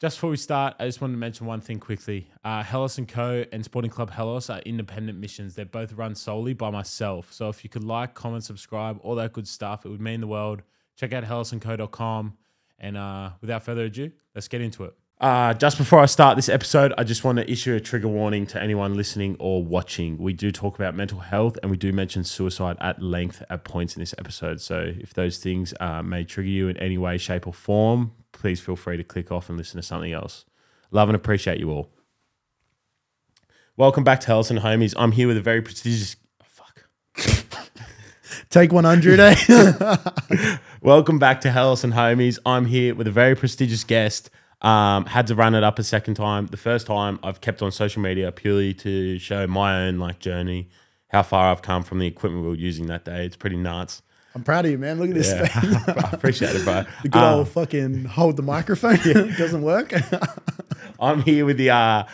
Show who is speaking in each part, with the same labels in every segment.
Speaker 1: Just before we start, I just wanted to mention one thing quickly. Uh, Hellas and Co. and Sporting Club Hellas are independent missions. They're both run solely by myself. So if you could like, comment, subscribe, all that good stuff, it would mean the world. Check out hellasandco.com. And uh, without further ado, let's get into it. Uh, just before I start this episode, I just want to issue a trigger warning to anyone listening or watching. We do talk about mental health and we do mention suicide at length at points in this episode. So if those things uh, may trigger you in any way, shape, or form, please feel free to click off and listen to something else. Love and appreciate you all. Welcome back to Hells and Homies. I'm here with a very prestigious. Fuck.
Speaker 2: Take 100, eh?
Speaker 1: Welcome back to Hellas and Homies. I'm here with a very prestigious guest. Um, had to run it up a second time. The first time I've kept on social media purely to show my own like journey, how far I've come from the equipment we were using that day. It's pretty nuts.
Speaker 2: I'm proud of you, man. Look at this
Speaker 1: Yeah.
Speaker 2: thing.
Speaker 1: I appreciate it, bro. Um,
Speaker 2: The good old fucking hold the microphone. It doesn't work.
Speaker 1: I'm here with the uh,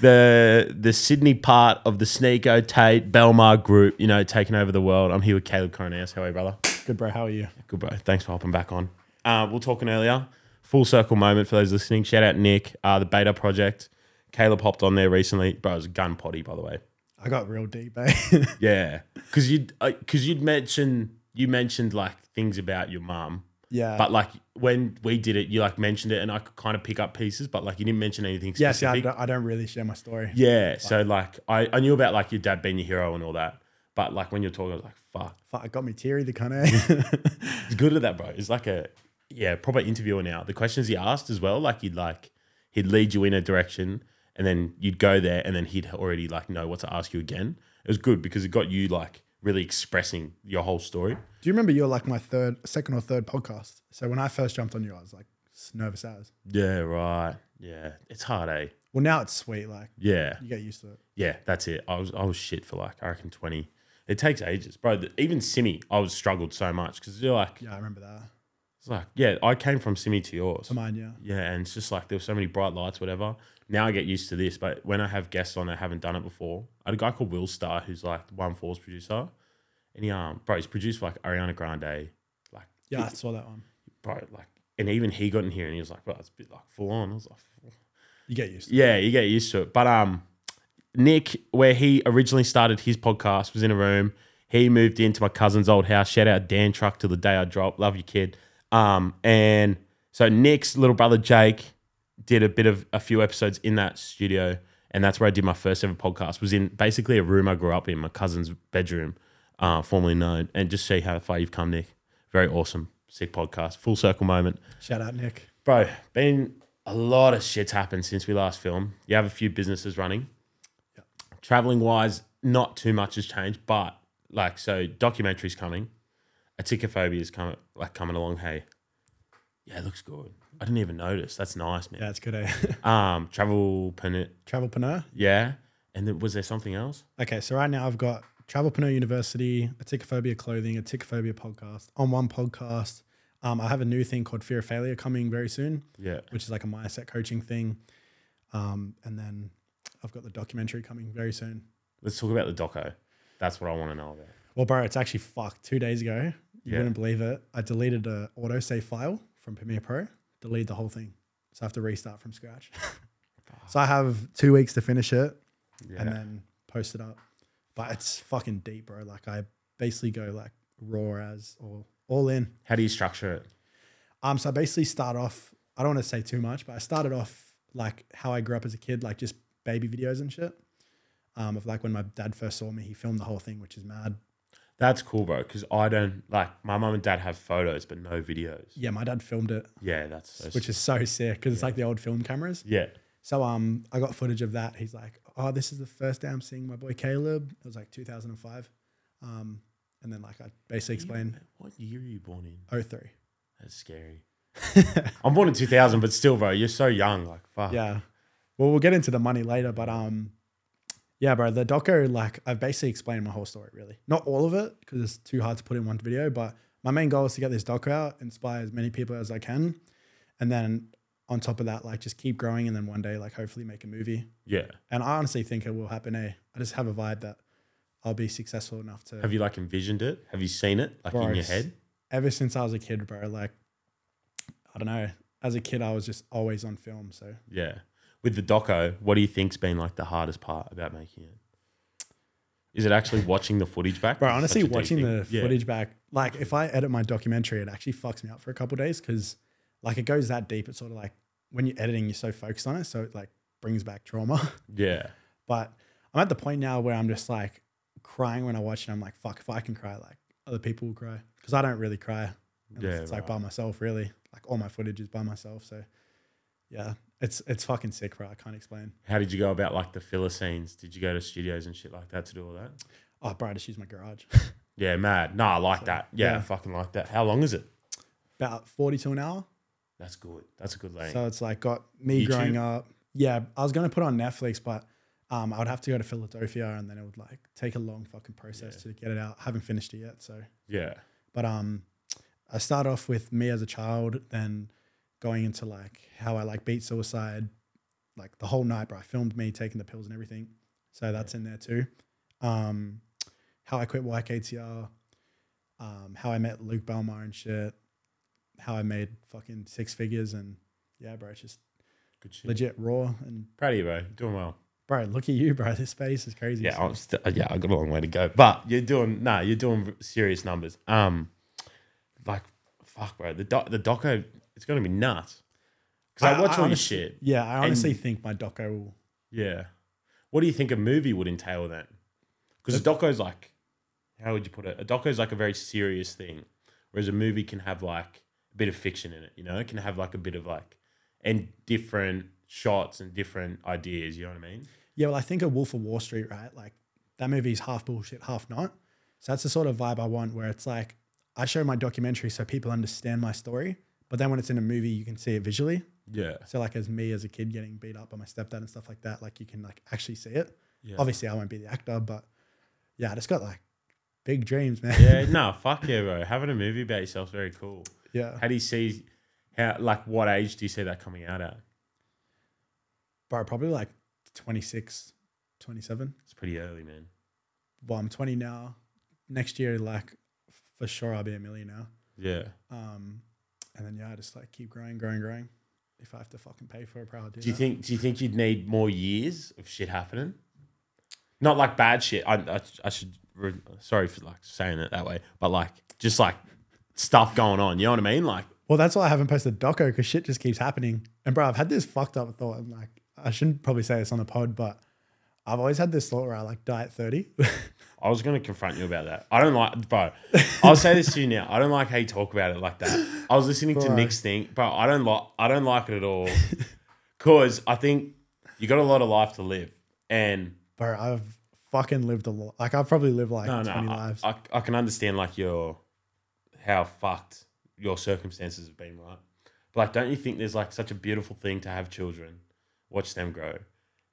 Speaker 1: the the Sydney part of the Sneeko Tate Belmar group, you know, taking over the world. I'm here with Caleb Cronass. How are you, brother?
Speaker 2: good, bro. How are you?
Speaker 1: Good, bro. Thanks for hopping back on. Uh, we we're talking earlier. Full circle moment for those listening. Shout out Nick, uh, the Beta Project. Caleb hopped on there recently. Bro, it was a gun potty, by the way.
Speaker 2: I got real deep, eh?
Speaker 1: Yeah, because you because you'd mentioned you mentioned like things about your mum,
Speaker 2: yeah.
Speaker 1: but like when we did it, you like mentioned it, and I could kind of pick up pieces, but like you didn't mention anything
Speaker 2: yeah,
Speaker 1: specific.
Speaker 2: see, I don't, I don't really share my story.
Speaker 1: Yeah. So like I, I knew about like your dad being your hero and all that. But like when you're talking, I was like, fuck.
Speaker 2: Fuck, it got me teary, the eh? kind of.
Speaker 1: He's good at that, bro. He's like a yeah, proper interviewer now. The questions he asked as well, like he'd like he'd lead you in a direction and then you'd go there and then he'd already like know what to ask you again. It was good because it got you like really expressing your whole story.
Speaker 2: Do you remember you're like my third, second or third podcast? So when I first jumped on you, I was like nervous as.
Speaker 1: Yeah, right. Yeah. It's hard, eh?
Speaker 2: Well, now it's sweet. Like
Speaker 1: Yeah.
Speaker 2: you get used to it.
Speaker 1: Yeah, that's it. I was I was shit for like I reckon twenty. It takes ages, bro. The- Even Simi, I was struggled so much because you're like,
Speaker 2: Yeah, I remember that.
Speaker 1: It's like, yeah, I came from Simi to yours.
Speaker 2: To mine, yeah.
Speaker 1: Yeah, and it's just like there were so many bright lights, whatever. Now I get used to this, but when I have guests on that haven't done it before, I had a guy called Will Star who's like One Falls producer, and he um, bro, he's produced for like Ariana Grande, like
Speaker 2: Yeah, I saw that one.
Speaker 1: bro, like, and even he got in here and he was like, bro, it's a bit like full on. I was like, "Fuck."
Speaker 2: You get used to it.
Speaker 1: yeah, you get used to it. But um, Nick, where he originally started his podcast, was in a room. He moved into my cousin's old house. Shout out Dan Truck till the day I drop. Love you, kid. Um, and so Nick's little brother Jake did a bit of a few episodes in that studio, and that's where I did my first ever podcast. Was in basically a room I grew up in, my cousin's bedroom, uh, formerly known. And just see how far you've come, Nick. Very awesome, sick podcast. Full circle moment
Speaker 2: Shout out, Nick.
Speaker 1: bro, been a lot of shit's happened since we last filmed. You have a few businesses running. Traveling wise, not too much has changed, but like so, documentaries coming. Aticophobia is coming, like coming along. Hey, yeah, it looks good. I didn't even notice. That's nice, man.
Speaker 2: Yeah, it's good, eh?
Speaker 1: Um, travel permit,
Speaker 2: Travelpreneur.
Speaker 1: yeah. And then, was there something else?
Speaker 2: Okay, so right now I've got Travelpreneur University, Aticophobia Clothing, Aticophobia Podcast, On One Podcast. Um, I have a new thing called Fear of Failure coming very soon,
Speaker 1: Yeah,
Speaker 2: which is like a mindset coaching thing. Um, and then I've got the documentary coming very soon.
Speaker 1: let's talk about the doco. That's what I want to know about.
Speaker 2: Well, bro, it's actually fucked. Two days ago, you
Speaker 1: Yeah.
Speaker 2: wouldn't believe it. I deleted a autosave file from Premiere Pro, deleted the whole thing. So I have to restart from scratch. so I have two weeks to finish it.
Speaker 1: Yeah,
Speaker 2: and then post it up. But it's fucking deep, bro. Like I basically go like raw as or all in.
Speaker 1: how do you structure it?
Speaker 2: Um, so I basically start off. I don't want to say too much, but I started off like how I grew up as a kid, like just baby videos and shit. Um, of like when my dad first saw me, he filmed the whole thing, which is mad.
Speaker 1: That's cool, bro. Because I don't like my mum and dad have photos, but no videos.
Speaker 2: Yeah, my dad filmed it,
Speaker 1: Yeah, that's so
Speaker 2: which is so sick because it's like the old film cameras.
Speaker 1: yeah,
Speaker 2: So um, I got footage of that. He's like, "Oh, this is the first day I'm seeing my boy Caleb." It was like 2005, um, and then like I basically explained
Speaker 1: What year are you born in?
Speaker 2: 03.
Speaker 1: That's scary. I'm born in 2000, but still, bro, you're so young. Like, fuck.
Speaker 2: Yeah. Well, we'll get into the money later, but um, yeah, bro, the doco, like, I've basically explained my whole story, really. Not all of it, because it's too hard to put in one video, but my main goal is to get this doco out, inspire as many people as I can. And then on top of that, like, just keep growing. And then one day, like, hopefully make a movie.
Speaker 1: yeah.
Speaker 2: And I honestly think it will happen, eh? I just have a vibe that I'll be successful enough to.
Speaker 1: Have you like envisioned it? Have you seen it like in your
Speaker 2: Gross.
Speaker 1: head?
Speaker 2: ever since I was a kid, bro, like, I don't know. as a kid, I was just always on film. So
Speaker 1: Yeah. With the doco, what do you think's been like the hardest part about making it? Is it actually watching the footage back?
Speaker 2: Bro,
Speaker 1: It's
Speaker 2: honestly,
Speaker 1: such a deep
Speaker 2: watching
Speaker 1: thing.
Speaker 2: the
Speaker 1: Yeah.
Speaker 2: footage back, like if I edit my documentary, it actually fucks me up for a couple days because, like, it goes that deep. It's sort of like when you're editing, you're so focused on it, so it like brings back trauma.
Speaker 1: Yeah.
Speaker 2: But I'm at the point now where I'm just like crying when I watch it. I'm like, fuck, if I can cry, like other people will cry because I don't really cry. Unless
Speaker 1: Yeah,
Speaker 2: it's like
Speaker 1: right.
Speaker 2: by myself, really. Like all my footage is by myself, so yeah, it's it's fucking sick, bro. I can't explain.
Speaker 1: How did you go about like the filler scenes? Did you go to studios and shit like that to do all that?
Speaker 2: Oh, bro, I just use my garage.
Speaker 1: Yeah, mad. Nah, I like that. Yeah,
Speaker 2: yeah.
Speaker 1: I fucking like that. How long is it?
Speaker 2: About forty to an hour.
Speaker 1: That's good. That's a good length.
Speaker 2: So it's like got me
Speaker 1: YouTube?
Speaker 2: growing up. Yeah, I was gonna put on Netflix, but um, I would have to go to Philadelphia, and then it would like take a long fucking process to get it out. I haven't finished it yet, so.
Speaker 1: yeah.
Speaker 2: But um, I start off with me as a child, then going into like how I like beat suicide, like the whole night, bro. I filmed me taking the pills and everything, so that's in there too. Um, how I quit YKTR, um, how I met Luke Belmar and shit, how I made fucking six figures and yeah, bro, it's just
Speaker 1: Good shit.
Speaker 2: legit raw and
Speaker 1: Proud of you, bro. Doing well.
Speaker 2: bro, look at you, bro. This space is crazy.
Speaker 1: Yeah, I'm st- yeah, I got a long way to go. But you're doing nah, you're doing serious numbers. Um, like fuck, bro. The doc, the doco, it's gonna be nuts. Because I,
Speaker 2: I-
Speaker 1: watch
Speaker 2: I
Speaker 1: all your
Speaker 2: honestly-
Speaker 1: shit.
Speaker 2: yeah. I honestly think my doco will
Speaker 1: Yeah. What do you think a movie would entail then? Because a doco's like, how would you put it? A doco's like a very serious thing, whereas a movie can have like a bit of fiction in it. You know, it can have like a bit of like and different shots and different ideas. You know what I mean?
Speaker 2: Yeah, well, I think of Wolf of Wall Street, right? Like that movie is half bullshit, half not. So that's the sort of vibe I want where it's like I show my documentary so people understand my story, but then when it's in a movie, you can see it visually.
Speaker 1: Yeah.
Speaker 2: So like as me as a kid getting beat up by my stepdad and stuff like that, like you can like actually see it.
Speaker 1: Yeah.
Speaker 2: Obviously, I won't be the actor, but yeah, I just got like big dreams, man.
Speaker 1: yeah, nah, fuck yeah, bro. Having a movie about yourself's very cool.
Speaker 2: yeah.
Speaker 1: How do you see how like what age do you see that coming out at?
Speaker 2: But probably like 26, 27.
Speaker 1: It's pretty early, man.
Speaker 2: Well, I'm 20 now. Next year, like f- for sure, I'll be a millionaire.
Speaker 1: Yeah.
Speaker 2: Um, and then yeah, I just like keep growing, growing, growing. If I have to fucking pay for it, probably I'll do,
Speaker 1: Do you
Speaker 2: that.
Speaker 1: think do you think you'd need more years of shit happening? Not like bad shit. I I, I should re- sorry for like saying it that way, but like just like stuff going on. You know what I mean? Like
Speaker 2: Well, that's why I haven't posted doco because shit just keeps happening. And bro, I've had this fucked up thought. I'm like, I shouldn't probably say this on the pod, but I've always had this thought where I like die at 30.
Speaker 1: I was gonna confront you about that. I don't like, bro. I'll say this to you now. I don't like how you talk about it like that. I was listening to
Speaker 2: Bro.
Speaker 1: Nick's thing, bro. I don't like, I don't like it at all, cause I think you got a lot of life to live, and
Speaker 2: bro, I've fucking lived a lot. Like I've probably lived like
Speaker 1: no, no,
Speaker 2: 20
Speaker 1: I,
Speaker 2: Oh, lives.
Speaker 1: I, I can understand like your how fucked your circumstances have been, right? But like, don't you think there's like such a beautiful thing to have children, watch them grow,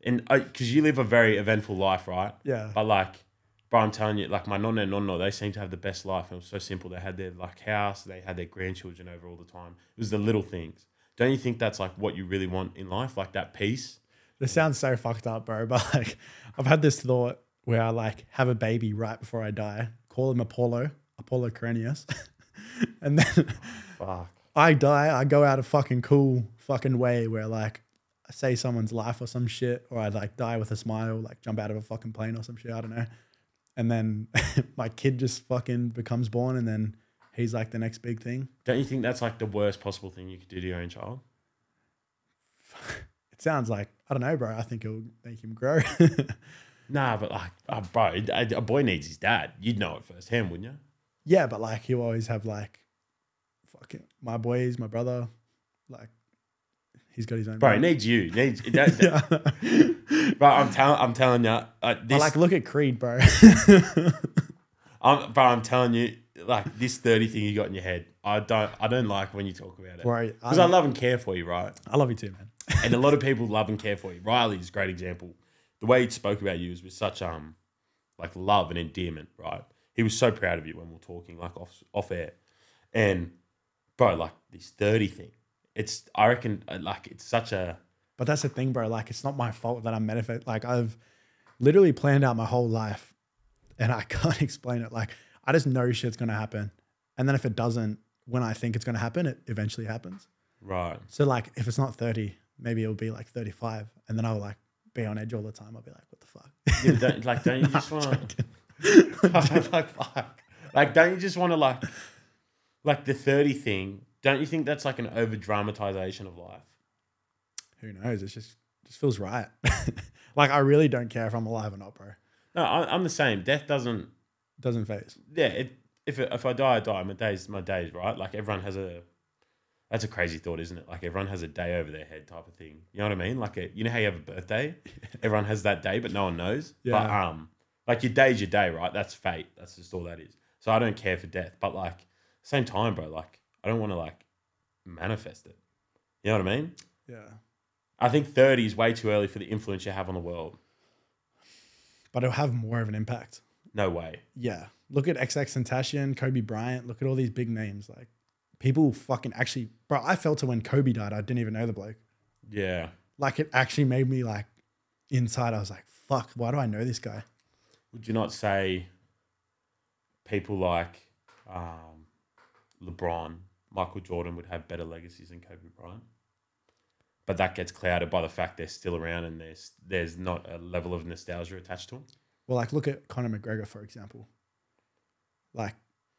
Speaker 1: and because you live a very eventful life, right?
Speaker 2: yeah.
Speaker 1: But like, bro, I'm telling you, like my nonna and nonno, they seem to have the best life. It was so simple. They had their like house, they had their grandchildren over all the time. It was the little things. Don't you think that's like what you really want in life, like that peace?
Speaker 2: This sounds so fucked up, bro. But like, I've had this thought where I like have a baby right before I die, call him Apollo, Apollo Cranius. and then
Speaker 1: Fuck.
Speaker 2: I die, I go out a fucking cool fucking way where like I say someone's life or some shit, or I like die with a smile, like jump out of a fucking plane or some shit. I don't know. And then my kid just fucking becomes born, and then he's like the next big thing.
Speaker 1: Don't you think that's like the worst possible thing you could do to your own child?
Speaker 2: It sounds like I don't know, bro. I think it'll make him grow.
Speaker 1: Nah, but like, oh, bro, a a boy needs his dad. You'd know it firsthand, wouldn't you?
Speaker 2: yeah, but like he'll always have like fucking my boys, my brother, like he's got his own.
Speaker 1: Bro, it
Speaker 2: man.
Speaker 1: needs you. It Needs that, that-
Speaker 2: yeah.
Speaker 1: bro. I'm telling, I'm telling you, uh,
Speaker 2: But
Speaker 1: this,
Speaker 2: like, look at Creed, bro.
Speaker 1: I'm, bro. I'm telling you, like this thirty thing you got in your head. I don't, I don't like when you talk about it.
Speaker 2: Right.
Speaker 1: Because I love and care for you, right?
Speaker 2: I love you too, man.
Speaker 1: And a lot of people love and care for you. Riley's a great example. The way he spoke about you was with such um like love and endearment, right? He was so proud of you when we were talking, like off off air. And bro, like this 30 thing. It's I reckon uh, like it's such a
Speaker 2: But that's the thing, bro. Like, it's not my fault that I'm manifest. Like, I've literally planned out my whole life, and I can't explain it. Like, I just know shit's gonna happen, and then if it doesn't, when I think it's gonna happen, it eventually happens.
Speaker 1: Right.
Speaker 2: So like if it's not 30, maybe it'll be like 35. And then I'll like be on edge all the time. I'll be like, what the fuck?
Speaker 1: Yeah, but don't, like, don't you just want to like fuck? Like, don't you just want to like, like the thirty thing? Don't you think that's like an over dramatization of life?
Speaker 2: Who knows? It's just just feels right. like I really don't care if I'm alive or not, bro.
Speaker 1: No, I, I'm the same. Death doesn't.
Speaker 2: Doesn't phase.
Speaker 1: Yeah, it, if it, if I die, I die. My days, my days, right? Like everyone has a. That's a crazy thought, isn't it? Like everyone has a day over their head type of thing. You know what I mean? Like a, you know how you have a birthday, everyone has that day, but no one knows. But
Speaker 2: Yeah.
Speaker 1: um, like your day's your day, right? That's fate. That's just all that is. So I don't care for death, but like same time, bro. Like I don't want to like manifest it. You know what I mean?
Speaker 2: Yeah.
Speaker 1: I think thirty is way too early for the influence you have on the world.
Speaker 2: But it'll have more of an impact.
Speaker 1: No way.
Speaker 2: Yeah. Look at XX Tentacion, Kobe Bryant. Look at all these big names. Like people fucking actually, bro. I felt it when Kobe died. I didn't even know the bloke.
Speaker 1: Yeah.
Speaker 2: Like it actually made me like inside. I was like, fuck. Why do I know this guy?
Speaker 1: Would you not say people like um, LeBron, Michael Jordan would have better legacies than Kobe Bryant? But that gets clouded by the fact they're still around and there's there's not a level of nostalgia attached to them.
Speaker 2: Well, like look at Conor McGregor for example. Like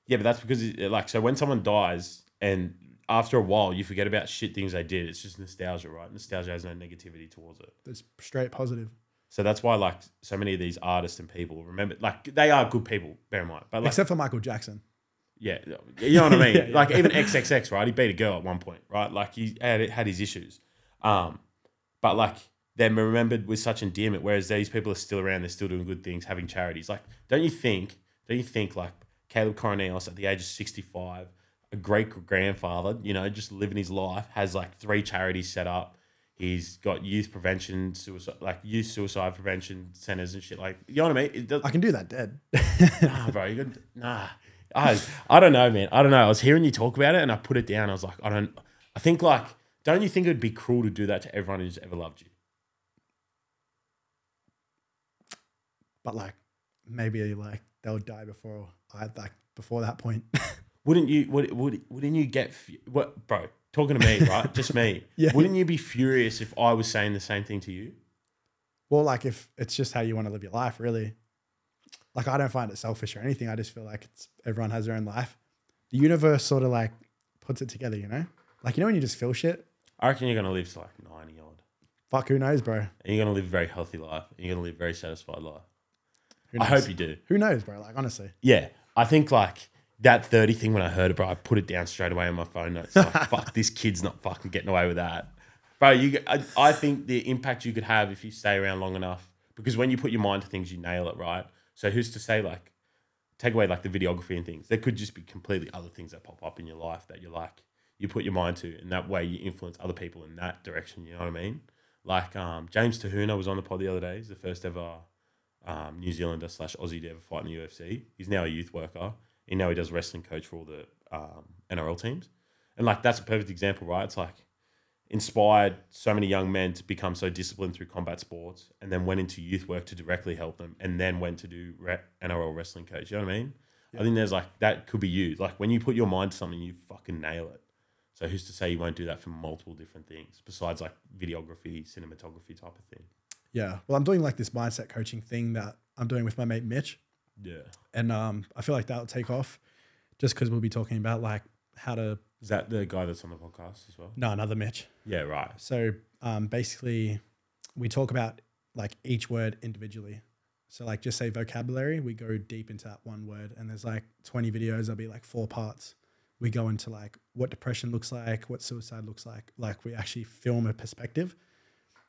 Speaker 1: Yeah, but that's because it, like so when someone dies and after a while you forget about shit things they did. It's just nostalgia, right? Nostalgia has no negativity towards it.
Speaker 2: it's straight positive.
Speaker 1: So that's why like so many of these artists and people remember like they are good people. Bear in mind, but like
Speaker 2: Except for Michael Jackson.
Speaker 1: Yeah, you know what I mean.
Speaker 2: Yeah, yeah.
Speaker 1: Like even XXX, right? He beat a girl at one point, right? Like he had had his issues, um, but like they're remembered with such endearment. Whereas these people are still around, they're still doing good things, having charities. Like, don't you think? Don't you think like Caleb Coronelos at the age of sixty five, a great grandfather, you know, just living his life, has like three charities set up. He's got youth prevention, suicide, like youth suicide prevention centers and shit. Like, you know what I mean? It does,
Speaker 2: I can do that dead.
Speaker 1: nah, bro. You got, nah. I, I don't know, man. I don't know. I was hearing you talk about it and I put it down. I was like, I don't, I think like, don't you think it'd be cruel to do that to everyone who's ever loved you?
Speaker 2: but like maybe like they'll die before I like before that point.
Speaker 1: Wouldn't you, would, would, wouldn't you get, fu- what, bro, talking to me, right? Just me.
Speaker 2: Yeah.
Speaker 1: Wouldn't you be furious if I was saying the same thing to you?
Speaker 2: well, like if it's just how you want to live your life, really. Like I don't find it selfish or anything. I just feel like it's everyone has their own life. The universe sort of like puts it together, you know? Like you know when you just feel shit?
Speaker 1: I reckon you're going to live to like 90 odd.
Speaker 2: Fuck who knows, bro.
Speaker 1: And you're going to live a very healthy life. And you're going to live a very satisfied life.
Speaker 2: Who
Speaker 1: I
Speaker 2: knows?
Speaker 1: hope you do.
Speaker 2: Who knows, bro? Like honestly.
Speaker 1: Yeah, I think like that 30 thing when I heard it, bro, I put it down straight away on my phone notes. Like, fuck, this kid's not fucking getting away with that. Bro, you, I, I think the impact you could have if you stay around long enough, because when you put your mind to things, you nail it, right? So who's to say like, take away like the videography and things, there could just be completely other things that pop up in your life that you're like, you put your mind to, and that way you influence other people in that direction. You know what I mean? Like um, James Tahuna was on the pod the other day. He's the first ever um, New Zealander slash Aussie to ever fight in the UFC. He's now a youth worker. And now he does wrestling coach for all the um, NRL teams. And like that's a perfect example, right? It's like inspired so many young men to become so disciplined through combat sports and then went into youth work to directly help them and then went to do re- NRL wrestling coach. You know what I mean? I think there's like that could be you. Like when you put your mind to something, you fucking nail it. So who's to say you won't do that for multiple different things besides like videography, cinematography type of thing?
Speaker 2: Yeah. Well, I'm doing like this mindset coaching thing that I'm doing with my mate Mitch.
Speaker 1: Yeah.
Speaker 2: And um, I feel like that'll take off just because we'll be talking about like how to
Speaker 1: Is that the guy that's on the podcast as well?
Speaker 2: no, another Mitch.
Speaker 1: Yeah, right.
Speaker 2: So um, basically, we talk about like each word individually. So like just say vocabulary, we go deep into that one word, and there's like 20 videos. There'll be like four parts. We go into like what depression looks like, what suicide looks like. Like we actually film a perspective.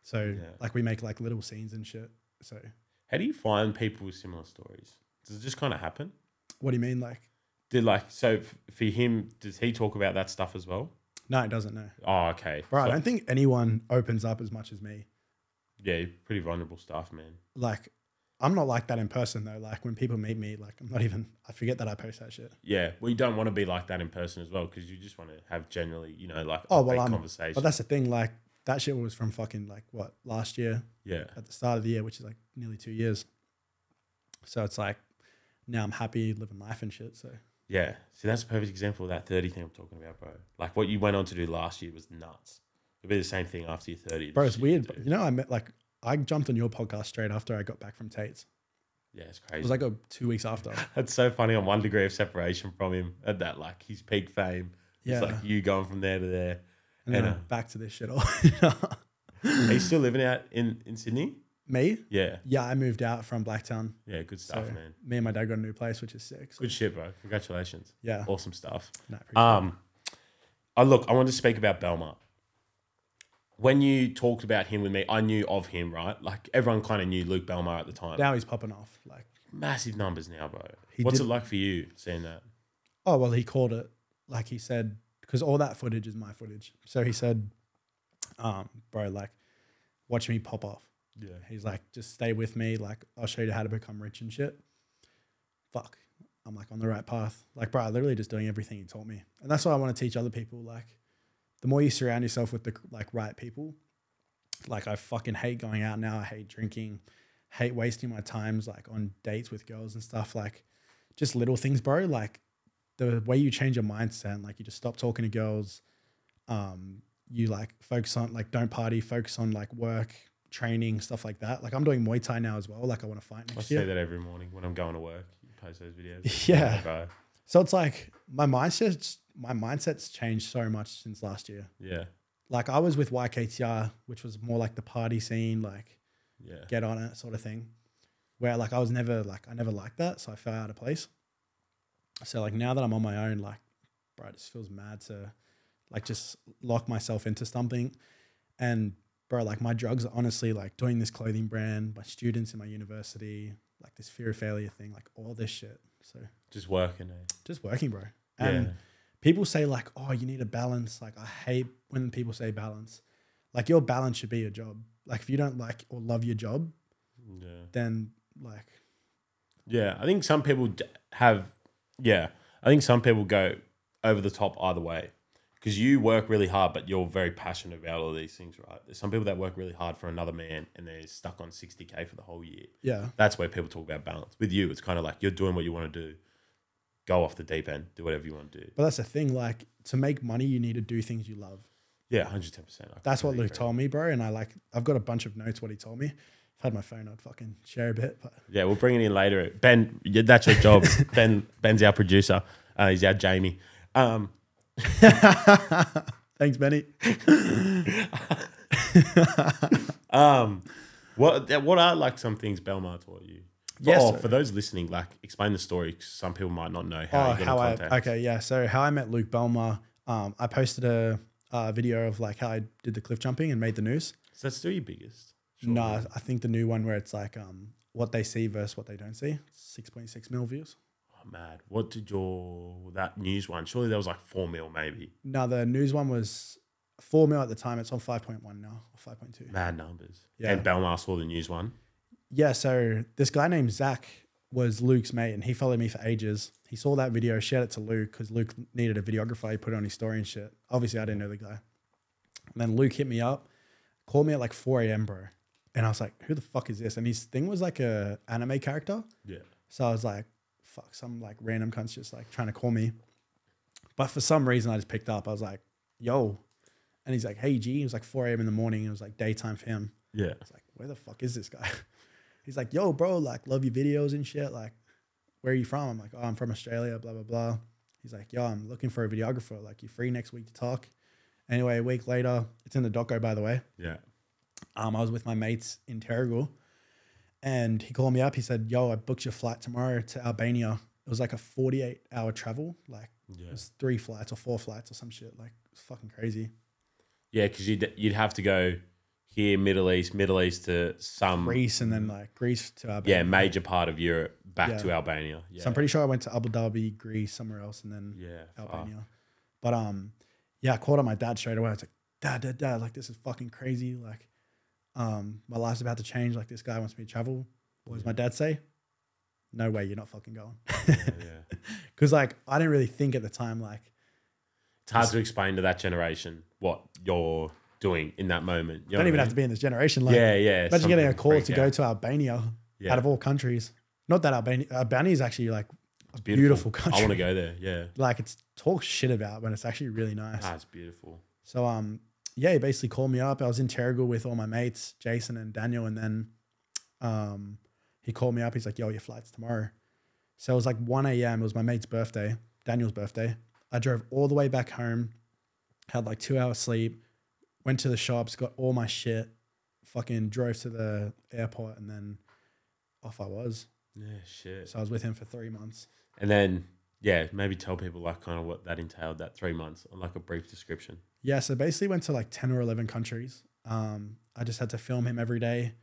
Speaker 2: So
Speaker 1: Yeah.
Speaker 2: like we make like little scenes and shit. So
Speaker 1: How do you find people with similar stories? Does it just kind of happen?
Speaker 2: what do you mean? Like
Speaker 1: Did like so f- for him? Does he talk about that stuff as well?
Speaker 2: no, it doesn't. No,
Speaker 1: Oh, okay.
Speaker 2: bro. I
Speaker 1: So-
Speaker 2: don't think anyone opens up as much as me.
Speaker 1: yeah, you're pretty vulnerable stuff, man.
Speaker 2: like I'm not like that in person though. Like when people meet me, like I'm not even I forget that I post that shit.
Speaker 1: Yeah, well, you don't want to be like that in person as well because you just want to have generally, you know, like
Speaker 2: Oh
Speaker 1: upbeat
Speaker 2: well, I'm.
Speaker 1: conversation.
Speaker 2: But that's the thing. Like that shit was from fucking like what last year
Speaker 1: yeah,
Speaker 2: at the start of the year, which is like nearly two years. So it's like now I'm happy living life and shit. So
Speaker 1: Yeah. See, that's a perfect example of that 30 thing I'm talking about, bro. Like what you went on to do last year was nuts. It'll be the same thing after you're 30.
Speaker 2: Bro,
Speaker 1: this
Speaker 2: it's
Speaker 1: year,
Speaker 2: weird.
Speaker 1: too.
Speaker 2: You know, I met like I jumped on your podcast straight after I got back from Tate's.
Speaker 1: Yeah, it's
Speaker 2: It
Speaker 1: crazy.
Speaker 2: was like a, two weeks after.
Speaker 1: that's so funny on one degree of separation from him at that, like his peak fame.
Speaker 2: Yeah.
Speaker 1: It's like you going from there to there.
Speaker 2: and then
Speaker 1: and,
Speaker 2: I'm
Speaker 1: uh,
Speaker 2: back to this shit all.
Speaker 1: Are you still living out in, in Sydney?
Speaker 2: Me?
Speaker 1: Yeah.
Speaker 2: Yeah, I moved out from Blacktown.
Speaker 1: Yeah, good stuff,
Speaker 2: So
Speaker 1: man.
Speaker 2: me and my dad got a new place, which Oh. Uh, is sick. So,
Speaker 1: Good shit, bro. Congratulations.
Speaker 2: yeah.
Speaker 1: Awesome stuff.
Speaker 2: No, I appreciate it.
Speaker 1: Um, I look, I wanted to speak about Belmont. When you talked about him with me, I knew of him, right? Like everyone kind of knew Luke Belmar at the time.
Speaker 2: now he's popping off. Like,
Speaker 1: Massive numbers now, bro.
Speaker 2: He
Speaker 1: What's
Speaker 2: did-
Speaker 1: it like for you seeing that?
Speaker 2: oh well, he called it. Like he said, because all that footage is my footage. So he said, um, bro, like, watch me pop off.
Speaker 1: Yeah.
Speaker 2: He's like, just stay with me. Like, I'll show you how to become rich and shit. Fuck. I'm like on the right path. Like, bro, I'm literally just doing everything he taught me. And that's what I want to teach other people. Like, the more you surround yourself with the like right people, like I fucking hate going out now. I hate drinking, hate wasting my times like on dates with girls and stuff. Like, just little things, bro. Like the way you change your mindset, like you just stop talking to girls. Um, you like focus on like don't party, focus on like work, training, stuff like that. Like I'm doing Muay Thai now as well. Like I want to fight
Speaker 1: I
Speaker 2: next
Speaker 1: say
Speaker 2: year.
Speaker 1: that every morning when I'm going to work. You post those videos.
Speaker 2: Yeah.
Speaker 1: bro.
Speaker 2: So it's like my mindset's my mindset's changed so much since last year.
Speaker 1: Yeah.
Speaker 2: Like I was with YKTR, which was more like the party scene, like
Speaker 1: Yeah.
Speaker 2: get on it sort of thing. Where like I was never like I never liked that, so I fell out of place. So like now that I'm on my own, like bro, it just feels mad to like just lock myself into something. And bro, like my drugs are honestly like doing this clothing brand, my students in my university, like this fear of failure thing, like all this shit. So
Speaker 1: Just working. Eh?
Speaker 2: just working, bro.
Speaker 1: Yeah.
Speaker 2: And people say like, oh, you need a balance. Like I hate when people say balance. Like your balance should be your job. Like if you don't like or love your job,
Speaker 1: yeah.
Speaker 2: then like
Speaker 1: Yeah. I think some people d- have, yeah. I think some people go over the top either way because you work really hard, but you're very passionate about all these things, right? There's some people that work really hard for another man and they're stuck on 60K for the whole year.
Speaker 2: yeah,
Speaker 1: That's where people talk about balance. With you, it's kind of like you're doing what you want to do. Go off the deep end, do whatever you want to do.
Speaker 2: but that's the thing. Like to make money, you need to do things you love.
Speaker 1: Yeah, 110%. I
Speaker 2: That's what
Speaker 1: completely
Speaker 2: Luke
Speaker 1: agree.
Speaker 2: told me, bro. And I like I've got a bunch of notes what he told me. If I had my phone, I'd fucking share a bit. But
Speaker 1: Yeah, we'll bring it in later. Ben, yeah, that's your job. ben, Ben's our producer. Uh, he's our Jamie. Um,
Speaker 2: thanks, Benny.
Speaker 1: um, what what are like some things Belmar taught you?
Speaker 2: Yes,
Speaker 1: oh,
Speaker 2: sir.
Speaker 1: for those listening, like explain the story. 'cause some people might not know how
Speaker 2: Oh,
Speaker 1: you got
Speaker 2: how
Speaker 1: in
Speaker 2: I
Speaker 1: contact.
Speaker 2: okay, yeah. So how I met Luke Belmar, um, I posted a, a video of like how I did the cliff jumping and made the news.
Speaker 1: So that's still your biggest.
Speaker 2: No, I think the new one where it's like um what they see versus what they don't see. Six point six mil views.
Speaker 1: Oh, mad. What did your that news one? Surely there was like four mil, maybe.
Speaker 2: No, the news one was four mil at the time. It's on five point one now, or five point two.
Speaker 1: Mad numbers.
Speaker 2: Yeah.
Speaker 1: And Belmar saw the news one.
Speaker 2: Yeah, so this guy named Zach was Luke's mate, and he followed me for ages. He saw that video, shared it to Luke because Luke needed a videographer. He put it on his story and shit. Obviously, I didn't know the guy. And then Luke hit me up, called me at like four a.m. bro, and I was like, "Who the fuck is this?" And his thing was like a anime character.
Speaker 1: Yeah.
Speaker 2: So I was like, fuck, some like random cunt's just like trying to call me. But for some reason, I just picked up. I was like, yo. And he's like, hey, G. It was like 4 a.m. in the morning. It was like daytime for him.
Speaker 1: Yeah.
Speaker 2: I was like, where the fuck is this guy? He's like, yo, bro, like, love your videos and shit. Like, where are you from? I'm like, oh, I'm from Australia, blah, blah, blah. He's like, yo, I'm looking for a videographer. Like, you free next week to talk? Anyway, a week later, it's in the doco, by the way
Speaker 1: Yeah.
Speaker 2: um, I was with my mates in Terrigal and he called me up. He said, Yo, I booked your flight tomorrow to Albania. It was like a 48 hour travel. Like,
Speaker 1: Yeah.
Speaker 2: it was three flights or four flights or some shit. Like, it's fucking crazy.
Speaker 1: Yeah, because you'd you'd have to go here, Middle East, Middle East to some
Speaker 2: Greece and then like Greece to
Speaker 1: Mm.
Speaker 2: Albania.
Speaker 1: yeah major part of Europe back
Speaker 2: Yeah.
Speaker 1: to Albania. Yeah,
Speaker 2: So I'm pretty sure I went to Abu Dhabi, Greece, somewhere else, and then
Speaker 1: yeah, far.
Speaker 2: Albania. But um, yeah, I called up my dad straight away. I was like, Dad, dad, dad, like this is fucking crazy. Like, um, my life's about to change. Like this guy wants me to travel. What does my dad say? No way, you're not fucking going.
Speaker 1: yeah, yeah.
Speaker 2: Because like I didn't really think at the time like
Speaker 1: It's hard to explain to that generation what you're doing in that moment. You know
Speaker 2: don't
Speaker 1: what
Speaker 2: even
Speaker 1: I
Speaker 2: have to be in this generation. Like
Speaker 1: mean? yeah, yeah.
Speaker 2: imagine
Speaker 1: some
Speaker 2: getting a
Speaker 1: people
Speaker 2: call
Speaker 1: freak
Speaker 2: to
Speaker 1: out.
Speaker 2: go to Albania
Speaker 1: Yeah.
Speaker 2: out of all countries. Not that Albania Albania is actually like a
Speaker 1: Beautiful,
Speaker 2: beautiful, country.
Speaker 1: I want to go there. Yeah.
Speaker 2: Like it's talked shit about when it's actually really nice.
Speaker 1: Ah, it's beautiful.
Speaker 2: So um yeah, he basically called me up. I was in Terrigal with all my mates, Jason and Daniel, and then um he called me up. He's like, "Yo, your flight's tomorrow." So it was like 1 a.m. It was my mate's birthday, Daniel's birthday. I drove all the way back home, had like two hours sleep, went to the shops, got all my shit, fucking drove to the airport, and then off I was.
Speaker 1: Yeah, shit.
Speaker 2: So I was with him for three months.
Speaker 1: And then, yeah, maybe tell people like kind of what that entailed that three months on like a brief description.
Speaker 2: Yeah, so basically went to like 10 or 11 countries. Um, I just had to film him every day.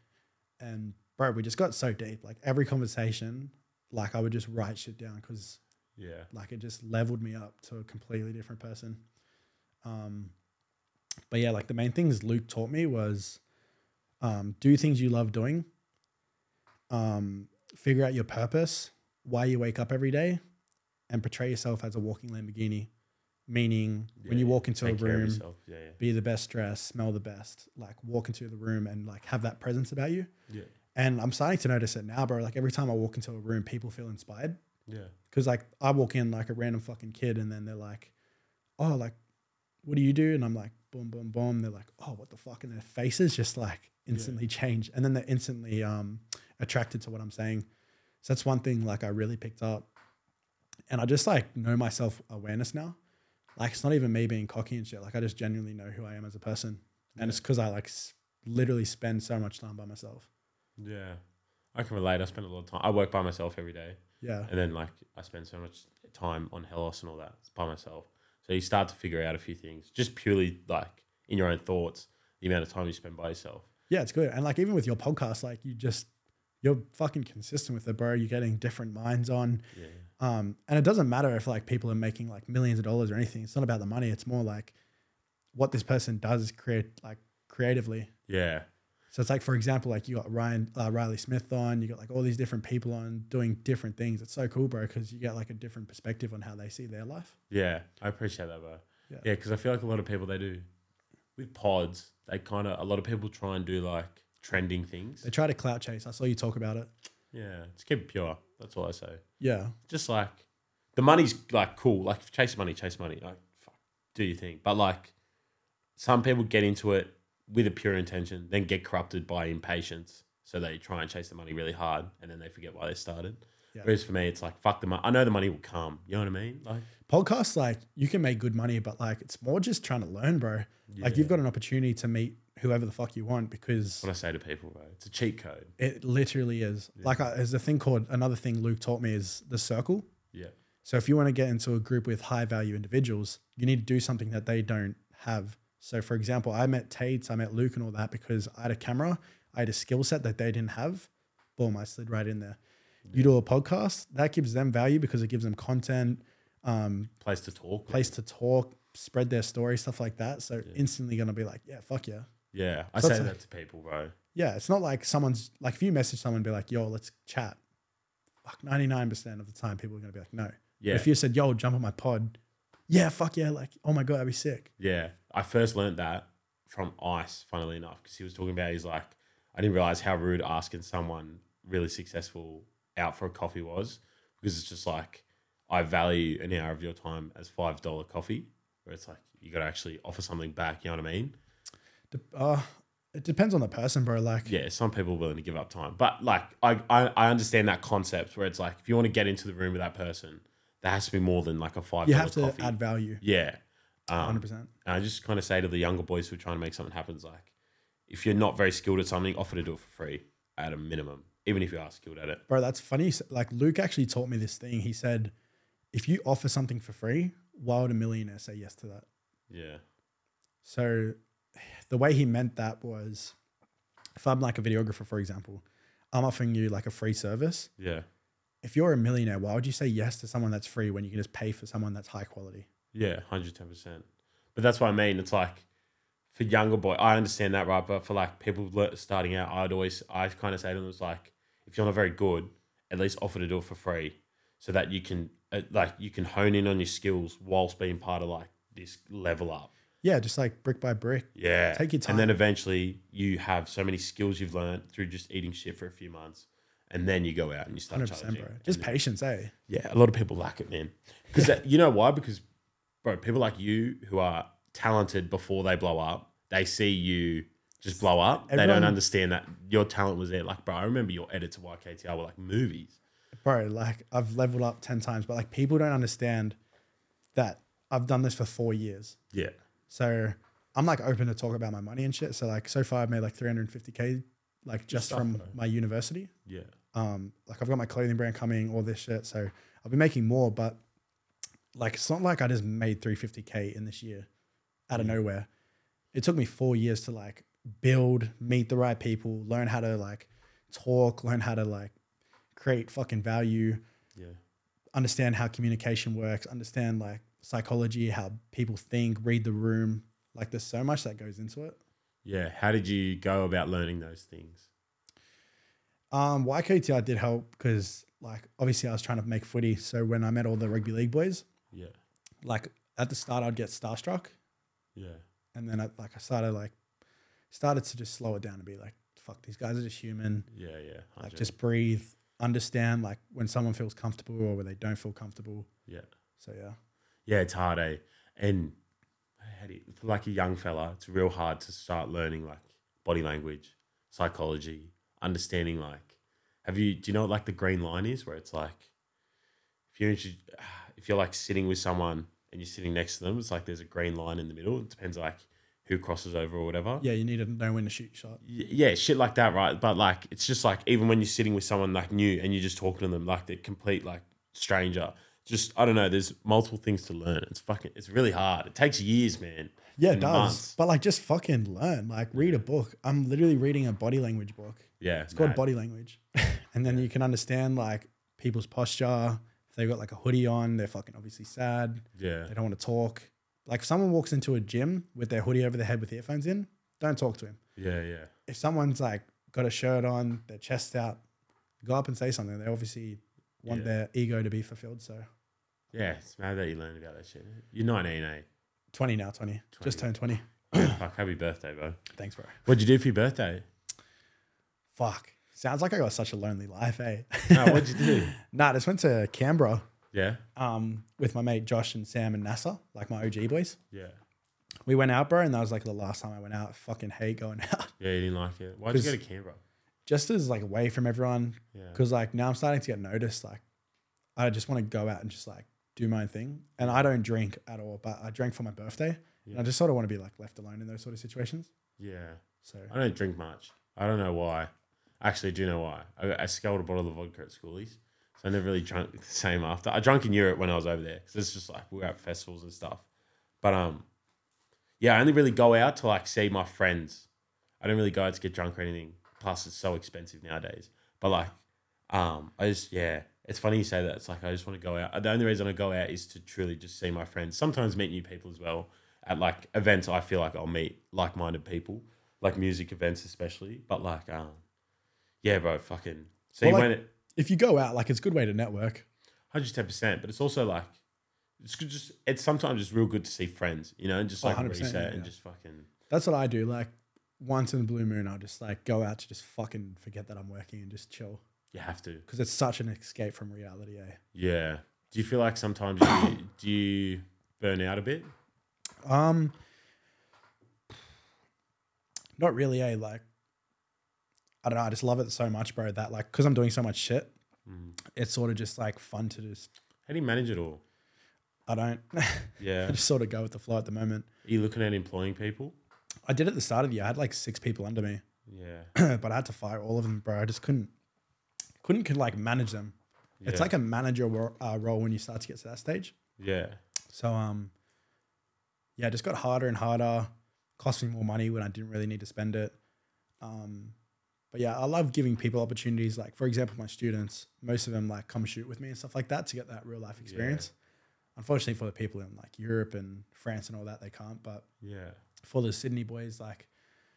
Speaker 2: And bro, we just got so deep. Like every conversation, like I would just write shit down because
Speaker 1: Yeah.
Speaker 2: like it just leveled me up to a completely different person. Um, but yeah, like the main things Luke taught me was um, do things you love doing, um, figure out your purpose, why you wake up every day, and portray yourself as a walking Lamborghini. Meaning, when
Speaker 1: Yeah,
Speaker 2: you
Speaker 1: yeah.
Speaker 2: walk into a
Speaker 1: Take care of
Speaker 2: room,
Speaker 1: yourself. Yeah, yeah.
Speaker 2: be the best dressed, smell the best, like walk into the room and like have that presence about you.
Speaker 1: Yeah.
Speaker 2: And I'm starting to notice it now, bro. Like every time I walk into a room, people feel inspired.
Speaker 1: Yeah.
Speaker 2: Cause like I walk in like a random fucking kid and then they're like, oh, like, what do you do? And I'm like, boom, boom, boom. They're like, oh, what the fuck? And their faces just like instantly change. And then they're instantly um, attracted to what I'm saying. So that's one thing like I really picked up. And I just like know my self awareness now. Like it's not even me being cocky and shit. Like I just genuinely know who I am as a person. And it's because I like s- literally spend so much time by myself.
Speaker 1: Yeah. I can relate. I spend a lot of time. I work by myself every day.
Speaker 2: Yeah.
Speaker 1: And then like I spend so much time on Hellos and all that by myself. So you start to figure out a few things just purely like in your own thoughts, the amount of time you spend by yourself.
Speaker 2: Yeah, it's good. And like even with your podcast, like you just you're fucking consistent with it, bro. You're getting different minds on.
Speaker 1: Yeah.
Speaker 2: Um, and it doesn't matter if like people are making like millions of dollars or anything. It's not about the money. It's more like what this person does create like creatively.
Speaker 1: Yeah.
Speaker 2: So it's like, for example, like you got Ryan uh, Riley Smith on, you got like all these different people on doing different things. It's so cool, bro, because you get like a different perspective on how they see their life.
Speaker 1: Yeah, I appreciate that, bro.
Speaker 2: Yeah.
Speaker 1: Yeah, because I feel like a lot of people they do with pods. They kind of a lot of people try and do like trending things.
Speaker 2: They try to clout chase. I saw you talk about it.
Speaker 1: Yeah, just keep it pure. That's all I say.
Speaker 2: Yeah,
Speaker 1: Just like the money's like cool. Like chase money, chase money. Like fuck, do your thing. But like some people get into it with a pure intention, then get corrupted by impatience. So they try and chase the money really hard, and then they forget why they started.
Speaker 2: Yeah.
Speaker 1: Whereas for me, it's like fuck the money. I know the money will come. You know what I mean? Like
Speaker 2: podcasts like you can make good money, but like it's more just trying to learn, bro. Like you've got an opportunity to meet whoever the fuck you want because
Speaker 1: what I say to people, bro. It's a cheat code.
Speaker 2: it literally is. Like I, there's a thing called another thing Luke taught me is the circle.
Speaker 1: Yeah.
Speaker 2: So if you want to get into a group with high value individuals, you need to do something that they don't have. So for example, I met Tates, I met Luke and all that because I had a camera, I had a skill set that they didn't have. Boom, I slid right in there. You do a podcast, that gives them value because it gives them content, um,
Speaker 1: Place to talk.
Speaker 2: place to talk, spread their story, stuff like that. So instantly gonna be like, yeah, fuck yeah.
Speaker 1: Yeah, I
Speaker 2: So
Speaker 1: say
Speaker 2: it's
Speaker 1: that
Speaker 2: like-
Speaker 1: to people, bro.
Speaker 2: Yeah, it's not like someone's like if you message someone and be like, yo, let's chat. Fuck, 99% of the time people are gonna be like, no.
Speaker 1: Yeah,
Speaker 2: But if you said, yo, jump on my pod, yeah, fuck yeah, like, oh my god, that'd be sick.
Speaker 1: yeah. I first learned that from Ice, funnily enough, because he was talking about he's like, I didn't realize how rude asking someone really successful out for a coffee was, because it's just like I value an hour of your time as five dollar coffee, where it's like you got to actually offer something back. You know what I mean?
Speaker 2: De- uh, it depends on the person, bro. Like,
Speaker 1: Yeah, some people are willing to give up time, but like I, I, I understand that concept where it's like if you want to get into the room with that person, there has to be more than like a five
Speaker 2: you
Speaker 1: dollar
Speaker 2: have to
Speaker 1: coffee.
Speaker 2: add value.
Speaker 1: yeah. Um,
Speaker 2: 100%.
Speaker 1: And I just kind of say to the younger boys who are trying to make something happen, it's like, if you're not very skilled at something, offer to do it for free at a minimum, even if you are skilled at it.
Speaker 2: Bro, that's funny. S- Like, Luke actually taught me this thing. He said, if you offer something for free, why would a millionaire say yes to that?
Speaker 1: Yeah.
Speaker 2: So the way he meant that was if I'm like a videographer, for example, I'm offering you like a free service.
Speaker 1: Yeah.
Speaker 2: If you're a millionaire, why would you say yes to someone that's free when you can just pay for someone that's high quality?
Speaker 1: Yeah. 110%. But that's what I mean. It's like, for younger boy, I understand that, right? But for like people le- starting out, I'd always, I kind of say to them, it's like, if you're not very good, at least offer to do it for free so that you can, uh, like, you can hone in on your skills whilst being part of like this level up.
Speaker 2: Yeah, just like brick by brick.
Speaker 1: Yeah.
Speaker 2: Take your
Speaker 1: And then
Speaker 2: time.
Speaker 1: eventually you have so many skills you've learned through just eating shit for a few months. and then you go out and you start
Speaker 2: 100%,
Speaker 1: charging.
Speaker 2: bro. Just
Speaker 1: And-
Speaker 2: patience, eh?
Speaker 1: yeah, a lot of people lack it, man. Because you know why? Because, bro, people like you who are talented before they blow up, they see you just blow up. they
Speaker 2: Everyone-
Speaker 1: don't understand that your talent was there. Like, bro, I remember your edits of YKTR were like movies.
Speaker 2: Bro, like I've leveled up 10 times, but like people don't understand that I've done this for four years.
Speaker 1: Yeah.
Speaker 2: So I'm like open to talk about my money and shit. So like so far I've made like 350k like just
Speaker 1: stuff,
Speaker 2: from
Speaker 1: bro.
Speaker 2: my university.
Speaker 1: Yeah.
Speaker 2: Um like I've got my clothing brand coming, all this shit. So I'll be making more, but like it's not like I just made 350k in this year out of nowhere. It took me 4 years to like build, meet the right people, learn how to like talk, learn how to like create fucking value
Speaker 1: Yeah.
Speaker 2: understand how communication works, understand like psychology, how people think, read the room. Like there's so much that goes into it.
Speaker 1: Yeah. How did you go about learning those things?
Speaker 2: Um, YKTR did help because like obviously I was trying to make footy. So when I met all the rugby league boys,
Speaker 1: Yeah.
Speaker 2: like at the start I'd get starstruck,
Speaker 1: Yeah.
Speaker 2: and then I like I started like started to just slow it down and be like, fuck, these guys are just human.
Speaker 1: Yeah. Yeah.
Speaker 2: Like
Speaker 1: 100.
Speaker 2: just breathe, understand like when someone feels comfortable or when they don't feel comfortable.
Speaker 1: Yeah.
Speaker 2: So yeah.
Speaker 1: Yeah. It's hard, eh? And how do you, for like a young fella, it's real hard to start learning like body language, psychology, understanding like have you do you know what like the green line is where it's like if you're intro- if you're like sitting with someone and you're sitting next to them, it's like there's a green line in the middle. It depends like who crosses over or whatever.
Speaker 2: Yeah, you need to know when to shoot your shot.
Speaker 1: Y- yeah, shit like that, right? But like, it's just like even when you're sitting with someone like new and you're just talking to them like they're complete like stranger. Just I don't know. There's multiple things to learn. It's fucking. It's really hard. It takes years, man.
Speaker 2: Yeah, it
Speaker 1: and
Speaker 2: does.
Speaker 1: months.
Speaker 2: But like, just fucking learn. Like, read a book. I'm literally reading a body language book.
Speaker 1: Yeah,
Speaker 2: It's called Body Language, and then you can understand like people's posture. If they've got like a hoodie on, they're fucking obviously sad.
Speaker 1: Yeah,
Speaker 2: They don't want to talk. Like, if someone walks into a gym with their hoodie over their head with earphones in, don't talk to him.
Speaker 1: yeah, yeah,
Speaker 2: If someone's like got a shirt on, their chest out, go up and say something. They obviously want
Speaker 1: Yeah.
Speaker 2: their ego to be fulfilled. So,
Speaker 1: yeah. It's mad that you learned about that shit. You're 19, eh?
Speaker 2: 20 now, 20.
Speaker 1: 20.
Speaker 2: Just turned 20.
Speaker 1: Yeah, Fuck, happy birthday, bro.
Speaker 2: Thanks, bro.
Speaker 1: What'd you do for your birthday?
Speaker 2: Fuck. Sounds like I got such a lonely life, eh?
Speaker 1: No, what'd you do?
Speaker 2: Nah, I just went to Canberra
Speaker 1: Yeah,
Speaker 2: um, with my mate Josh and Sam and NASA, like my OG boys.
Speaker 1: yeah,
Speaker 2: We went out, bro, and that was like the last time I went out. I fucking hate going out.
Speaker 1: yeah. You didn't like it. Why'd you go to Canberra?
Speaker 2: Just as like away from everyone.
Speaker 1: Yeah,
Speaker 2: Cause like now I'm starting to get noticed. Like I just want to go out and just like do my own thing. And I don't drink at all, but I drank for my birthday. And I
Speaker 1: Yeah.
Speaker 2: just sort of want to be like left alone in those sort of situations.
Speaker 1: yeah.
Speaker 2: So
Speaker 1: I don't drink much. I don't know why. Actually, I do know why. I, I scaled a bottle of vodka at schoolies, so I never really drank the same after. I drank in Europe when I was over there because it's just like we were at festivals and stuff. But um, yeah, I only really go out to like see my friends. I don't really go out to get drunk or anything. Plus, it's so expensive nowadays. But like, um, I just yeah, it's funny you say that. It's like I just want to go out. The only reason I go out is to truly just see my friends. Sometimes meet new people as well at like events. I feel like I'll meet like-minded people, like music events especially. But like, um, yeah, bro, fucking. So
Speaker 2: Well,
Speaker 1: you
Speaker 2: like-
Speaker 1: went
Speaker 2: if you go out, like it's a good way to network.
Speaker 1: hundred ten percent, but it's also like it's good just it's sometimes just real good to see friends, you know, and just
Speaker 2: Oh,
Speaker 1: like
Speaker 2: 100%,
Speaker 1: reset
Speaker 2: yeah,
Speaker 1: and
Speaker 2: yeah.
Speaker 1: just fucking
Speaker 2: That's what I do. Like once in the blue moon, I'll just like go out to just fucking forget that I'm working and just chill.
Speaker 1: you have to.
Speaker 2: because it's such an escape from reality. Eh?
Speaker 1: Yeah. Do you feel like sometimes you do you burn out a bit?
Speaker 2: Um, not really. Eh? Like, I don't know. I just love it so much, bro. That like, because I'm doing so much shit,
Speaker 1: Mm.
Speaker 2: it's sort of just like fun to just.
Speaker 1: How do you manage it all?
Speaker 2: I don't. I
Speaker 1: Yeah.
Speaker 2: just sort of go with the flow at the moment.
Speaker 1: Are you looking at employing people?
Speaker 2: I did at the start of the year. I had like six people under me,
Speaker 1: Yeah.
Speaker 2: but I had to fire all of them, bro. I just couldn't, couldn't could, like manage them. It's
Speaker 1: Yeah.
Speaker 2: like a manager ro- uh, role when you start to get to that stage.
Speaker 1: Yeah.
Speaker 2: So um, yeah, it just got harder and harder, cost me more money when I didn't really need to spend it. Um, but yeah, I love giving people opportunities. Like for example, my students, most of them like come shoot with me and stuff like that to get that real life experience. Unfortunately, for the people in like Europe and France and all that, they can't. But
Speaker 1: Yeah.
Speaker 2: for the Sydney boys, like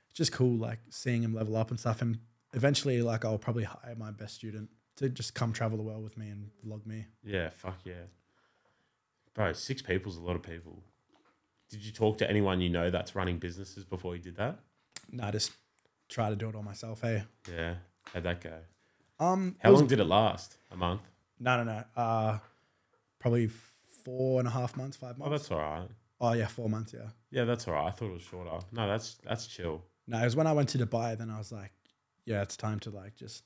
Speaker 2: it's just cool, like seeing them level up and stuff. And eventually, like I'll probably hire my best student to just come travel the world with me and vlog me.
Speaker 1: Yeah, fuck yeah. Bro, six people's a lot of people. Did you talk to anyone you know that's running businesses before you did that?
Speaker 2: And I just try to do it all myself. Hey,
Speaker 1: Yeah. How'd that go?
Speaker 2: Um,
Speaker 1: How
Speaker 2: it was-
Speaker 1: long did it last? A month?
Speaker 2: No, no, no. Uh, probably four and a half months, five
Speaker 1: Oh,
Speaker 2: months.
Speaker 1: that's all right.
Speaker 2: Oh, yeah, four months. Yeah.
Speaker 1: Yeah, that's all right. I thought it was shorter. No, that's that's chill.
Speaker 2: No, it was when I went to Dubai. Then I was like, yeah, it's time to like just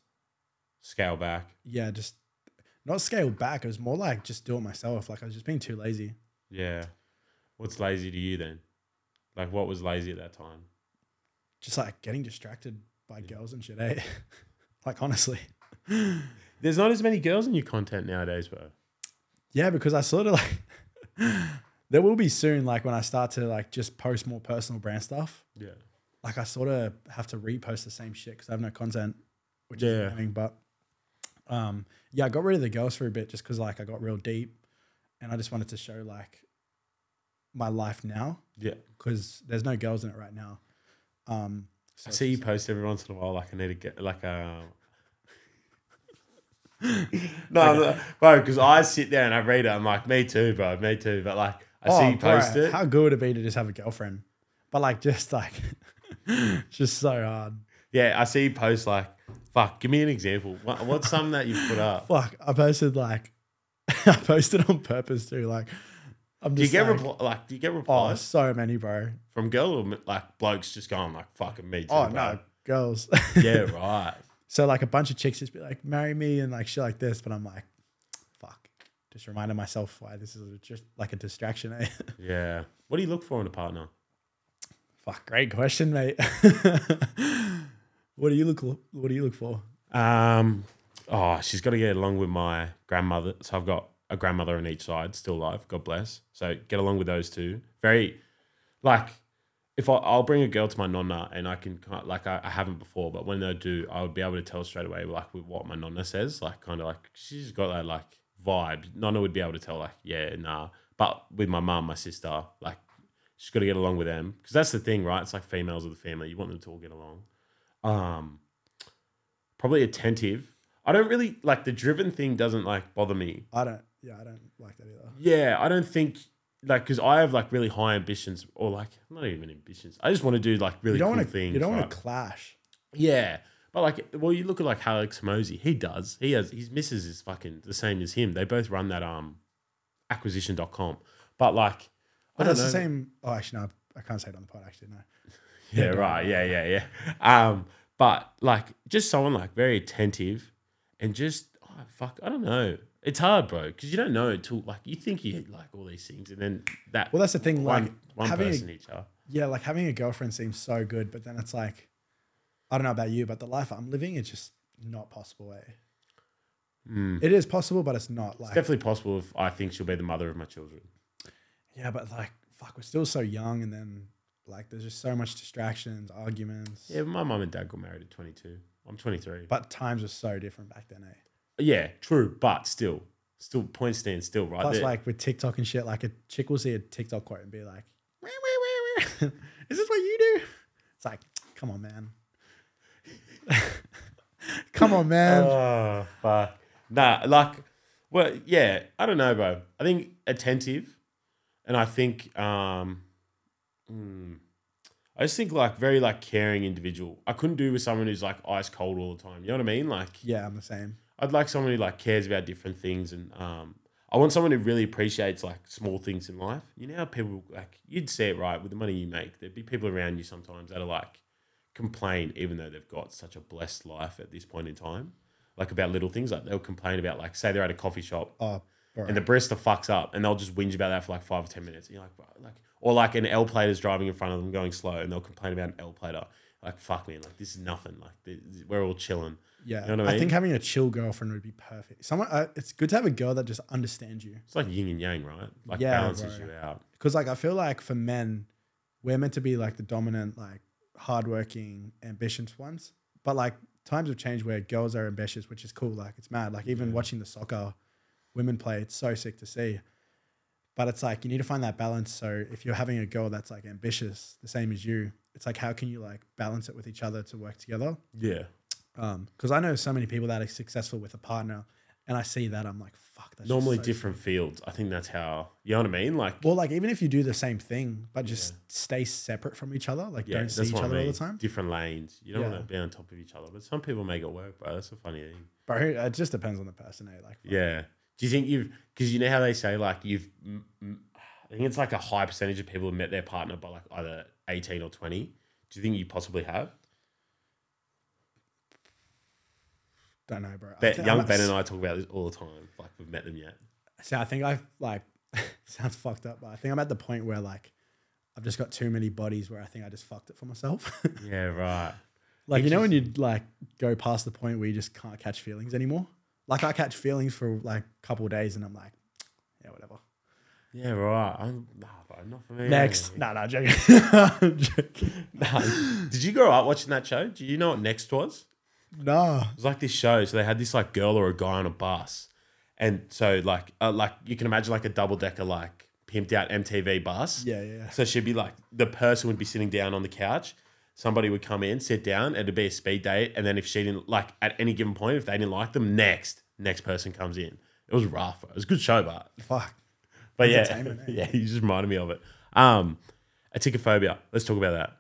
Speaker 1: Scale back.
Speaker 2: yeah, just not scale back. It was more like just do it myself. Like I was just being too lazy.
Speaker 1: Yeah. What's lazy to you then? Like, what was lazy at that time?
Speaker 2: Just like getting distracted by girls and shit. Eh? like honestly,
Speaker 1: There's not as many girls in your content nowadays, bro.
Speaker 2: yeah, because I sort of like there will be soon. Like when I start to like just post more personal brand stuff.
Speaker 1: Yeah.
Speaker 2: Like I sort of have to repost the same shit because I have no content, which
Speaker 1: Yeah.
Speaker 2: is annoying. But um, yeah, I got rid of the girls for a bit just because like I got real deep, and I just wanted to show like my life now.
Speaker 1: Yeah.
Speaker 2: because there's no girls in it right now. Um,
Speaker 1: I
Speaker 2: so
Speaker 1: see you post every once in a while. Like, I need to get like um, a. no, no, bro, because I sit there and I read it. I'm like, me too, bro. Me too. But like, I see
Speaker 2: Oh,
Speaker 1: you post
Speaker 2: bro,
Speaker 1: it.
Speaker 2: How good would it be to just have a girlfriend? But like, just like,
Speaker 1: Hmm.
Speaker 2: just so hard.
Speaker 1: Yeah, I see you post like, fuck. Give me an example. What, what's some that you've put up?
Speaker 2: Fuck, I posted like, I posted on purpose too. Like, I'm
Speaker 1: Do you
Speaker 2: just
Speaker 1: get
Speaker 2: like,
Speaker 1: reply? Like, do you get
Speaker 2: oh,
Speaker 1: replies
Speaker 2: so many, bro.
Speaker 1: from girl or like blokes just going like, fucking me too?
Speaker 2: Oh
Speaker 1: bro.
Speaker 2: no, girls.
Speaker 1: Yeah, right.
Speaker 2: so like a bunch of chicks just be like, marry me and like shit like this, but I'm like, fuck. Just reminding myself why this is just like a distraction. Eh?
Speaker 1: Yeah. What do you look for in a partner?
Speaker 2: Fuck, great question, mate. what do you look? What do you look for?
Speaker 1: Um, oh, she's got to get along with my grandmother. So I've got a grandmother on each side, still alive. God bless. So get along with those two. Very, like, if I, I'll bring a girl to my nonna and I can kind of, like I, I haven't before, but when I do, I would be able to tell straight away like with what my nonna says, like kind of like she's got that like vibe. Nonna would be able to tell like yeah, nah. But with my mum, my sister, like she's got to get along with them because that's the thing, right? It's like females of the family. You want them to all get along. Um, probably attentive. I don't really like the driven thing doesn't like bother me.
Speaker 2: I don't. Yeah, I don't like that either.
Speaker 1: Yeah, I don't think like because I have like really high ambitions or like not even ambitions. I just want to do like really
Speaker 2: You don't
Speaker 1: cool
Speaker 2: want to.
Speaker 1: things.
Speaker 2: You don't want
Speaker 1: right?
Speaker 2: to clash.
Speaker 1: Yeah. But like, well, you look at like Alex Mosey. He does. He has his missus is fucking the same as him. They both run that um acquisition.com. But like, I
Speaker 2: But
Speaker 1: don't
Speaker 2: that's the
Speaker 1: know.
Speaker 2: same. Oh, actually, no. I can't say it on the pod. Actually, no.
Speaker 1: Yeah, right. Yeah, yeah, yeah. Um, but like just someone like very attentive and just oh, fuck, I don't know. It's hard, bro, because you don't know until like you think you like all these things, and then that.
Speaker 2: Well, that's the thing.
Speaker 1: one,
Speaker 2: Like
Speaker 1: one
Speaker 2: having.
Speaker 1: person
Speaker 2: A,
Speaker 1: each other.
Speaker 2: yeah, like having a girlfriend seems so good, but then it's like, I don't know about you, but the life I'm living is just not possible. Eh?
Speaker 1: Mm.
Speaker 2: It is possible, but it's not
Speaker 1: It's
Speaker 2: like.
Speaker 1: definitely possible if I think she'll be the mother of my children.
Speaker 2: yeah, but like, fuck, we're still so young, and then like, there's just so much distractions, arguments.
Speaker 1: Yeah, my mum and dad got married at twenty two. I'm twenty three.
Speaker 2: But times were so different back then, eh?
Speaker 1: Yeah, true, but still, still point stand still right
Speaker 2: Plus,
Speaker 1: there.
Speaker 2: like with TikTok and shit, like a chick will see a TikTok quote and be like, "Wah, wah, wah, wah." "Is this what you do?" It's like, come on, man. come on, man.
Speaker 1: Oh, fuck. Nah, like, well, yeah, I don't know, bro. I think attentive, and I think, um, hmm, I just think like very like caring individual. I couldn't do with someone who's like ice cold all the time. You know what I mean? Like,
Speaker 2: yeah, I'm the same.
Speaker 1: I'd like someone who like cares about different things, and um, I want someone who really appreciates like small things in life. You know how people like you'd say it right with the money you make. There'd be people around you sometimes that are like complain, even though they've got such a blessed life at this point in time, like about little things. Like they'll complain about like say they're at a coffee shop
Speaker 2: Oh, bro.
Speaker 1: and the barista fucks up, and they'll just whinge about that for like five or ten minutes. And you're like, bro, like, or like an L plater's driving in front of them, going slow, and they'll complain about an L plater. Like fuck me, like this is nothing. Like th- th- we're all chilling.
Speaker 2: yeah,
Speaker 1: know what I
Speaker 2: I think
Speaker 1: mean?
Speaker 2: having a chill girlfriend would be perfect. Someone, uh, it's good to have a girl that just understands you,
Speaker 1: It's like yin and yang, right? Like
Speaker 2: Yeah,
Speaker 1: balances
Speaker 2: bro.
Speaker 1: you out.
Speaker 2: because like I feel like for men, we're meant to be like the dominant, like hardworking, ambitious ones. But like times have changed where girls are ambitious, which is cool. Like it's mad. Like even watching the soccer women play, it's so sick to see. But it's like you need to find that balance. So if you're having a girl that's like ambitious, the same as you, it's like how can you like balance it with each other to work together?
Speaker 1: Yeah.
Speaker 2: Um, Because I know so many people that are successful with a partner, and I see that, I'm like, fuck. That's just
Speaker 1: Normally
Speaker 2: so-
Speaker 1: different fields. I think that's how you know what I mean. Like
Speaker 2: Well, like even if you do the same thing, but just stay separate from each other, like
Speaker 1: yeah,
Speaker 2: don't see
Speaker 1: that's
Speaker 2: each
Speaker 1: what
Speaker 2: other
Speaker 1: I mean.
Speaker 2: all the time.
Speaker 1: Different lanes. You don't
Speaker 2: Yeah.
Speaker 1: want to be on top of each other. But some people make it work, bro. That's a funny thing.
Speaker 2: But it just depends on the person. Eh? Like, fuck.
Speaker 1: Yeah. Do you think you've because you know how they say like you've m- m- I think it's like a high percentage of people have met their partner by like either eighteen or twenty. Do you think you possibly have?
Speaker 2: don't know, bro. I
Speaker 1: Ben,
Speaker 2: think-
Speaker 1: young
Speaker 2: I'm-
Speaker 1: Ben and I talk about this all the time. Like we've met them yet.
Speaker 2: So I think I've like sounds fucked up, but I think I'm at the point where like I've just got too many bodies where I think I just fucked it for myself.
Speaker 1: Yeah, right.
Speaker 2: like you know when you like go past the point where you just can't catch feelings anymore. Like I catch feelings for like a couple of days and I'm like, yeah, whatever.
Speaker 1: Yeah, right. I'm nah, bro, not for me.
Speaker 2: Next, no, no, joking. I'm joking.
Speaker 1: Nah. Did you grow up watching that show? Do you know what Next was?
Speaker 2: No,
Speaker 1: It was like this show. So they had this like girl or a guy on a bus, and so like uh, like you can imagine like a double decker like pimped out MTV bus.
Speaker 2: yeah, yeah, yeah.
Speaker 1: So she'd be like, the person would be sitting down on the couch. Somebody would come in, sit down, and it'd be a speed date. And then if she didn't like at any given point, if they didn't like them, next next person comes in. It was rough. It was a good show, but
Speaker 2: fuck.
Speaker 1: but yeah,
Speaker 2: Entertainment, eh?
Speaker 1: yeah, you just reminded me of it. Um, aticophobia. Let's talk about that.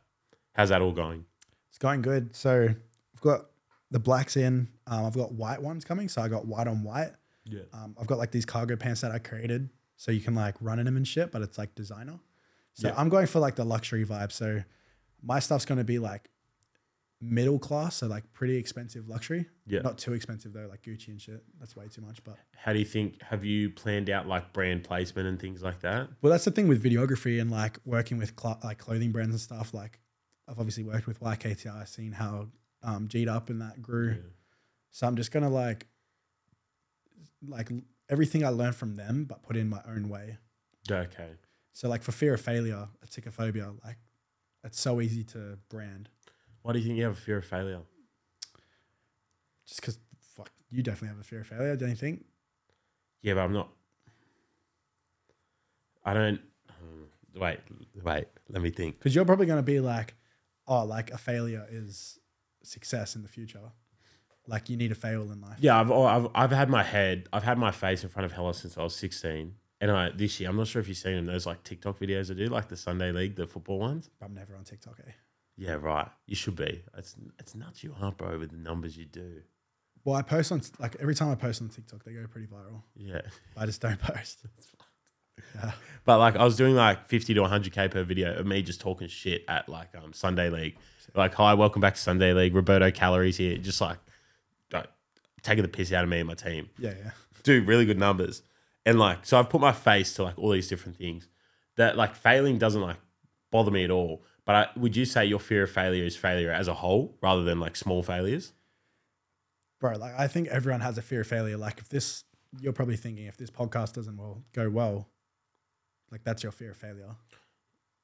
Speaker 1: How's that all going?
Speaker 2: It's going good. So I've got the blacks in. Um, I've got white ones coming. So I got white on white.
Speaker 1: Yeah.
Speaker 2: Um, I've got like these cargo pants that I created, so you can like run in them and shit, but it's like designer. So
Speaker 1: Yeah.
Speaker 2: I'm going for like the luxury vibe. So my stuff's gonna be like middle class, so like pretty expensive luxury.
Speaker 1: Yeah.
Speaker 2: Not too expensive though, like Gucci and shit. That's way too much. But
Speaker 1: How do you think? Have you planned out like brand placement and things like that?
Speaker 2: well, that's the thing with videography and like working with cl- like clothing brands and stuff. Like I've obviously worked with YKTI, seen how um, G'd up and that grew. So I'm just gonna like, like everything I learned from them, but put in my own way.
Speaker 1: Yeah. Okay.
Speaker 2: So like for fear of failure, aticophobia, like it's so easy to brand
Speaker 1: Why do you think you have a fear of failure?
Speaker 2: just because fuck, you definitely have a fear of failure, don't you think?
Speaker 1: Yeah, but I'm not. I don't. um, Wait, wait. Let me think.
Speaker 2: Because you're probably gonna be like, oh, like a failure is success in the future. Like you need to fail in life.
Speaker 1: Yeah, I've, oh, I've I've had my head, I've had my face in front of Hella since I was 16. And I this year, I'm not sure if you've seen them, those like TikTok videos I do, like the Sunday League, the football ones.
Speaker 2: I'm never on TikTok. Eh?
Speaker 1: Yeah, right. You should be. It's it's nuts you are, bro, with the numbers you do.
Speaker 2: Well, I post on like every time I post on TikTok, they go pretty viral.
Speaker 1: Yeah.
Speaker 2: I just don't post.
Speaker 1: But like I was doing like 50 to 100k per video of me just talking shit at like um Sunday League. Like, hi, welcome back to Sunday League. Roberto Calories here. Just like, like taking the piss out of me and my team.
Speaker 2: Yeah, yeah.
Speaker 1: do really good numbers. And like, so I've put my face to like all these different things that like failing doesn't like bother me at all. But I, would you say your fear of failure is failure as a whole rather than like small failures?
Speaker 2: bro like i think everyone has a fear of failure like if this you're probably thinking if this podcast doesn't well go well like that's your fear of failure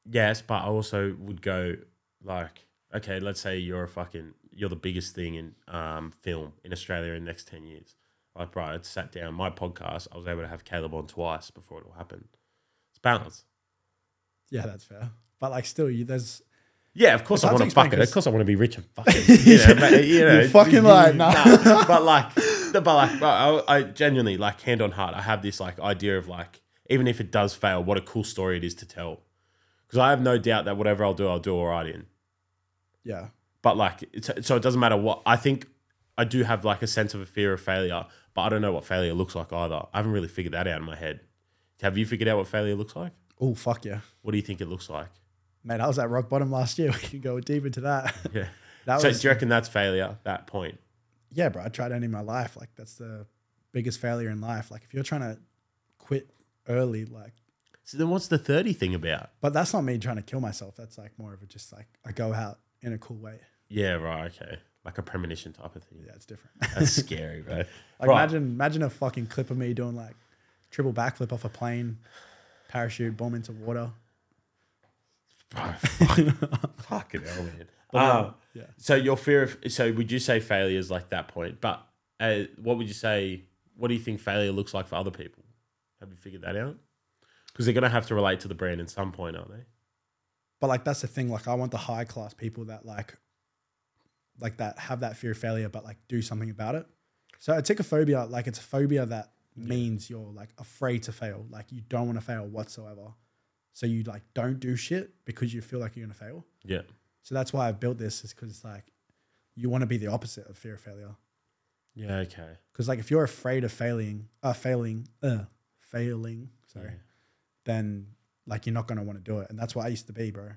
Speaker 1: Yes, but I also would go like, okay, let's say you're a fucking, you're the biggest thing in um, film in Australia in the next 10 years. Like, right, I sat down, my podcast, I was able to have Caleb on twice before it all happened. It's balance.
Speaker 2: yeah that's fair but like still you there's
Speaker 1: Yeah, of course
Speaker 2: It's
Speaker 1: I
Speaker 2: hard
Speaker 1: want to
Speaker 2: to
Speaker 1: fuck
Speaker 2: explain
Speaker 1: it. Of
Speaker 2: 'cause-
Speaker 1: course I want to be rich and fucking. You know, ma- you know,
Speaker 2: You're fucking lying, nah.
Speaker 1: but like, the, but like, I, I genuinely like hand on heart. I have this like idea of like, even if it does fail, what a cool story it is to tell. Because I have no doubt that whatever I'll do, I'll do all right in.
Speaker 2: yeah
Speaker 1: But like, it's, so it doesn't matter what I think. I do have like a sense of a fear of failure, but I don't know what failure looks like either. I haven't really figured that out in my head. Have you figured out what failure looks like?
Speaker 2: oh fuck yeah
Speaker 1: What do you think it looks like?
Speaker 2: mate i was at rock bottom last year we can go deep into that
Speaker 1: Yeah.
Speaker 2: that
Speaker 1: so
Speaker 2: was
Speaker 1: do you reckon that's failure? That point.
Speaker 2: yeah bro i tried ending my life like that's the biggest failure in life like if you're trying to quit early like
Speaker 1: So then what's the 30 thing about?
Speaker 2: but that's not me trying to kill myself that's like more of a just like i go out in a cool way
Speaker 1: Yeah, right, okay. Like a premonition type of thing.
Speaker 2: yeah it's different
Speaker 1: That's scary, bro.
Speaker 2: Like
Speaker 1: Right.
Speaker 2: imagine imagine a fucking clip of me doing like triple backflip off a plane, parachute bomb into water.
Speaker 1: Bro, fuck, fucking hell, man. Um,
Speaker 2: yeah.
Speaker 1: So your fear of so would you say failure is like that point? But uh, what would you say? What do you think failure looks like for other people? Have you figured that out? Because they're gonna have to relate to the brand at some point, aren't they?
Speaker 2: But like that's the thing. Like I want the high class people that like like that have that fear of failure, but like do something about it. So aticophobia, like it's a phobia that means you're like afraid to fail. Like you don't want to fail whatsoever. So you like don't do shit because you feel like you're gonna fail.
Speaker 1: Yeah.
Speaker 2: So that's why I've built this is because it's like you want to be the opposite of fear of failure.
Speaker 1: Yeah. Okay.
Speaker 2: Because like if you're afraid of failing, uh, failing, uh, failing, sorry,
Speaker 1: Yeah.
Speaker 2: then like you're not gonna want to do it. And that's what I used to be, bro.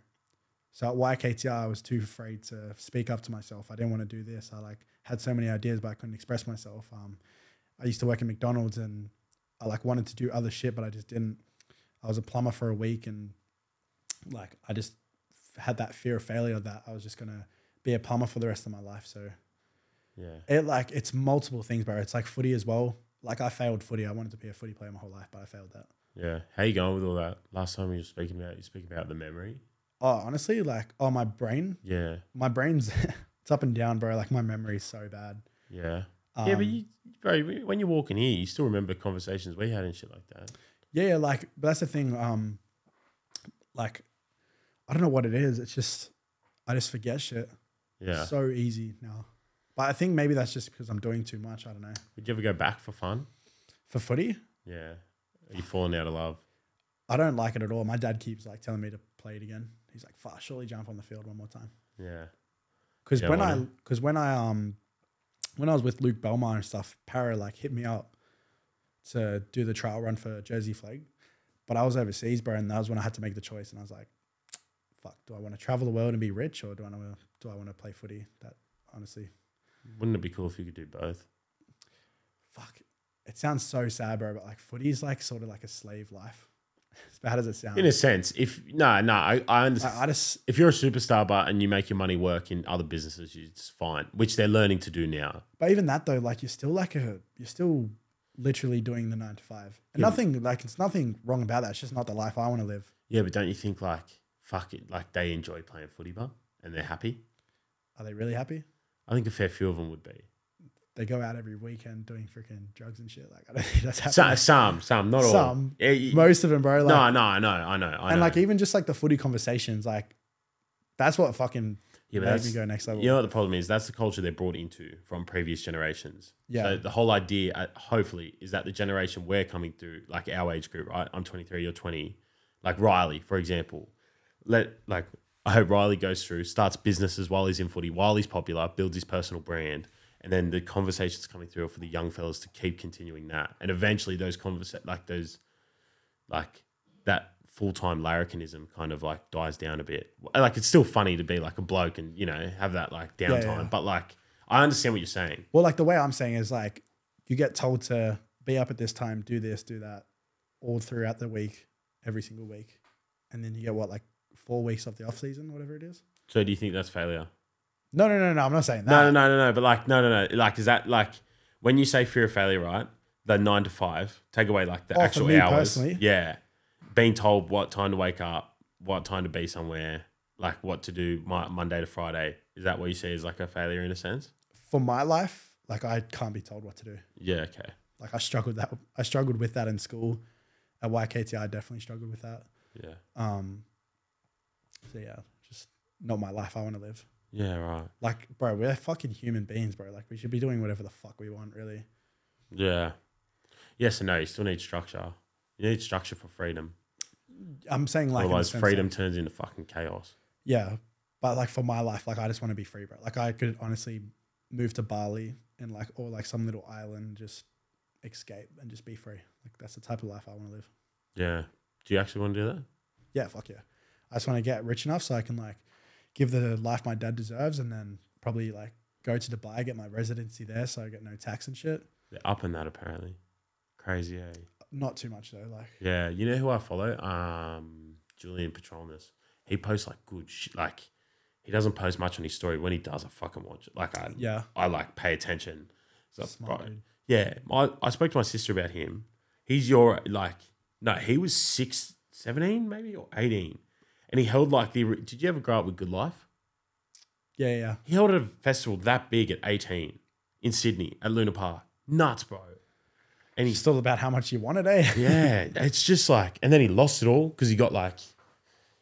Speaker 2: So at YKTR, I was too afraid to speak up to myself. I didn't want to do this. I like had so many ideas, but I couldn't express myself. Um, I used to work at McDonald's, and I like wanted to do other shit, but I just didn't. I was a plumber for a week, and like I just f- had that fear of failure that I was just gonna be a plumber for the rest of my life. So
Speaker 1: Yeah.
Speaker 2: it like it's multiple things, bro. It's like footy as well. Like I failed footy. I wanted to be a footy player my whole life, but I failed that.
Speaker 1: Yeah. How you going with all that? Last time we were speaking about you speak about the memory.
Speaker 2: Oh, honestly, like oh my brain,
Speaker 1: Yeah.
Speaker 2: my brain's it's up and down, bro. Like my memory's so bad.
Speaker 1: Yeah. yeah, but
Speaker 2: Um,
Speaker 1: you, bro, when you're walking here, you still remember conversations we had and shit like that.
Speaker 2: yeah, yeah, like but that's the thing. Um, like I don't know what it is. It's just I just forget shit
Speaker 1: Yeah.
Speaker 2: so easy now. But I think maybe that's just because I'm doing too much. I don't know.
Speaker 1: Would you ever go back for fun?
Speaker 2: For footy,
Speaker 1: Yeah. Are you falling out of love?
Speaker 2: I don't like it at all. My dad keeps like telling me to play it again. He's like, "Fuck, surely jump on the field one more time."
Speaker 1: Yeah.
Speaker 2: Because
Speaker 1: Yeah,
Speaker 2: when
Speaker 1: why
Speaker 2: I
Speaker 1: not?
Speaker 2: because when I um when I was with Luke Belmar and stuff, Para like hit me up to do the trial run for Jersey Flag, but I was overseas, bro, and that was when I had to make the choice, and I was like, "Fuck, do I want to travel the world and be rich, or do I want to do I want to play footy?" That honestly,
Speaker 1: Wouldn't it be cool if you could do both?
Speaker 2: fuck, it sounds so sad, bro, but like footy is like sort of like a slave life. as bad as it sounds,
Speaker 1: In a sense, if no, no, I, I understand.
Speaker 2: I, I just
Speaker 1: if you're a superstar, but and you make your money work in other businesses, it's fine, which they're learning to do now.
Speaker 2: But even that though, like you're still like a you're still literally doing the nine to five. And
Speaker 1: Yeah, but-
Speaker 2: nothing like it's nothing wrong about that. It's just not the life I want to live.
Speaker 1: Yeah, but don't you think like fuck it, like they enjoy playing footy, but and they're happy.
Speaker 2: Are they really happy?
Speaker 1: I think a fair few of them would be.
Speaker 2: They go out every weekend doing freaking drugs and shit. Like I don't think that's
Speaker 1: Some,
Speaker 2: happening.
Speaker 1: some, some, not all.
Speaker 2: Some.
Speaker 1: Yeah, you-
Speaker 2: Most of them, bro. Like,
Speaker 1: no, no, I know, I know, I
Speaker 2: and
Speaker 1: know.
Speaker 2: like even just like the footy conversations, like that's what fucking
Speaker 1: Yeah, but
Speaker 2: made me
Speaker 1: that's-
Speaker 2: go next level.
Speaker 1: You know what the problem is? That's the culture they're brought into from previous generations.
Speaker 2: Yeah.
Speaker 1: So the whole idea, uh, hopefully, is that the generation we're coming through, like our age group, right? I'm 23, you're 20. Like Riley, for example. Let like I hope Riley goes through, starts businesses while he's in footy, while he's popular, builds his personal brand, and then the conversations coming through are for the young fellas to keep continuing that, and eventually those conversa- like those, like that full time larrikinism kind of like dies down a bit. Like it's still funny to be like a bloke and you know have that like downtime,
Speaker 2: yeah.
Speaker 1: but like I understand what you're saying.
Speaker 2: Well, like the way I'm saying is like you get told to be up at this time, do this, do that, all throughout the week, every single week. And then you get what, like four weeks of the off season, whatever it is?
Speaker 1: So do you think that's failure?
Speaker 2: No, no, no, no. I'm not saying that.
Speaker 1: No, no, no, no, no. But like, no, no, no. Like, is that like when you say fear of failure, right? The nine to five, take away like the
Speaker 2: Oh, for
Speaker 1: actual
Speaker 2: me
Speaker 1: hours.
Speaker 2: personally.
Speaker 1: Yeah. Being told what time to wake up, what time to be somewhere, like what to do my, Monday to Friday. Is that what you see as like a failure in a sense?
Speaker 2: For my life, like I can't be told what to do.
Speaker 1: Yeah. Okay.
Speaker 2: Like I struggled that. I struggled with that in school. At YKT, I definitely struggled with that.
Speaker 1: Yeah.
Speaker 2: Um, so yeah, just not my life I want to live.
Speaker 1: Yeah. Right.
Speaker 2: Like, bro, we're fucking human beings, bro. Like, we should be doing whatever the fuck we want, really.
Speaker 1: Yeah. Yes and no. You still need structure. You need structure for freedom.
Speaker 2: I'm saying like, in the
Speaker 1: Otherwise,
Speaker 2: sense
Speaker 1: freedom
Speaker 2: of-
Speaker 1: turns into fucking chaos.
Speaker 2: yeah, but like for my life, like I just want to be free, bro. Like I could honestly move to Bali and like or like some little island, just escape and just be free. Like that's the type of life I want to live.
Speaker 1: Yeah. Do you actually want to do that?
Speaker 2: yeah, fuck yeah. I just want to get rich enough so I can like give the life my dad deserves and then probably like go to Dubai, get my residency there so I get no tax and shit.
Speaker 1: They're up in that apparently. Crazy, eh?
Speaker 2: Not too much though. Like,
Speaker 1: Yeah, you know who I follow? Um, Julian Petronas. He posts like good shit. Like he doesn't post much on his story. When he does, I fucking watch it. Like I,
Speaker 2: yeah,
Speaker 1: I like pay attention. So,
Speaker 2: smart
Speaker 1: bro,
Speaker 2: dude.
Speaker 1: yeah, I, I spoke to my sister about him. He's your like no, he was six, 17 maybe or eighteen, and he held like the. Did you ever grow up with Good Life?
Speaker 2: Yeah, yeah.
Speaker 1: He held a festival that big at eighteen in Sydney at Luna Park. Nuts, bro. And
Speaker 2: It's still about how much you want it, eh?
Speaker 1: yeah, it's just like, and then he lost it all because he got like,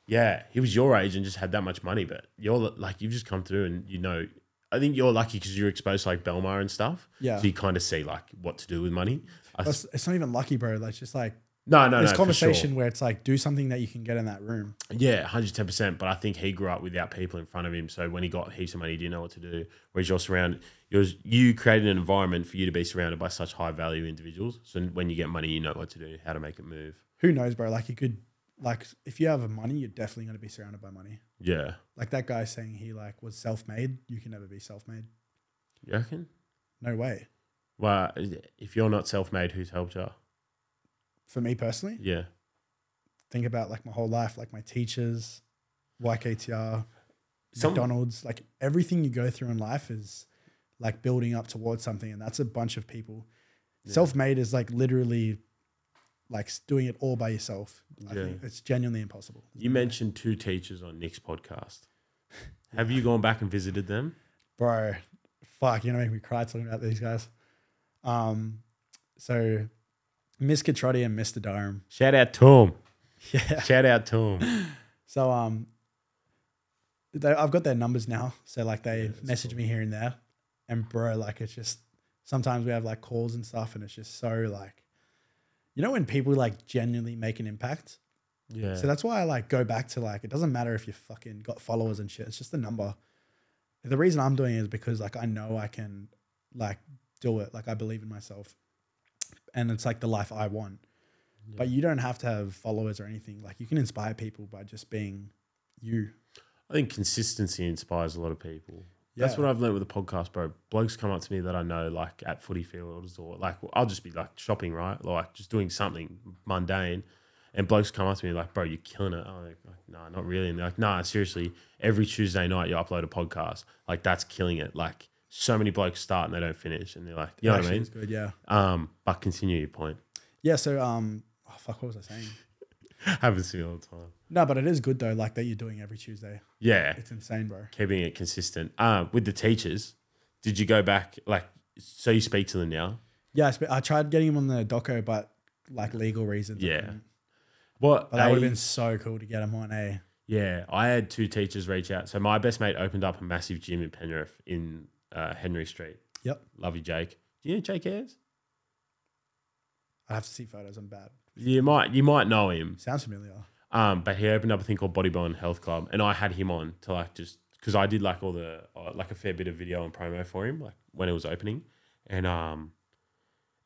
Speaker 1: yeah, he was your age and just had that much money, but you're like, you've just come through and you know I think you're lucky because you're exposed to like Belmar and stuff.
Speaker 2: Yeah.
Speaker 1: So you kind of see like what to do with money. I th-
Speaker 2: That's, it's not even lucky, bro. That's just like
Speaker 1: no, no,
Speaker 2: this
Speaker 1: no. for
Speaker 2: conversation
Speaker 1: sure.
Speaker 2: where it's like, do something that you can get in that room.
Speaker 1: Yeah, hundred ten percent. But I think he grew up without people in front of him, so when he got heaps of money, he didn't know what to do. Whereas you're surrounded, you're, you created an environment for you to be surrounded by such high value individuals. So when you get money, you know what to do, how to make it move.
Speaker 2: Who knows, bro? Like you could, like if you have money, you're definitely gonna be surrounded by money.
Speaker 1: Yeah,
Speaker 2: Like that guy saying he like was self-made. You can never be self-made.
Speaker 1: you reckon?
Speaker 2: No way.
Speaker 1: Well, if you're not self-made, who's helped you?
Speaker 2: For me personally,
Speaker 1: Yeah,
Speaker 2: think about like my whole life, like my teachers, YKTR,
Speaker 1: Some-
Speaker 2: McDonald's, like everything you go through in life is like building up towards something. And that's a bunch of people. Self made is like literally like s- doing it all by yourself. I
Speaker 1: Yeah.
Speaker 2: think it's genuinely impossible.
Speaker 1: you mentioned two teachers on Nick's podcast. Have you gone back and visited them?
Speaker 2: Bro, fuck, you're gonna make me cry talking about these guys. Um, so Miss Catrotti and Mr. Durham.
Speaker 1: Shout out to him.
Speaker 2: Yeah.
Speaker 1: Shout out to him.
Speaker 2: So um, they, I've got their numbers now. So like they
Speaker 1: that's
Speaker 2: message me here and there, and bro, like it's just sometimes we have like calls and stuff, and it's just so like, you know, when people like genuinely make an impact.
Speaker 1: Yeah.
Speaker 2: So that's why I like go back to like it doesn't matter if you fucking got followers and shit. It's just the number. The reason I'm doing it is because like I know I can like do it. Like I believe in myself, and it's like the life I want. But you don't have to have followers or anything. Like you can inspire people by just being you.
Speaker 1: I think consistency inspires a lot of people. That's
Speaker 2: Yeah.
Speaker 1: what I've learned with the podcast, bro. Blokes come up to me that I know, like at footy fields or like I'll just be like shopping, right? Like just doing something mundane. And blokes come up to me like, bro, you're killing it. I'm like, nah, not really. And they're like, nah, seriously, every Tuesday night you upload a podcast. Like that's killing it. Like so many blokes start and they don't finish. And they're like, you know what I
Speaker 2: Actually,
Speaker 1: mean?
Speaker 2: it's good. Yeah.
Speaker 1: Um, but continue your point.
Speaker 2: Yeah. So um, oh, fuck. What was I saying?
Speaker 1: Happens to me all the time.
Speaker 2: No, but it is good though. Like that you're doing every Tuesday.
Speaker 1: Yeah.
Speaker 2: It's insane, bro.
Speaker 1: keeping it consistent. Uh, with the teachers, did you go back like so you speak to them now?
Speaker 2: Yeah. I, sp- I tried getting him on the doco, but like legal reasons. I
Speaker 1: Yeah.
Speaker 2: couldn't.
Speaker 1: What
Speaker 2: But that would
Speaker 1: they-
Speaker 2: have been so cool to get him on. eh? A.
Speaker 1: Yeah, I had two teachers reach out. So my best mate opened up a massive gym in Penrith in uh, Henry Street.
Speaker 2: Yep.
Speaker 1: Love you, Jake. Do you know Jake Ayres?
Speaker 2: I have to see photos. I'm bad.
Speaker 1: You might you might know him.
Speaker 2: Sounds familiar.
Speaker 1: Um, but he opened up a thing called Body Bone Health Club, and I had him on to like just because I did like all the uh, like a fair bit of video and promo for him, like when it was opening, and um,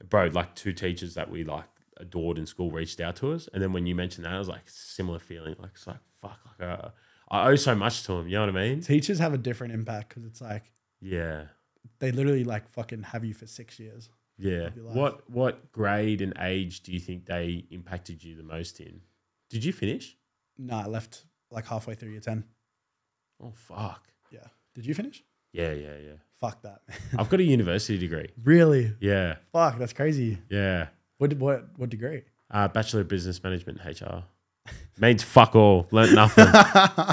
Speaker 1: bro, like two teachers that we like adored in school reached out to us, and then when you mentioned that, I was like similar feeling, like it's like fuck, like uh, I owe so much to him, you know what I mean?
Speaker 2: Teachers have a different impact because it's like
Speaker 1: Yeah,
Speaker 2: they literally like fucking have you for six years.
Speaker 1: yeah.
Speaker 2: your life.
Speaker 1: What what grade and age do you think they impacted you the most in? Did you finish?
Speaker 2: No, I left like halfway through year ten.
Speaker 1: Oh fuck.
Speaker 2: Yeah. Did you finish?
Speaker 1: Yeah, yeah, yeah.
Speaker 2: Fuck that. man.
Speaker 1: I've got a university degree.
Speaker 2: really?
Speaker 1: Yeah,
Speaker 2: Fuck, that's crazy.
Speaker 1: yeah.
Speaker 2: What did- what what degree?
Speaker 1: Uh, Bachelor of Business Management, HR. Means fuck all. Learnt nothing.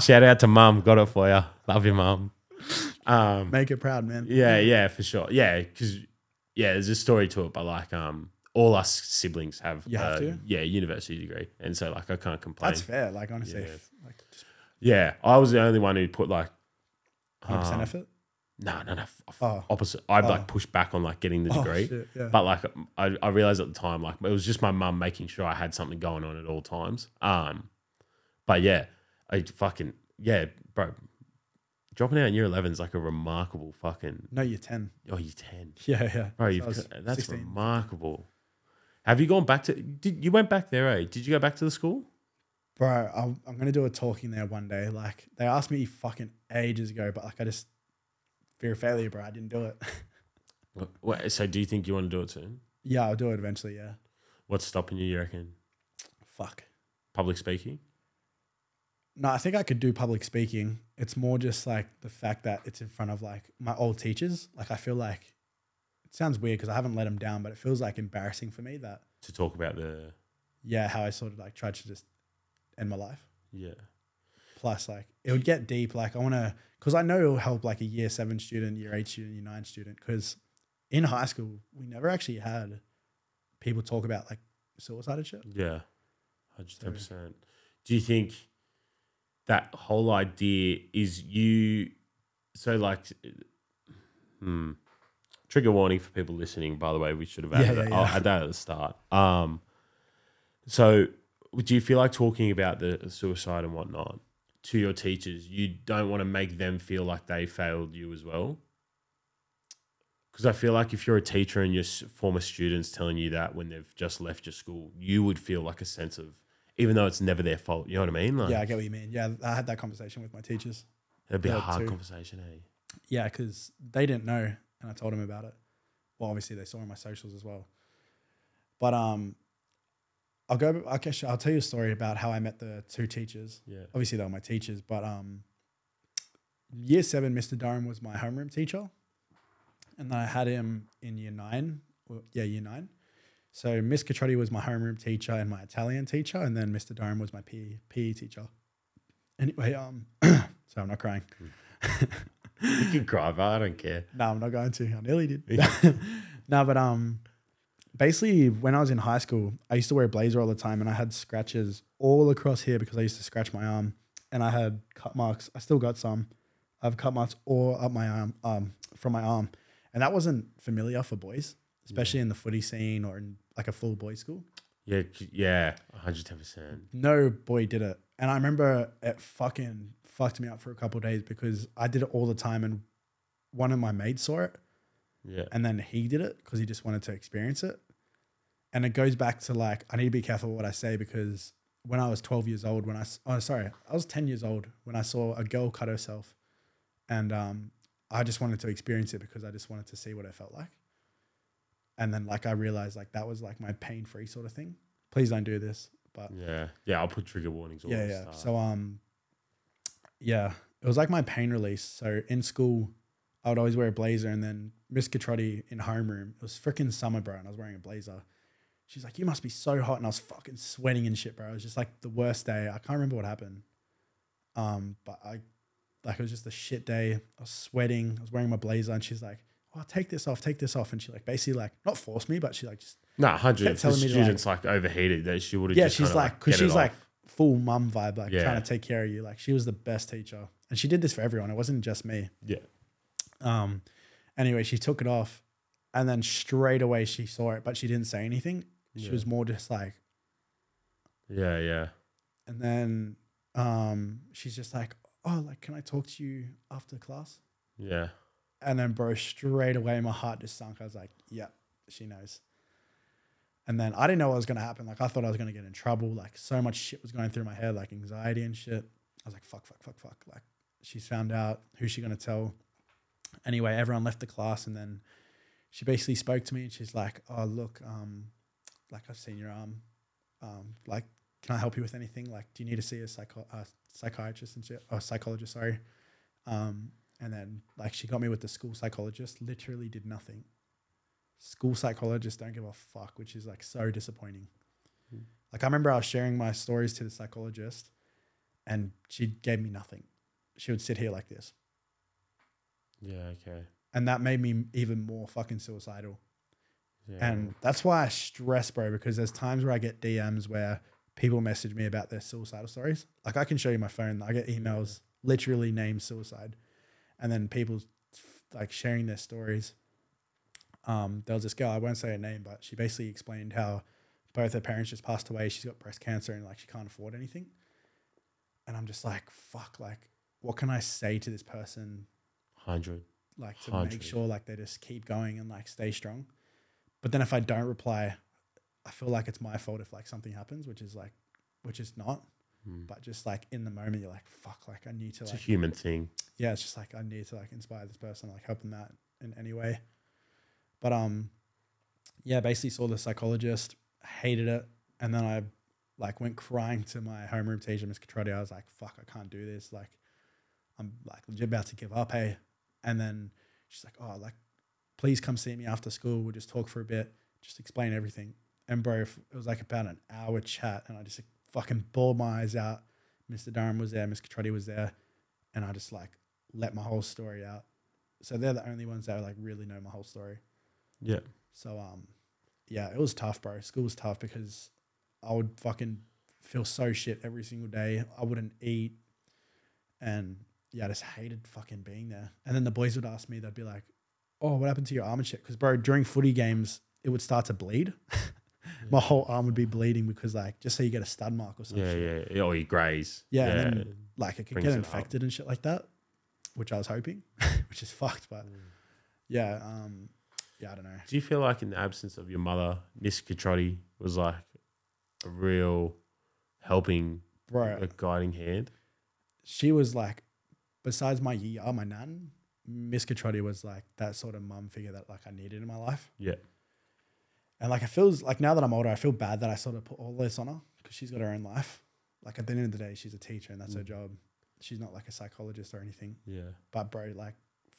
Speaker 1: Shout out to mum. Got it for you. Love you, mum. Um,
Speaker 2: Make it proud, man.
Speaker 1: yeah, yeah, for sure. Yeah, because yeah, there's a story to it, but like, um, all us siblings have,
Speaker 2: You have
Speaker 1: uh,
Speaker 2: to?
Speaker 1: yeah, university degree, and so like, I can't complain.
Speaker 2: That's fair. Like honestly,
Speaker 1: Yeah.
Speaker 2: f- like just
Speaker 1: yeah, I was the only one who put like,
Speaker 2: 100 percent
Speaker 1: um,
Speaker 2: effort.
Speaker 1: no, no, no, f- f-
Speaker 2: Oh.
Speaker 1: opposite. I
Speaker 2: Oh.
Speaker 1: would like pushed back on like getting the
Speaker 2: Oh,
Speaker 1: degree.
Speaker 2: shit, yeah.
Speaker 1: But like I, I realized at the time, like it was just my mum making sure I had something going on at all times. Um, but yeah, I fucking yeah, bro. Dropping out in year eleven is like a remarkable fucking.
Speaker 2: no, you're ten.
Speaker 1: Oh, you're ten,
Speaker 2: Yeah, yeah.
Speaker 1: bro.
Speaker 2: So
Speaker 1: You've,
Speaker 2: I was
Speaker 1: co- that's
Speaker 2: 16.
Speaker 1: remarkable. Have you gone back to? Did you went back there? Eh? Did you go back to the school?
Speaker 2: bro. I'm, I'm gonna do a talking there one day. Like they asked me fucking ages ago, but like I just fear of failure, bro. I didn't do it.
Speaker 1: Wh- wh- So do you think you want to do it soon?
Speaker 2: yeah, I'll do it eventually. Yeah.
Speaker 1: What's stopping you? You reckon
Speaker 2: Fuck.
Speaker 1: public speaking?
Speaker 2: No, I think I could do public speaking. It's more just like the fact that it's in front of like my old teachers. Like I feel like it sounds weird because I haven't let them down, but it feels like embarrassing for me that
Speaker 1: To talk about the
Speaker 2: yeah, how I sort of like tried to just end my life.
Speaker 1: yeah
Speaker 2: Plus, like it would get deep. Like I want to, because I know it'll help like a year seven student, year eight student, year nine student. Because in high school, we never actually had people talk about like suicide and shit.
Speaker 1: Yeah, hundred ten percent. Do you think that whole idea is you? So like, hmm, Trigger warning for people listening, by the way. We should have added
Speaker 2: Yeah,
Speaker 1: that.
Speaker 2: yeah,
Speaker 1: I'll
Speaker 2: yeah.
Speaker 1: add that at the start. Um, so, do you feel like talking about the suicide and whatnot to your teachers? You don't want to make them feel like they failed you as well? Because I feel like if you're a teacher and your s- former students telling you that when they've just left your school, you would feel like a sense of, even though it's never their fault. You know what I mean? Like,
Speaker 2: Yeah, I get what you mean. Yeah, I had that conversation with my teachers.
Speaker 1: it'd be a
Speaker 2: Yeah,
Speaker 1: hard
Speaker 2: too.
Speaker 1: conversation, eh?
Speaker 2: Yeah, because they didn't know, and I told them about it. Well, obviously they saw on my socials as well. But um, I'll go. I guess I'll tell you a story about how I met the two teachers.
Speaker 1: Yeah.
Speaker 2: Obviously they were my teachers, but um, year seven, Mr. Durham was my homeroom teacher, and then I had him in year nine. Well, yeah, year nine. So Miss Catrotti was my homeroom teacher and my Italian teacher, and then Mr. Durham was my PE, PE teacher. Anyway, um, so I'm not crying.
Speaker 1: You can cry, but I don't care.
Speaker 2: No, I'm not going to. I nearly did. no, but um, basically, when I was in high school, I used to wear a blazer all the time, and I had scratches all across here because I used to scratch my arm, and I had cut marks. I still got some. I have cut marks all up my arm, um, from my arm, and that wasn't familiar for boys, especially in the footy scene or in like a full boys' school.
Speaker 1: Yeah, c- yeah, 110%.
Speaker 2: No boy did it, and I remember it fucking fucked me up for a couple of days because I did it all the time, and one of my mates saw it.
Speaker 1: Yeah.
Speaker 2: and then he did it because he just wanted to experience it. And it goes back to like, I need to be careful what I say because when I was 12 years old, when I, s- oh, sorry, I was 10 years old when I saw a girl cut herself. And um, I just wanted to experience it because I just wanted to see what it felt like. And then like, I realized like that was like my pain free sort of thing. Please don't do this. But
Speaker 1: Yeah, yeah. I'll put trigger warnings. All
Speaker 2: yeah,
Speaker 1: at the
Speaker 2: yeah.
Speaker 1: start.
Speaker 2: So um, yeah, it was like my pain release. So in school, I would always wear a blazer, and then Miss Catrotti in homeroom, it was freaking summer, bro, and I was wearing a blazer. She's like, "You must be so hot," and I was fucking sweating and shit, bro. It was just like the worst day. I can't remember what happened. Um, but I, like, it was just a shit day. I was sweating. I was wearing my blazer, and she's like, "Oh, take this off, take this off," and she like basically like not forced me, but she like just
Speaker 1: no, hundred.
Speaker 2: kept
Speaker 1: If the
Speaker 2: telling me to,
Speaker 1: students like, overheated, that she would have.
Speaker 2: yeah,
Speaker 1: just
Speaker 2: she's
Speaker 1: kinda,
Speaker 2: like, because
Speaker 1: get it
Speaker 2: she's
Speaker 1: off.
Speaker 2: like full mum vibe, like
Speaker 1: Yeah.
Speaker 2: trying to take care of you. Like she was the best teacher, and she did this for everyone. It wasn't just me.
Speaker 1: yeah,
Speaker 2: Um, anyway, she took it off, and then straight away she saw it, but she didn't say anything. She
Speaker 1: Yeah.
Speaker 2: was more just like,
Speaker 1: yeah, yeah,
Speaker 2: and then um, she's just like, oh, like can I talk to you after class?
Speaker 1: yeah.
Speaker 2: And then, bro, straight away my heart just sunk. I was like, yep, she knows. And then I didn't know what was going to happen. Like, I thought I was going to get in trouble. Like, so much shit was going through my head, like anxiety and shit. I was like, fuck, fuck, fuck, fuck. Like, she's found out. Who's she going to tell? Anyway, everyone left the class. And then she basically spoke to me and she's like, oh, look, um, like, I've seen your arm. Um, like, can I help you with anything? Like, do you need to see a psycho- uh, psychiatrist and shit? Or psychologist, sorry. Um, and then like she got me with the school psychologist, literally did nothing. School psychologists don't give a fuck, which is like so disappointing. Like I remember I was sharing my stories to the psychologist and she gave me nothing. She would sit here like this.
Speaker 1: Yeah, okay.
Speaker 2: And that made me even more fucking suicidal.
Speaker 1: Yeah.
Speaker 2: And that's why I stress, bro, because there's times where I get DMs where people message me about their suicidal stories. Like I can show you my phone. I get emails literally named suicide, and then people like sharing their stories. Um, there was this girl. I won't say her name, but she basically explained how both her parents just passed away. She's got breast cancer and like she can't afford anything. And I'm just like, fuck. Like, what can I say to this person
Speaker 1: hundred.
Speaker 2: like to
Speaker 1: Hundred.
Speaker 2: make sure like they just keep going and like stay strong. But then if I don't reply, I feel like it's my fault if like something happens, which is like, which is not. But just like in the moment, you're like, fuck, like I need to
Speaker 1: It's
Speaker 2: like,
Speaker 1: a human thing.
Speaker 2: yeah, it's just like I need to like inspire this person, like help them out in any way. But um, yeah, basically saw the psychologist, hated it, and then I like went crying to my homeroom teacher, Miss Catrotti. I was like, "Fuck, I can't do this. Like, I'm like legit about to give up." Hey, and then she's like, "Oh, like, please come see me after school. We'll just talk for a bit, just explain everything." And bro, f- it was like about an hour chat, and I just like, fucking bawled my eyes out. Mr. Durham was there, Miss Catrotti was there, and I just like let my whole story out. So they're the only ones that like really know my whole story.
Speaker 1: Yeah,
Speaker 2: So um, yeah, it was tough, bro. School was tough because I would fucking feel so shit every single day. I wouldn't eat, and yeah, I just hated fucking being there. And then the boys would ask me, they'd be like, oh, what happened to your arm and shit? Because, bro, during footy games, it would start to bleed. My whole arm would be bleeding because, like, just so you get a stud mark or something.
Speaker 1: Yeah, yeah. yeah. Oh, Or you graze.
Speaker 2: Oh, Yeah, and then like it could
Speaker 1: brings
Speaker 2: get
Speaker 1: it up.
Speaker 2: infected and shit like that, which I was hoping, which is fucked. But
Speaker 1: Mm.
Speaker 2: yeah, um, yeah, I don't know.
Speaker 1: Do you feel like in the absence of your mother, Miss Catrotti was like a real helping,
Speaker 2: Bro,
Speaker 1: a guiding hand?
Speaker 2: she was like, besides my year, my nan, Miss Catrotti was like that sort of mum figure that like I needed in my life.
Speaker 1: Yeah.
Speaker 2: And like, I feel like now that I'm older, I feel bad that I sort of put all this on her because she's got her own life. Like at the end of the day, she's a teacher and that's
Speaker 1: Mm.
Speaker 2: her job. She's not like a psychologist or anything.
Speaker 1: Yeah.
Speaker 2: But bro, like,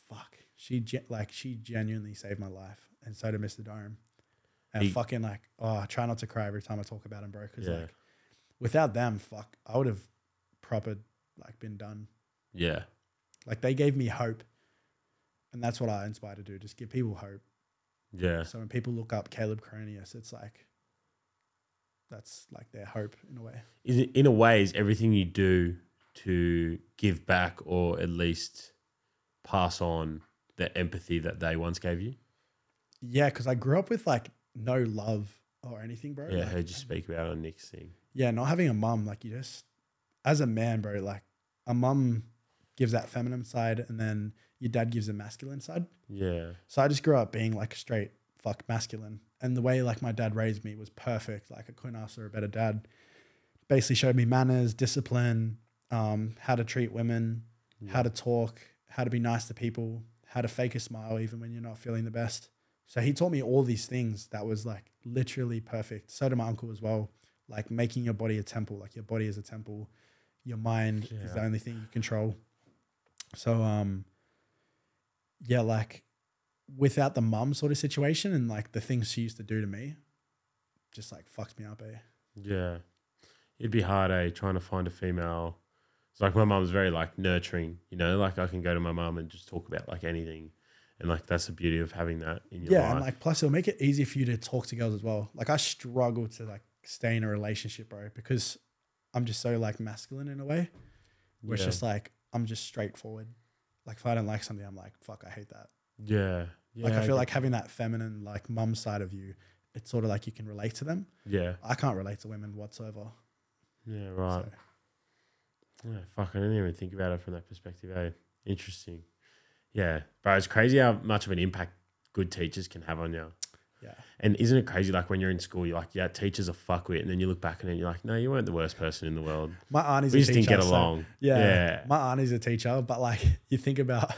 Speaker 2: fuck, she ge- like she genuinely saved my life, and so did Mr. Durham. And
Speaker 1: He-
Speaker 2: fucking like, oh, I try not to cry every time I talk about him, bro. Because
Speaker 1: Yeah.
Speaker 2: like, without them, fuck, I would have proper like been done.
Speaker 1: Yeah.
Speaker 2: Like they gave me hope, and that's what I inspire to do. Just give people hope.
Speaker 1: Yeah.
Speaker 2: So when people look up Caleb Cronius, it's like. That's like their hope in a way.
Speaker 1: Is it, in a way, is everything you do to give back or at least pass on the empathy that they once gave you?
Speaker 2: Yeah, because I grew up with like no love or anything, bro.
Speaker 1: Yeah. I
Speaker 2: Like,
Speaker 1: heard you speak about it on Nick's thing.
Speaker 2: yeah, not having a mum, like you just, as a man, bro, like a mum gives that feminine side and then your dad gives a masculine side.
Speaker 1: Yeah.
Speaker 2: So I just grew up being like straight fuck masculine. And the way like my dad raised me was perfect. Like I couldn't ask for a better dad. Basically showed me manners, discipline, um, how to treat women, how to talk, how to be nice to people, how to fake a smile even when you're not feeling the best. So he taught me all these things that was like literally perfect. So did my uncle as well. Like making your body a temple, like your body is a temple, your mind is the
Speaker 1: Yeah.
Speaker 2: only thing you control. So um yeah, like without the mum sort of situation and like the things she used to do to me just like fucked me up, eh?
Speaker 1: Yeah. It'd be hard, eh? Trying to find a female. It's like my mum's very like nurturing, you know, like I can go to my mum and just talk about like anything. And like that's the beauty of having that in your
Speaker 2: yeah,
Speaker 1: life.
Speaker 2: and like plus it'll make it easier for you to talk to girls as well. Like I struggle to like stay in a relationship, bro, because I'm just so like masculine in a way. Where it's
Speaker 1: Yeah.
Speaker 2: just like I'm just straightforward. Like if I don't like something, I'm like, fuck, I hate that.
Speaker 1: yeah. Yeah.
Speaker 2: like I feel
Speaker 1: get-
Speaker 2: like having that feminine, like mum side of you, it's sort of like you can relate to them.
Speaker 1: Yeah.
Speaker 2: I can't relate to women whatsoever.
Speaker 1: Yeah, right.
Speaker 2: So
Speaker 1: Yeah, fuck, I didn't even think about it from that perspective, eh? Interesting. Yeah. Bro, it's crazy how much of an impact good teachers can have on you.
Speaker 2: yeah.
Speaker 1: And isn't it crazy like when you're in school, you're like, yeah, teachers are fuckwit. And then you look back and then you're like, no, you weren't the worst person in the world.
Speaker 2: My auntie's
Speaker 1: we
Speaker 2: a
Speaker 1: just didn't
Speaker 2: teacher,
Speaker 1: get
Speaker 2: so-
Speaker 1: along.
Speaker 2: Yeah,
Speaker 1: Yeah.
Speaker 2: My auntie's a teacher, but like you think about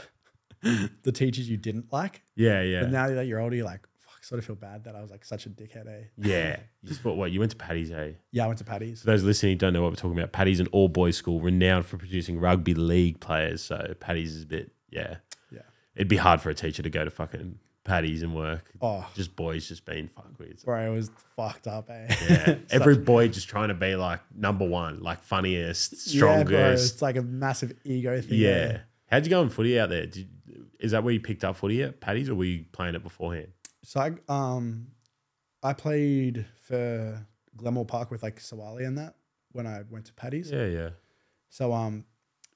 Speaker 2: the teachers you didn't like.
Speaker 1: Yeah. Yeah.
Speaker 2: But now that you're older, you're like, fuck, I sort of feel bad that I was like such a dickhead, eh?
Speaker 1: Yeah. You just bought what? You went to Paddy's, eh?
Speaker 2: Yeah, I went to Patty's.
Speaker 1: For those listening who don't know what we're talking about, Paddy's an all boys school renowned for producing rugby league players. So Paddy's is a bit, yeah.
Speaker 2: Yeah.
Speaker 1: It'd be hard for a teacher to go to fucking Paddy's and work.
Speaker 2: Oh,
Speaker 1: Just boys just being fuckwits.
Speaker 2: bro, it was fucked up, eh?
Speaker 1: Yeah.
Speaker 2: Such-
Speaker 1: Every boy just trying to be like number one, like funniest,
Speaker 2: Yeah, bro,
Speaker 1: strongest.
Speaker 2: it's like a massive ego thing.
Speaker 1: Yeah.
Speaker 2: eh?
Speaker 1: How'd you go on footy out there? Did, is that where you picked up footy at Paddy's or were you playing it beforehand?
Speaker 2: So I um I played for Glenmore Park with like Sawali and that when I went to Patty's.
Speaker 1: Yeah, yeah.
Speaker 2: So um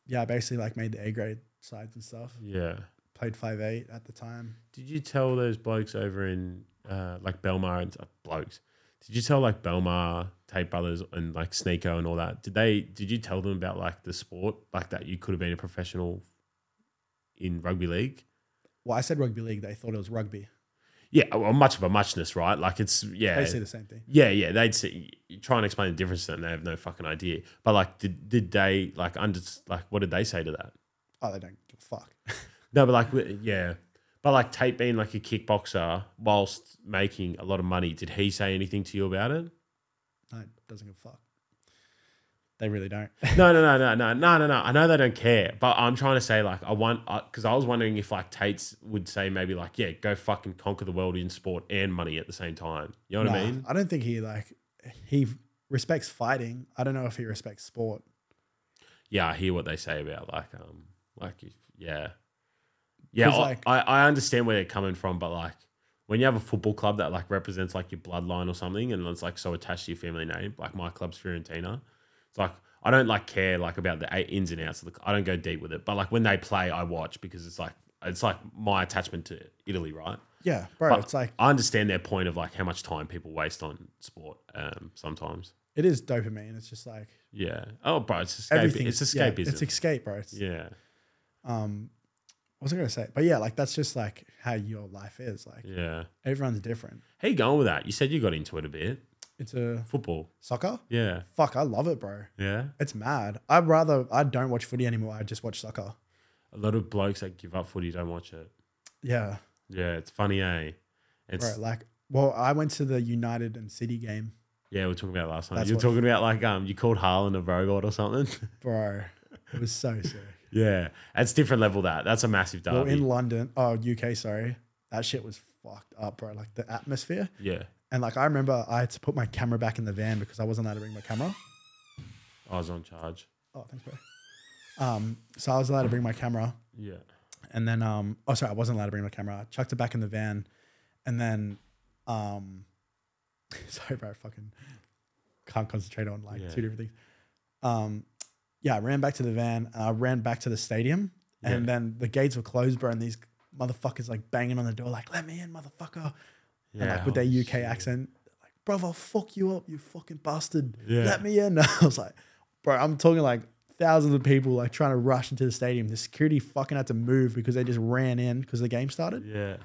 Speaker 2: yeah, I basically like made the A grade sides and stuff.
Speaker 1: Yeah.
Speaker 2: Played five eight at the time.
Speaker 1: Did you tell those blokes over in uh, like Belmar and uh, blokes? Did you tell like Belmar, Tate Brothers, and like Sneeko and all that? Did they? Did you tell them about like the sport, like that you could have been a professional in rugby league?
Speaker 2: Well, I said rugby league, they thought it was rugby.
Speaker 1: Yeah, well, much of a muchness, right? Like it's yeah,
Speaker 2: Basically the same thing.
Speaker 1: yeah, yeah. They'd see, you try and explain the difference, to them, they have no fucking idea. But like, did did they like under like what did they say to that?
Speaker 2: Oh, they don't give a fuck.
Speaker 1: No, but like, w- yeah. But like Tate being like a kickboxer whilst making a lot of money, did he say anything to you about it?
Speaker 2: No, it doesn't give a fuck. They really don't.
Speaker 1: No, no, no, no, no, no, no, no. I know they don't care, but I'm trying to say like I want because I was wondering if like Tate's would say maybe like yeah, go fucking conquer the world in sport and money at the same time. You know what I
Speaker 2: Nah,
Speaker 1: mean?
Speaker 2: I don't think he like he respects fighting. I don't know if he respects sport.
Speaker 1: Yeah, I hear what they say about like um like if, yeah, yeah.
Speaker 2: 'Cause,
Speaker 1: I,
Speaker 2: like-
Speaker 1: I I understand where they're coming from, but like when you have a football club that like represents like your bloodline or something, and it's like so attached to your family name, like my club's Fiorentina. It's like I don't like care like about the eight ins and outs of the. I don't go deep with it, but like when they play, I watch because it's like it's like my attachment to Italy, right?
Speaker 2: Yeah, bro.
Speaker 1: But
Speaker 2: it's like
Speaker 1: I understand their point of like how much time people waste on sport um, sometimes.
Speaker 2: it is dopamine. It's just like
Speaker 1: Yeah. Oh, bro, it's escape.
Speaker 2: everything.
Speaker 1: It's
Speaker 2: yeah,
Speaker 1: escapism. Yeah.
Speaker 2: it's escape, bro. It's,
Speaker 1: yeah.
Speaker 2: Um, what was I gonna say? But yeah, like that's just like how your life is. Like
Speaker 1: Yeah.
Speaker 2: everyone's different.
Speaker 1: How you going with that? You said you got into it a bit.
Speaker 2: It's a
Speaker 1: Football.
Speaker 2: soccer.
Speaker 1: Yeah.
Speaker 2: Fuck, I love it, bro.
Speaker 1: Yeah.
Speaker 2: It's mad. I'd rather I don't watch footy anymore. I just watch soccer.
Speaker 1: A lot of blokes that give up footy don't watch it.
Speaker 2: Yeah,
Speaker 1: Yeah, it's funny, eh? It's
Speaker 2: bro. Like, well, I went to the United and City game,
Speaker 1: yeah, we were talking about it last night.
Speaker 2: That's
Speaker 1: You were
Speaker 2: what-
Speaker 1: talking about like um you called Haaland a robot or something.
Speaker 2: bro. It was so sick.
Speaker 1: yeah. It's different level that. That's a massive derby.
Speaker 2: well, in London, oh UK, sorry, that shit was fucked up, bro. Like the atmosphere,
Speaker 1: yeah.
Speaker 2: and like I remember I had to put my camera back in the van because I wasn't allowed to bring my camera.
Speaker 1: I was on charge.
Speaker 2: Oh, thanks, bro. Um, so I was allowed to bring my camera.
Speaker 1: Yeah.
Speaker 2: and then um oh sorry i wasn't allowed to bring my camera i chucked it back in the van and then um sorry bro I fucking can't concentrate on like
Speaker 1: Yeah.
Speaker 2: two different things um yeah i ran back to the van and i ran back to the stadium and
Speaker 1: Yeah.
Speaker 2: then the gates were closed bro and these motherfuckers like banging on the door like let me in motherfucker
Speaker 1: Yeah.
Speaker 2: and like with their
Speaker 1: holy
Speaker 2: uk
Speaker 1: shit.
Speaker 2: accent like brother I'll fuck you up you fucking bastard
Speaker 1: Yeah.
Speaker 2: let me in i was like bro i'm talking like thousands of people like trying to rush into the stadium the security fucking had to move because they just ran in because the game started
Speaker 1: Yeah.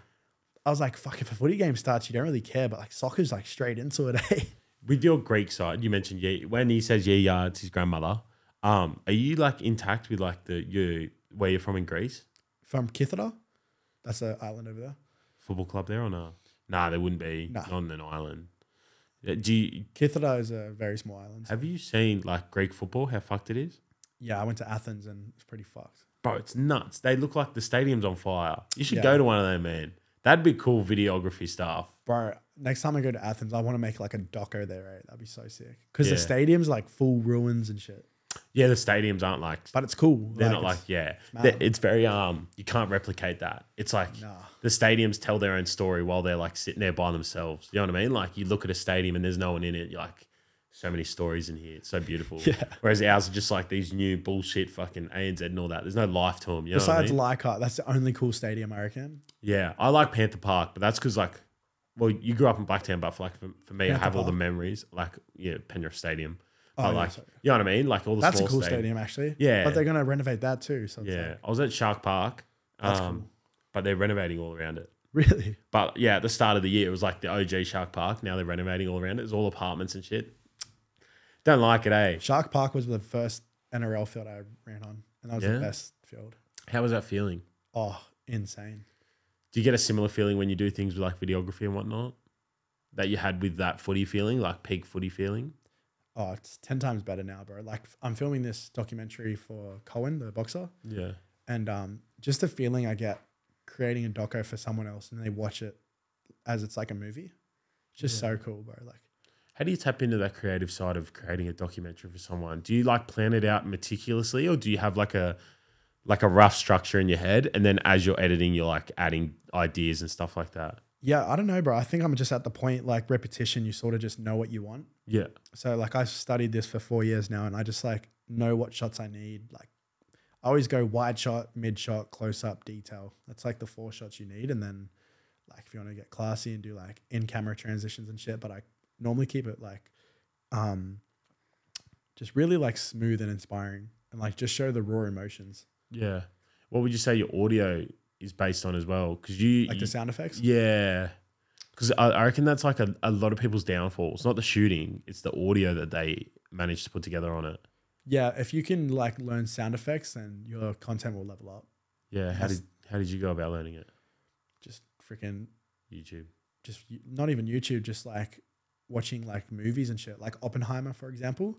Speaker 2: i was like fuck if a footy game starts you don't really care but like soccer's like straight into it eh?
Speaker 1: With your Greek side, you mentioned yeah, when he says yeah, yeah, it's his grandmother. Um, are you like intact with like the you where you're from in Greece?
Speaker 2: from kithara that's an island over there
Speaker 1: Football club there or no? Nah, there wouldn't be.
Speaker 2: Nah.
Speaker 1: Not on an island. Yeah, Do you
Speaker 2: kithara is a very small island
Speaker 1: Have you seen like Greek football? How fucked it is,
Speaker 2: yeah i went to athens and it's pretty fucked
Speaker 1: bro. It's nuts. They look like the stadium's on fire. You should
Speaker 2: Yeah.
Speaker 1: go to one of them, man. That'd be cool videography stuff.
Speaker 2: bro next time i go to athens i want to make like a doco there right that'd be so sick because the
Speaker 1: Yeah.
Speaker 2: stadium's like full ruins and shit
Speaker 1: Yeah, the stadiums aren't like
Speaker 2: but it's cool
Speaker 1: they're not like
Speaker 2: it's-
Speaker 1: yeah.
Speaker 2: mad.
Speaker 1: They're- It's very um you can't replicate that. It's like
Speaker 2: Nah.
Speaker 1: the stadiums tell their own story while they're like sitting there by themselves. You know what I mean? Like you look at a stadium and there's no one in it. You're like so many stories in here. It's so beautiful.
Speaker 2: Yeah.
Speaker 1: Whereas ours are just like these new bullshit fucking ANZ and all that. There's no life to them. You know what I mean?
Speaker 2: Besides Leichhardt, that's the only cool stadium I reckon.
Speaker 1: Yeah, I like Panther Park, but that's because like, well, you grew up in Blacktown, but for like for, for me, I
Speaker 2: Panther
Speaker 1: have all the
Speaker 2: Park.
Speaker 1: memories. Like, yeah, Penrith Stadium.
Speaker 2: Oh,
Speaker 1: I
Speaker 2: yeah,
Speaker 1: like,
Speaker 2: sorry.
Speaker 1: you know what I mean? Like all the
Speaker 2: That's a
Speaker 1: small
Speaker 2: cool
Speaker 1: stadium.
Speaker 2: stadium, actually.
Speaker 1: Yeah.
Speaker 2: But they're going to renovate that too. So it's
Speaker 1: Yeah,
Speaker 2: like,
Speaker 1: I was at Shark Park.
Speaker 2: That's
Speaker 1: um, but they're renovating all around it.
Speaker 2: really?
Speaker 1: But yeah, at the start of the year, it was like the OG Shark Park. Now they're renovating all around it. It's all apartments and shit. Don't like it, eh?
Speaker 2: Shark Park was the first NRL field I ran on, and that was
Speaker 1: Yeah?
Speaker 2: the best field.
Speaker 1: How was that feeling?
Speaker 2: Oh, insane.
Speaker 1: Do you get a similar feeling when you do things with like videography and whatnot that you had with that footy feeling, like peak footy feeling?
Speaker 2: Oh, it's 10 times better now, bro. Like, I'm filming this documentary for Cohen, the boxer,
Speaker 1: Yeah.
Speaker 2: and um, just the feeling I get creating a doco for someone else and they watch it as it's like a movie. It's just so cool, bro. Like,
Speaker 1: How do you tap into that creative side of creating a documentary for someone? Do you like plan it out meticulously, or do you have like a like a rough structure in your head, and then as you're editing, you're like adding ideas and stuff like that?
Speaker 2: yeah, I don't know, bro. I think I'm just at the point, like, repetition, you sort of just know what you want.
Speaker 1: Yeah,
Speaker 2: so like I've studied this for four years now and I just like know what shots I need. Like I always go wide shot, mid shot, close up, detail. That's like the four shots you need. And then like if you want to get classy and do like in camera transitions and shit, but I normally keep it like um just really like smooth and inspiring and like just show the raw emotions.
Speaker 1: yeah. What would you say your audio is based on as well? Because you,
Speaker 2: Like
Speaker 1: you-
Speaker 2: the sound effects.
Speaker 1: Mm-hmm. yeah. Because I, I reckon that's like a, a lot of people's downfall. It's not the shooting; it's the audio that they manage to put together on it.
Speaker 2: Yeah. If you can like learn sound effects then your content will level up.
Speaker 1: Yeah. How
Speaker 2: Yes.
Speaker 1: did how did you go about learning it?
Speaker 2: Just freaking
Speaker 1: YouTube.
Speaker 2: just y- not even YouTube, just like watching like movies and shit, like Oppenheimer, for example.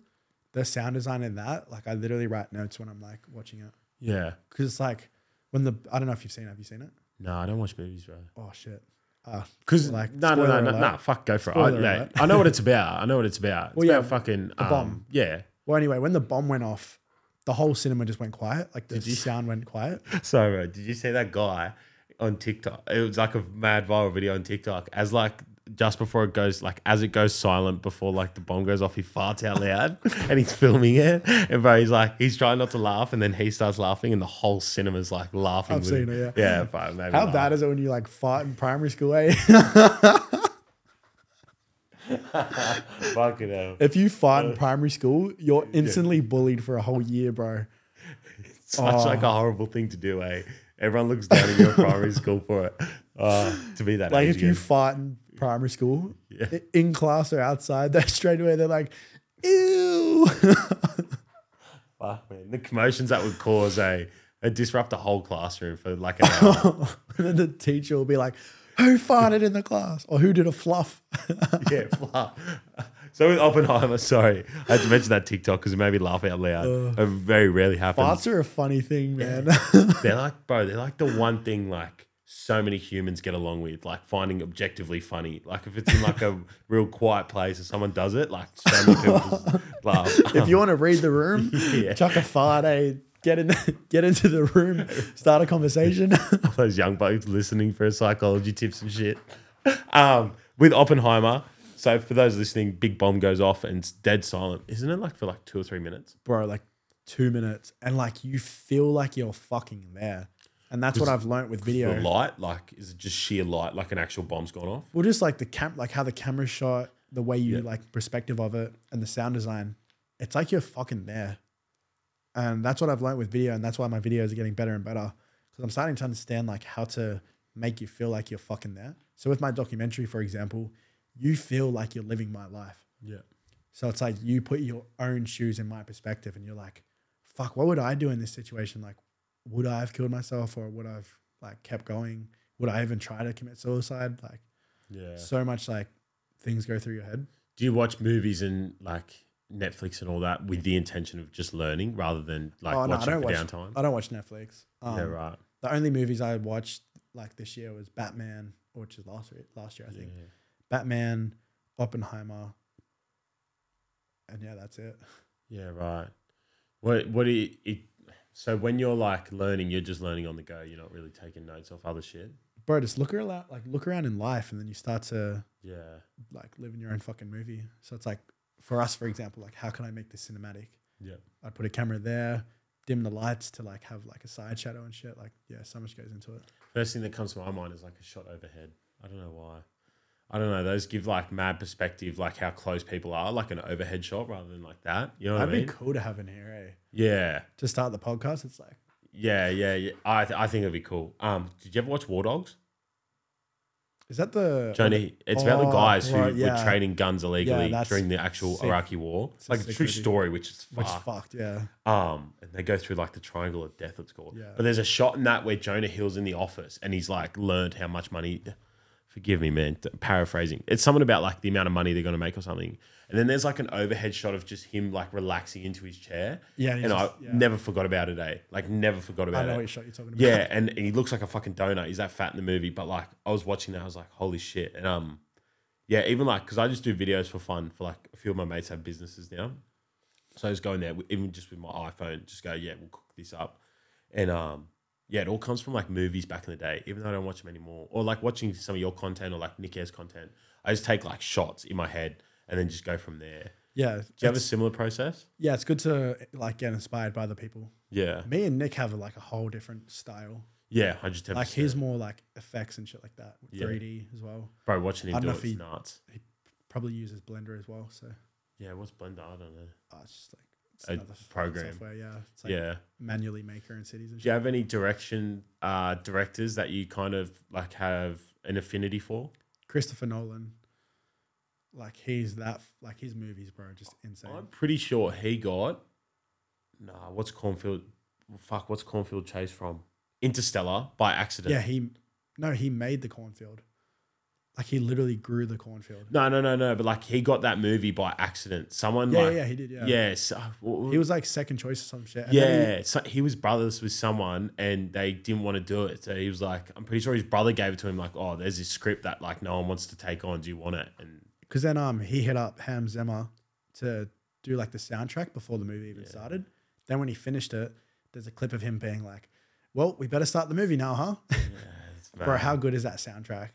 Speaker 2: The sound design in that, like I literally write notes when I'm like watching it
Speaker 1: Yeah.
Speaker 2: because it's like when the I don't know if you've seen it. Have you seen it?
Speaker 1: No, I don't watch movies, bro.
Speaker 2: Oh shit. Uh,
Speaker 1: Because
Speaker 2: Like,
Speaker 1: like, no, no, no,
Speaker 2: spoiler
Speaker 1: no,
Speaker 2: alert.
Speaker 1: no, fuck, go for it. I,
Speaker 2: Spoiler
Speaker 1: yeah,
Speaker 2: alert.
Speaker 1: I know what it's about. I know what it's about. It's
Speaker 2: Well, yeah,
Speaker 1: about fucking
Speaker 2: a
Speaker 1: um,
Speaker 2: bomb.
Speaker 1: Yeah.
Speaker 2: well, anyway, when the bomb went off, the whole cinema just went quiet. Like the
Speaker 1: Did you-
Speaker 2: sound went quiet.
Speaker 1: So, uh, bro, did you see that guy on TikTok? It was like a mad viral video on TikTok as like just before it goes like as it goes silent before like the bomb goes off, he farts out loud and he's filming it. And bro, he's like he's trying not to laugh, and then he starts laughing, and the whole cinema's like laughing.
Speaker 2: I've
Speaker 1: with
Speaker 2: seen
Speaker 1: him.
Speaker 2: it,
Speaker 1: yeah. Yeah, bro, maybe
Speaker 2: How
Speaker 1: laugh.
Speaker 2: bad is it when you like fart in primary school? Eh?
Speaker 1: Fucking hell.
Speaker 2: if you fart
Speaker 1: Uh,
Speaker 2: in primary school, you're instantly bullied for a whole year, bro.
Speaker 1: Such like
Speaker 2: Oh.
Speaker 1: a horrible thing to do, eh? Everyone looks down at your primary school for it. Uh, to be that
Speaker 2: Like
Speaker 1: age
Speaker 2: if you
Speaker 1: again.
Speaker 2: fart in primary school, i- in class or outside, that straight away they're like, "Ew."
Speaker 1: Fuck, man. The commotions that would cause a it disrupt the whole classroom for like an hour.
Speaker 2: and then the teacher will be like, "Who farted in the class?" or "Who did a fluff?"
Speaker 1: yeah, fluff. So with Oppenheimer, sorry, I had to mention that TikTok because it made me laugh out loud. it very rarely happens.
Speaker 2: Farts are a funny thing, man.
Speaker 1: They're like, bro, they're like the one thing like so many humans get along with, like finding objectively funny. Like if it's in like a real quiet place and someone does it, like so many people just laugh.
Speaker 2: if you want to read the room,
Speaker 1: Yeah.
Speaker 2: chuck a fart, eh? Get in, get into the room, start a conversation.
Speaker 1: those young bugs listening for psychology tips and shit. Um, with Oppenheimer, so for those listening, big bomb goes off and it's dead silent, isn't it? Like for like two or three minutes.
Speaker 2: bro, like two minutes, and like you feel like you're fucking there. And that's what I've learnt with
Speaker 1: The
Speaker 2: video.
Speaker 1: light, like, is it just sheer light, like an actual bomb's gone off?
Speaker 2: Well, just like the cam, like how the camera shot, the way you like perspective of it, and the sound design. It's like you're fucking there. And that's what I've learnt with video, and that's why my videos are getting better and better because I'm starting to understand like how to make you feel like you're fucking there. So with my documentary, for example, you feel like you're living my life.
Speaker 3: Yeah.
Speaker 2: So it's like you put your own shoes in my perspective and you're like, fuck, what would I do in this situation? Like, would I have killed myself or would I have like kept going? Would I even try to commit suicide? Like
Speaker 3: Yeah.
Speaker 2: so much like things go through your head.
Speaker 1: Do you watch movies and like Netflix and all that with the intention of just learning rather than like
Speaker 2: oh no, I
Speaker 1: watching
Speaker 2: don't
Speaker 1: for
Speaker 2: watch
Speaker 1: downtime?
Speaker 2: I don't watch Netflix. Um,
Speaker 1: yeah, right.
Speaker 2: The only movies I watched like this year was Batman, which is last year, last year I think. Batman, Oppenheimer, and yeah, that's it.
Speaker 1: Yeah, right. What what do you, it, so when you're like learning, you're just learning on the go. You're not really taking notes off other shit.
Speaker 2: Bro, just look around, like look around in life, and then you start to
Speaker 1: Yeah.
Speaker 2: like living your own fucking movie. So it's like for us, for example, like how can I make this cinematic?
Speaker 1: Yeah.
Speaker 2: I'd put a camera there, dim the lights to like have like a side shadow and shit. Like yeah, so much goes into it.
Speaker 1: First thing that comes to my mind is like a shot overhead. I don't know why. I don't know. Those give like mad perspective, like how close people are, like an overhead shot rather than like that. You know what
Speaker 2: That'd
Speaker 1: I mean?
Speaker 2: be cool to have in here, eh?
Speaker 1: Yeah.
Speaker 2: To start the podcast, it's like
Speaker 1: Yeah. Yeah. yeah. I, th- I think it'd be cool. Um, did you ever watch War Dogs?
Speaker 2: is that the
Speaker 1: Johnny, it's about
Speaker 2: Uh, Oh,
Speaker 1: the guys who
Speaker 2: right, yeah.
Speaker 1: were trading guns illegally
Speaker 2: that's
Speaker 1: during the actual
Speaker 2: sick.
Speaker 1: Iraqi war.
Speaker 2: It's a
Speaker 1: like a
Speaker 2: sick
Speaker 1: true
Speaker 2: movie.
Speaker 1: story, which is
Speaker 2: which
Speaker 1: fucked.
Speaker 2: fucked, yeah.
Speaker 1: Um, and they go through like the triangle of death, it's called.
Speaker 2: Yeah.
Speaker 1: But there's a shot in that where Jonah Hill's in the office and he's like learned how much money. Forgive me, man. t- Paraphrasing. It's something about like the amount of money they're going to make or something. And then there's like an overhead shot of just him like relaxing into his chair.
Speaker 2: Yeah, and
Speaker 1: And,
Speaker 2: he's
Speaker 1: I
Speaker 2: just- yeah.
Speaker 1: never forgot about it. Eh? Like never forgot
Speaker 2: I
Speaker 1: about
Speaker 2: know
Speaker 1: it.
Speaker 2: what shot you're talking about.
Speaker 1: Yeah, and and he looks like a fucking donut. He's that fat in the movie, but like I was watching that, I was like, holy shit. And um, yeah, even like because I just do videos for fun. For like a few of my mates have businesses now, so I just go in there, even just with my iPhone, just go, yeah, we'll cook this up, and um, yeah, it all comes from like movies back in the day. Even though I don't watch them anymore, or like watching some of your content or like Nick Air's content, I just take like shots in my head and then just go from there.
Speaker 2: Yeah.
Speaker 1: Do you have a
Speaker 2: it's-
Speaker 1: similar process?
Speaker 2: yeah, it's good to like get inspired by the people.
Speaker 1: Yeah,
Speaker 2: Me and Nick have like a whole different style.
Speaker 1: yeah, hundred ten.
Speaker 2: Like he's more like effects and shit like that. with
Speaker 1: Yeah.
Speaker 2: 3D as well.
Speaker 1: bro watching
Speaker 2: I
Speaker 1: him
Speaker 2: don't
Speaker 1: do
Speaker 2: know
Speaker 1: it,
Speaker 2: if
Speaker 1: it's
Speaker 2: he-
Speaker 1: nuts.
Speaker 2: Probably uses Blender as well. So
Speaker 1: Yeah, what's Blender? I don't know.
Speaker 2: oh, it's just like it's
Speaker 1: A
Speaker 2: another fucking
Speaker 1: program.
Speaker 2: software. Yeah, it's like
Speaker 1: yeah.
Speaker 2: manually make your own cities and
Speaker 1: Do you
Speaker 2: shit.
Speaker 1: have any direction uh, directors that you kind of like have an affinity for?
Speaker 2: Christopher Nolan, like he's that f- like his movies, bro, are just insane.
Speaker 1: I'm pretty sure he got. Nah, what's Cornfield? Fuck, what's Cornfield Chase from? Interstellar by accident.
Speaker 2: yeah, he no, he made the cornfield. Like he literally grew the cornfield.
Speaker 1: No, no, no, no. But like he got that movie by accident. Someone
Speaker 2: Yeah, yeah,
Speaker 1: like
Speaker 2: yeah, he did. Yeah,
Speaker 1: yes,
Speaker 2: He was like second choice or some shit. and then he-
Speaker 1: yeah, so he was brothers with someone, and they didn't want to do it. So he was like, "I'm pretty sure his brother gave it to him." Like, "Oh, there's this script that like no one wants to take on. Do you want it?" And
Speaker 2: Because then um he hit up Ham Zimmer to do like the soundtrack before the movie even
Speaker 1: Yeah.
Speaker 2: started. Then when he finished it, there's a clip of him being like, "Well, we better start the movie now, huh?"
Speaker 1: yeah, it's
Speaker 2: Bro,
Speaker 1: mad.
Speaker 2: how good is that soundtrack?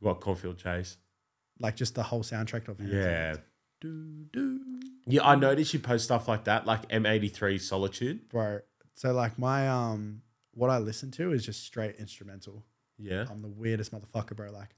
Speaker 1: what Cornfield Chase?
Speaker 2: like just the whole soundtrack of it.
Speaker 1: Yeah.
Speaker 2: Do, do.
Speaker 1: Yeah, I noticed you post stuff like that, like M83 Solitude.
Speaker 2: Bro. So like my um what I listen to is just straight instrumental.
Speaker 1: Yeah.
Speaker 2: I'm the weirdest motherfucker, bro. Like,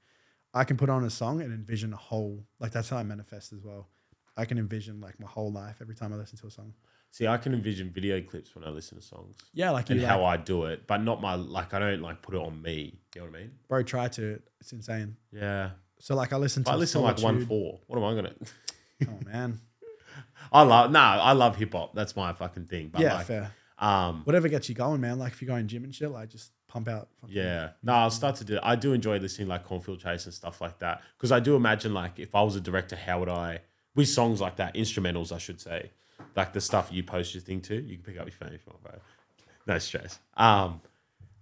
Speaker 2: I can put on a song and envision a whole like that's how I manifest as well. I can envision like my whole life every time I listen to a song.
Speaker 1: See, I can envision video clips when I listen to songs
Speaker 2: Yeah, like you,
Speaker 1: and
Speaker 2: like,
Speaker 1: how I do it, but not my, like, I don't like put it on me. You know what I mean?
Speaker 2: bro, try to. It's insane.
Speaker 1: Yeah.
Speaker 2: So like I listen
Speaker 1: If
Speaker 2: to.
Speaker 1: I listen to like
Speaker 2: Solitude.
Speaker 1: 1 4, what am I going to.
Speaker 2: Oh man,
Speaker 1: I love, nah, I love hip hop. That's my fucking thing. But
Speaker 2: yeah,
Speaker 1: like,
Speaker 2: fair.
Speaker 1: um,
Speaker 2: Whatever gets you going, man. Like if you're going gym and shit, like just pump out. Fucking,
Speaker 1: Yeah. No, I'll start to do. I do enjoy listening like Cornfield Chase and stuff like that because I do imagine like if I was a director, how would I with songs like that, instrumentals, I should say, like the stuff you post your thing to. You can pick up your phone if you want, bro. No stress. Um,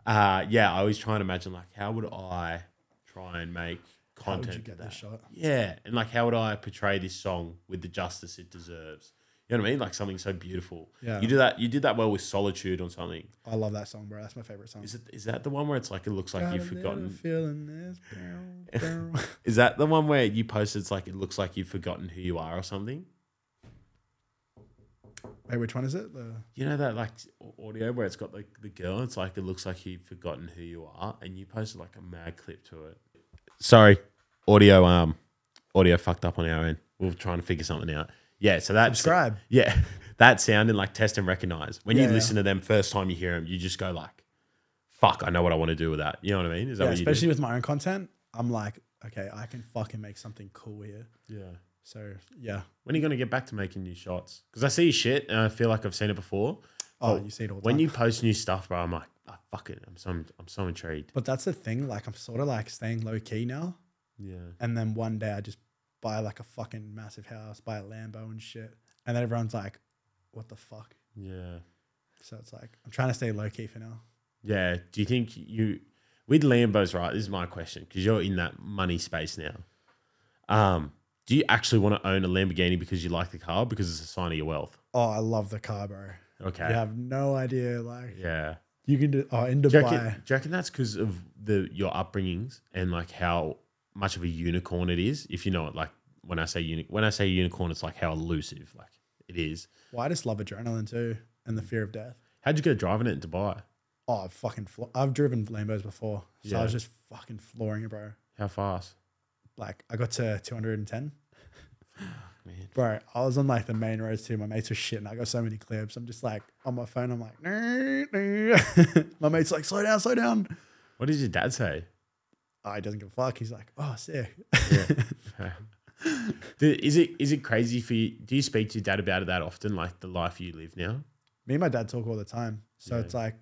Speaker 1: uh, yeah, I always try and imagine like how would I try and make
Speaker 2: How
Speaker 1: content
Speaker 2: would you
Speaker 1: for
Speaker 2: get
Speaker 1: that?
Speaker 2: this shot?
Speaker 1: Yeah, and like how would I portray this song with the justice it deserves? You know what I mean? Like something so beautiful.
Speaker 2: Yeah.
Speaker 1: You do that. You did that well with solitude on something.
Speaker 2: I love that song, bro. That's my favorite song.
Speaker 1: Is it? Is that the one where it's like it looks like
Speaker 2: Got
Speaker 1: you've
Speaker 2: a little
Speaker 1: forgotten?
Speaker 2: Feeling this. Bow, bow.
Speaker 1: Is that the one where you post it's like it looks like you've forgotten who you are or something?
Speaker 2: Wait, which one is it? The,
Speaker 1: You know that like au- audio where it's got like the girl, it's like it looks like you've forgotten who you are, and you posted like a mad clip to it. Sorry, audio um, audio fucked up on our end. We We're trying to figure something out. Yeah, so that's
Speaker 2: Subscribe.
Speaker 1: Yeah, that sound and like test and recognize. When you
Speaker 2: Yeah,
Speaker 1: listen to them first time you hear them, you just go like, "Fuck, I know what I want to do with that." You know what I mean? Is that
Speaker 2: yeah,
Speaker 1: what you do?
Speaker 2: especially with my own content, I'm like, okay, I can fucking make something cool here.
Speaker 1: Yeah.
Speaker 2: So yeah.
Speaker 1: When are you going to get back to making new shots? Because I see shit and I feel like I've seen it before.
Speaker 2: Oh,
Speaker 1: But
Speaker 2: you see it all the
Speaker 1: When
Speaker 2: time.
Speaker 1: you post new stuff, bro, I'm like, oh, fuck it. I'm so, I'm so intrigued.
Speaker 2: but that's the thing. Like I'm sort of like staying low key now,
Speaker 1: Yeah.
Speaker 2: and then one day I just buy like a fucking massive house, buy a Lambo and shit, and then everyone's like, "What the fuck?"
Speaker 1: Yeah.
Speaker 2: So it's like I'm trying to stay low key for now.
Speaker 1: Yeah. Do you think you, with Lambos, right? This is my question because you're in that money space now. Um, do you actually want to own a Lamborghini because you like the car because it's a sign of your wealth?
Speaker 2: Oh, I love the car, bro.
Speaker 1: Okay.
Speaker 2: You have no idea. Like
Speaker 1: Yeah.
Speaker 2: you can do. Oh, in
Speaker 1: Do you,
Speaker 2: Dubai.
Speaker 1: reckon, do you reckon that's because of the your upbringings and like how much of a unicorn it is? If you know it, like when I say uni- when I say unicorn, it's like how elusive like it is.
Speaker 2: Well, I just love adrenaline too, and the fear of death.
Speaker 1: How'd you go driving it in Dubai?
Speaker 2: Oh, I've fucking. Flo- I've driven Lambos before, so
Speaker 1: Yeah.
Speaker 2: I was just fucking flooring it, bro.
Speaker 1: How fast?
Speaker 2: Like I got to 210.
Speaker 1: Oh, Man.
Speaker 2: Bro, I was on like the main roads too. My mates were shitting. I got so many clips. I'm just like on my phone. I'm like, "Nee, nee." my mate's like, slow down, slow down.
Speaker 1: What did your dad say?
Speaker 2: Oh, he doesn't give a fuck. He's like, oh, sick.
Speaker 1: Do- is it is it crazy for you? Do you speak to your dad about it that often? Like the life you live now?
Speaker 2: Me and my dad talk all the time. So
Speaker 1: Yeah.
Speaker 2: it's like,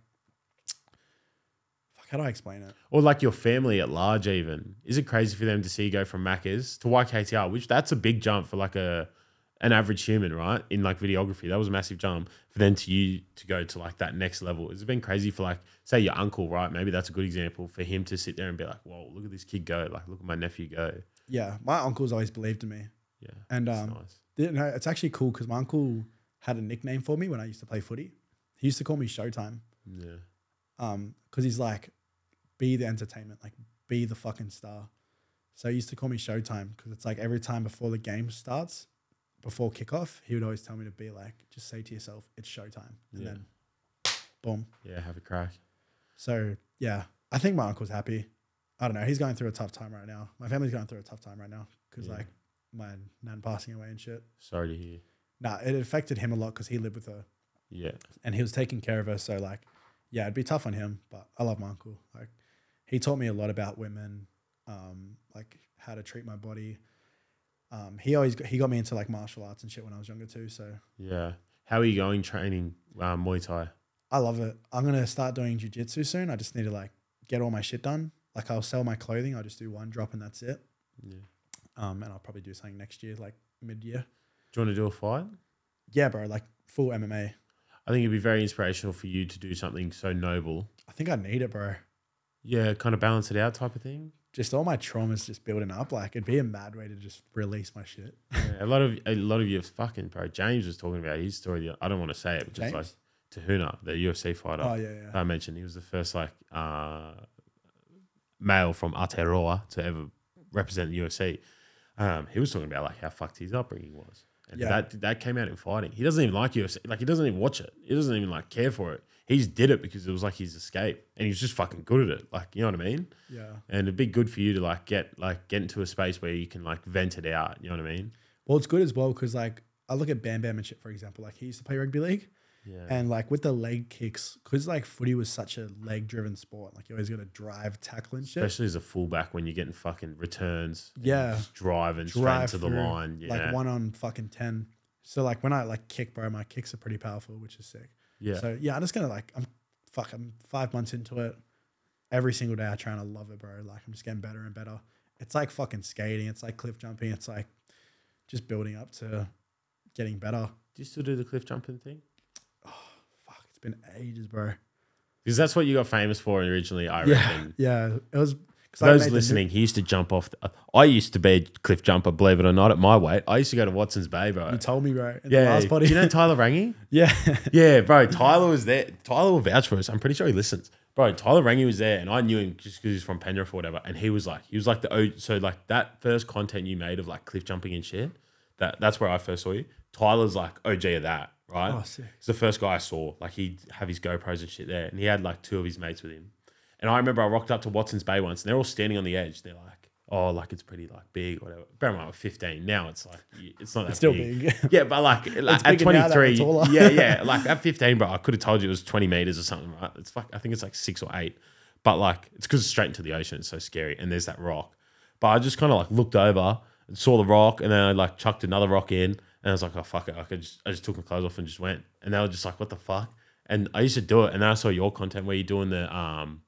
Speaker 2: fuck, how do I explain it?
Speaker 1: Or like your family at large, even is it crazy for them to see you go from Macca's to YKTR, which that's a big jump for like a an average human, right? In like videography, that was a massive jump for them to you to go to like that next level. It's been crazy for like say your uncle, right? Maybe that's a good example for him to sit there and be like, "Whoa, look at this kid go! Like, look at my nephew go!"
Speaker 2: Yeah, my uncle's always believed in me.
Speaker 1: Yeah,
Speaker 2: And
Speaker 1: it's
Speaker 2: um,
Speaker 1: nice.
Speaker 2: you know, it's actually cool because my uncle had a nickname for me when I used to play footy. He used to call me Showtime
Speaker 1: Yeah,
Speaker 2: because Um, he's like, be the entertainment, like be the fucking star. So he used to call me Showtime because it's like every time before the game starts, before kickoff, he would always tell me to be like, just say to yourself, it's Showtime, and
Speaker 1: Yeah.
Speaker 2: then boom.
Speaker 1: yeah, have a crack.
Speaker 2: So yeah, I think my uncle's happy. I don't know. He's going through a tough time right now. My family's going through a tough time right now because
Speaker 1: Yeah.
Speaker 2: like my nan passing away and shit.
Speaker 1: Sorry to hear.
Speaker 2: Nah, it affected him a lot because he lived with her
Speaker 1: Yeah,
Speaker 2: and he was taking care of her. So like, yeah, it'd be tough on him, but I love my uncle. Like, he taught me a lot about women, um, like how to treat my body. Um, he always got, he got me into like martial arts and shit when I was younger too. So
Speaker 1: yeah. How are you going training um, Muay Thai?
Speaker 2: I love it. I'm gonna start doing jujitsu soon. I just need to like get all my shit done. Like I'll sell my clothing. I'll just do one drop and that's it.
Speaker 1: Yeah.
Speaker 2: Um, and I'll probably do something next year, like mid year.
Speaker 1: Do you want to do a fight?
Speaker 2: Yeah, bro. Like full MMA.
Speaker 1: I think it'd be very inspirational for you to do something so noble
Speaker 2: I think I need it, bro.
Speaker 1: yeah, kind of balance it out type of thing.
Speaker 2: Just all my traumas just building up. Like it'd be a mad way to just release my shit.
Speaker 1: Yeah, a lot of a lot of you fucking bro. James was talking about his story. the- I don't want to say it, but just like
Speaker 2: James?
Speaker 1: Tahuna, the UFC fighter
Speaker 2: Oh yeah, yeah.
Speaker 1: I mentioned, he was the first like uh, male from Aotearoa to ever represent the UFC. um, he was talking about like how fucked his upbringing was, and
Speaker 2: Yeah.
Speaker 1: that that came out in fighting. He doesn't even like UFC. Like he doesn't even watch it. He doesn't even like care for it. He just did it because it was like his escape, and he was just fucking good at it. Like you know what I mean?
Speaker 2: Yeah.
Speaker 1: And it'd be good for you to like get like get into a space where you can like vent it out. You know what I mean?
Speaker 2: Well, it's good as well because like I look at Bam Bam and shit, for example. Like he used to play rugby league,
Speaker 1: Yeah.
Speaker 2: and like with the leg kicks, because like footy was such a leg driven sport. Like you always got to drive, tackle, and shit.
Speaker 1: Especially as a fullback when you're getting fucking returns. and
Speaker 2: Yeah.
Speaker 1: Just driving
Speaker 2: drive
Speaker 1: straight to the
Speaker 2: through,
Speaker 1: line. Yeah.
Speaker 2: like one on fucking ten. So like when I like kick, bro, my kicks are pretty powerful, which is sick.
Speaker 1: yeah.
Speaker 2: So yeah, I'm just gonna like I'm fuck. I'm five months into it. Every single day I try and I love it, bro. Like I'm just getting better and better. It's like fucking skating. It's like cliff jumping. It's like just building up to getting better.
Speaker 1: do you still do the cliff jumping thing?
Speaker 2: Fuck, it's been ages, bro.
Speaker 1: Because that's what you got famous for originally, I
Speaker 2: Yeah,
Speaker 1: reckon.
Speaker 2: yeah. It was because
Speaker 1: For those listening, he used to jump off. The, I used to be a cliff jumper, believe it or not, at my weight. I used to go to Watson's Bay, bro.
Speaker 2: You told me, bro. In
Speaker 1: yeah,
Speaker 2: the last body.
Speaker 1: you know Tyler Rangi?
Speaker 2: yeah,
Speaker 1: Yeah, bro. Tyler was there. Tyler will vouch for us. I'm pretty sure he listens. Bro, Tyler Rangi was there, and I knew him just because he's from Penrith or whatever. And he was like, he was like the O- so like that first content you made of like cliff jumping and shit. That that's where I first saw you. Tyler's like OG of that, right?
Speaker 2: Oh, sick.
Speaker 1: He's the first guy I saw. Like he'd have his GoPros and shit there, and he had like two of his mates with him. And I remember I rocked up to Watson's Bay once, and they're all standing on the edge. They're like, "Oh, like it's pretty like big, whatever." Bear in mind, I'm 15 now. It's like you- it's not that
Speaker 2: still big.
Speaker 1: yeah, but like, like at
Speaker 2: bigger now that
Speaker 1: 23,
Speaker 2: we're taller.
Speaker 1: yeah, yeah, like at 15, bro, I could have told you it was 20 meters or something, right? It's fuck, I think it's like six or eight, but like it's because it's straight into the ocean. It's so scary, and there's that rock. But I just kind of like looked over and saw the rock, and then I like chucked another rock in, and I was like, oh fuck it, I could just, I just took my clothes off and just went, and they were just like, what the fuck? And I used to do it, and then I saw your content where you're doing the um,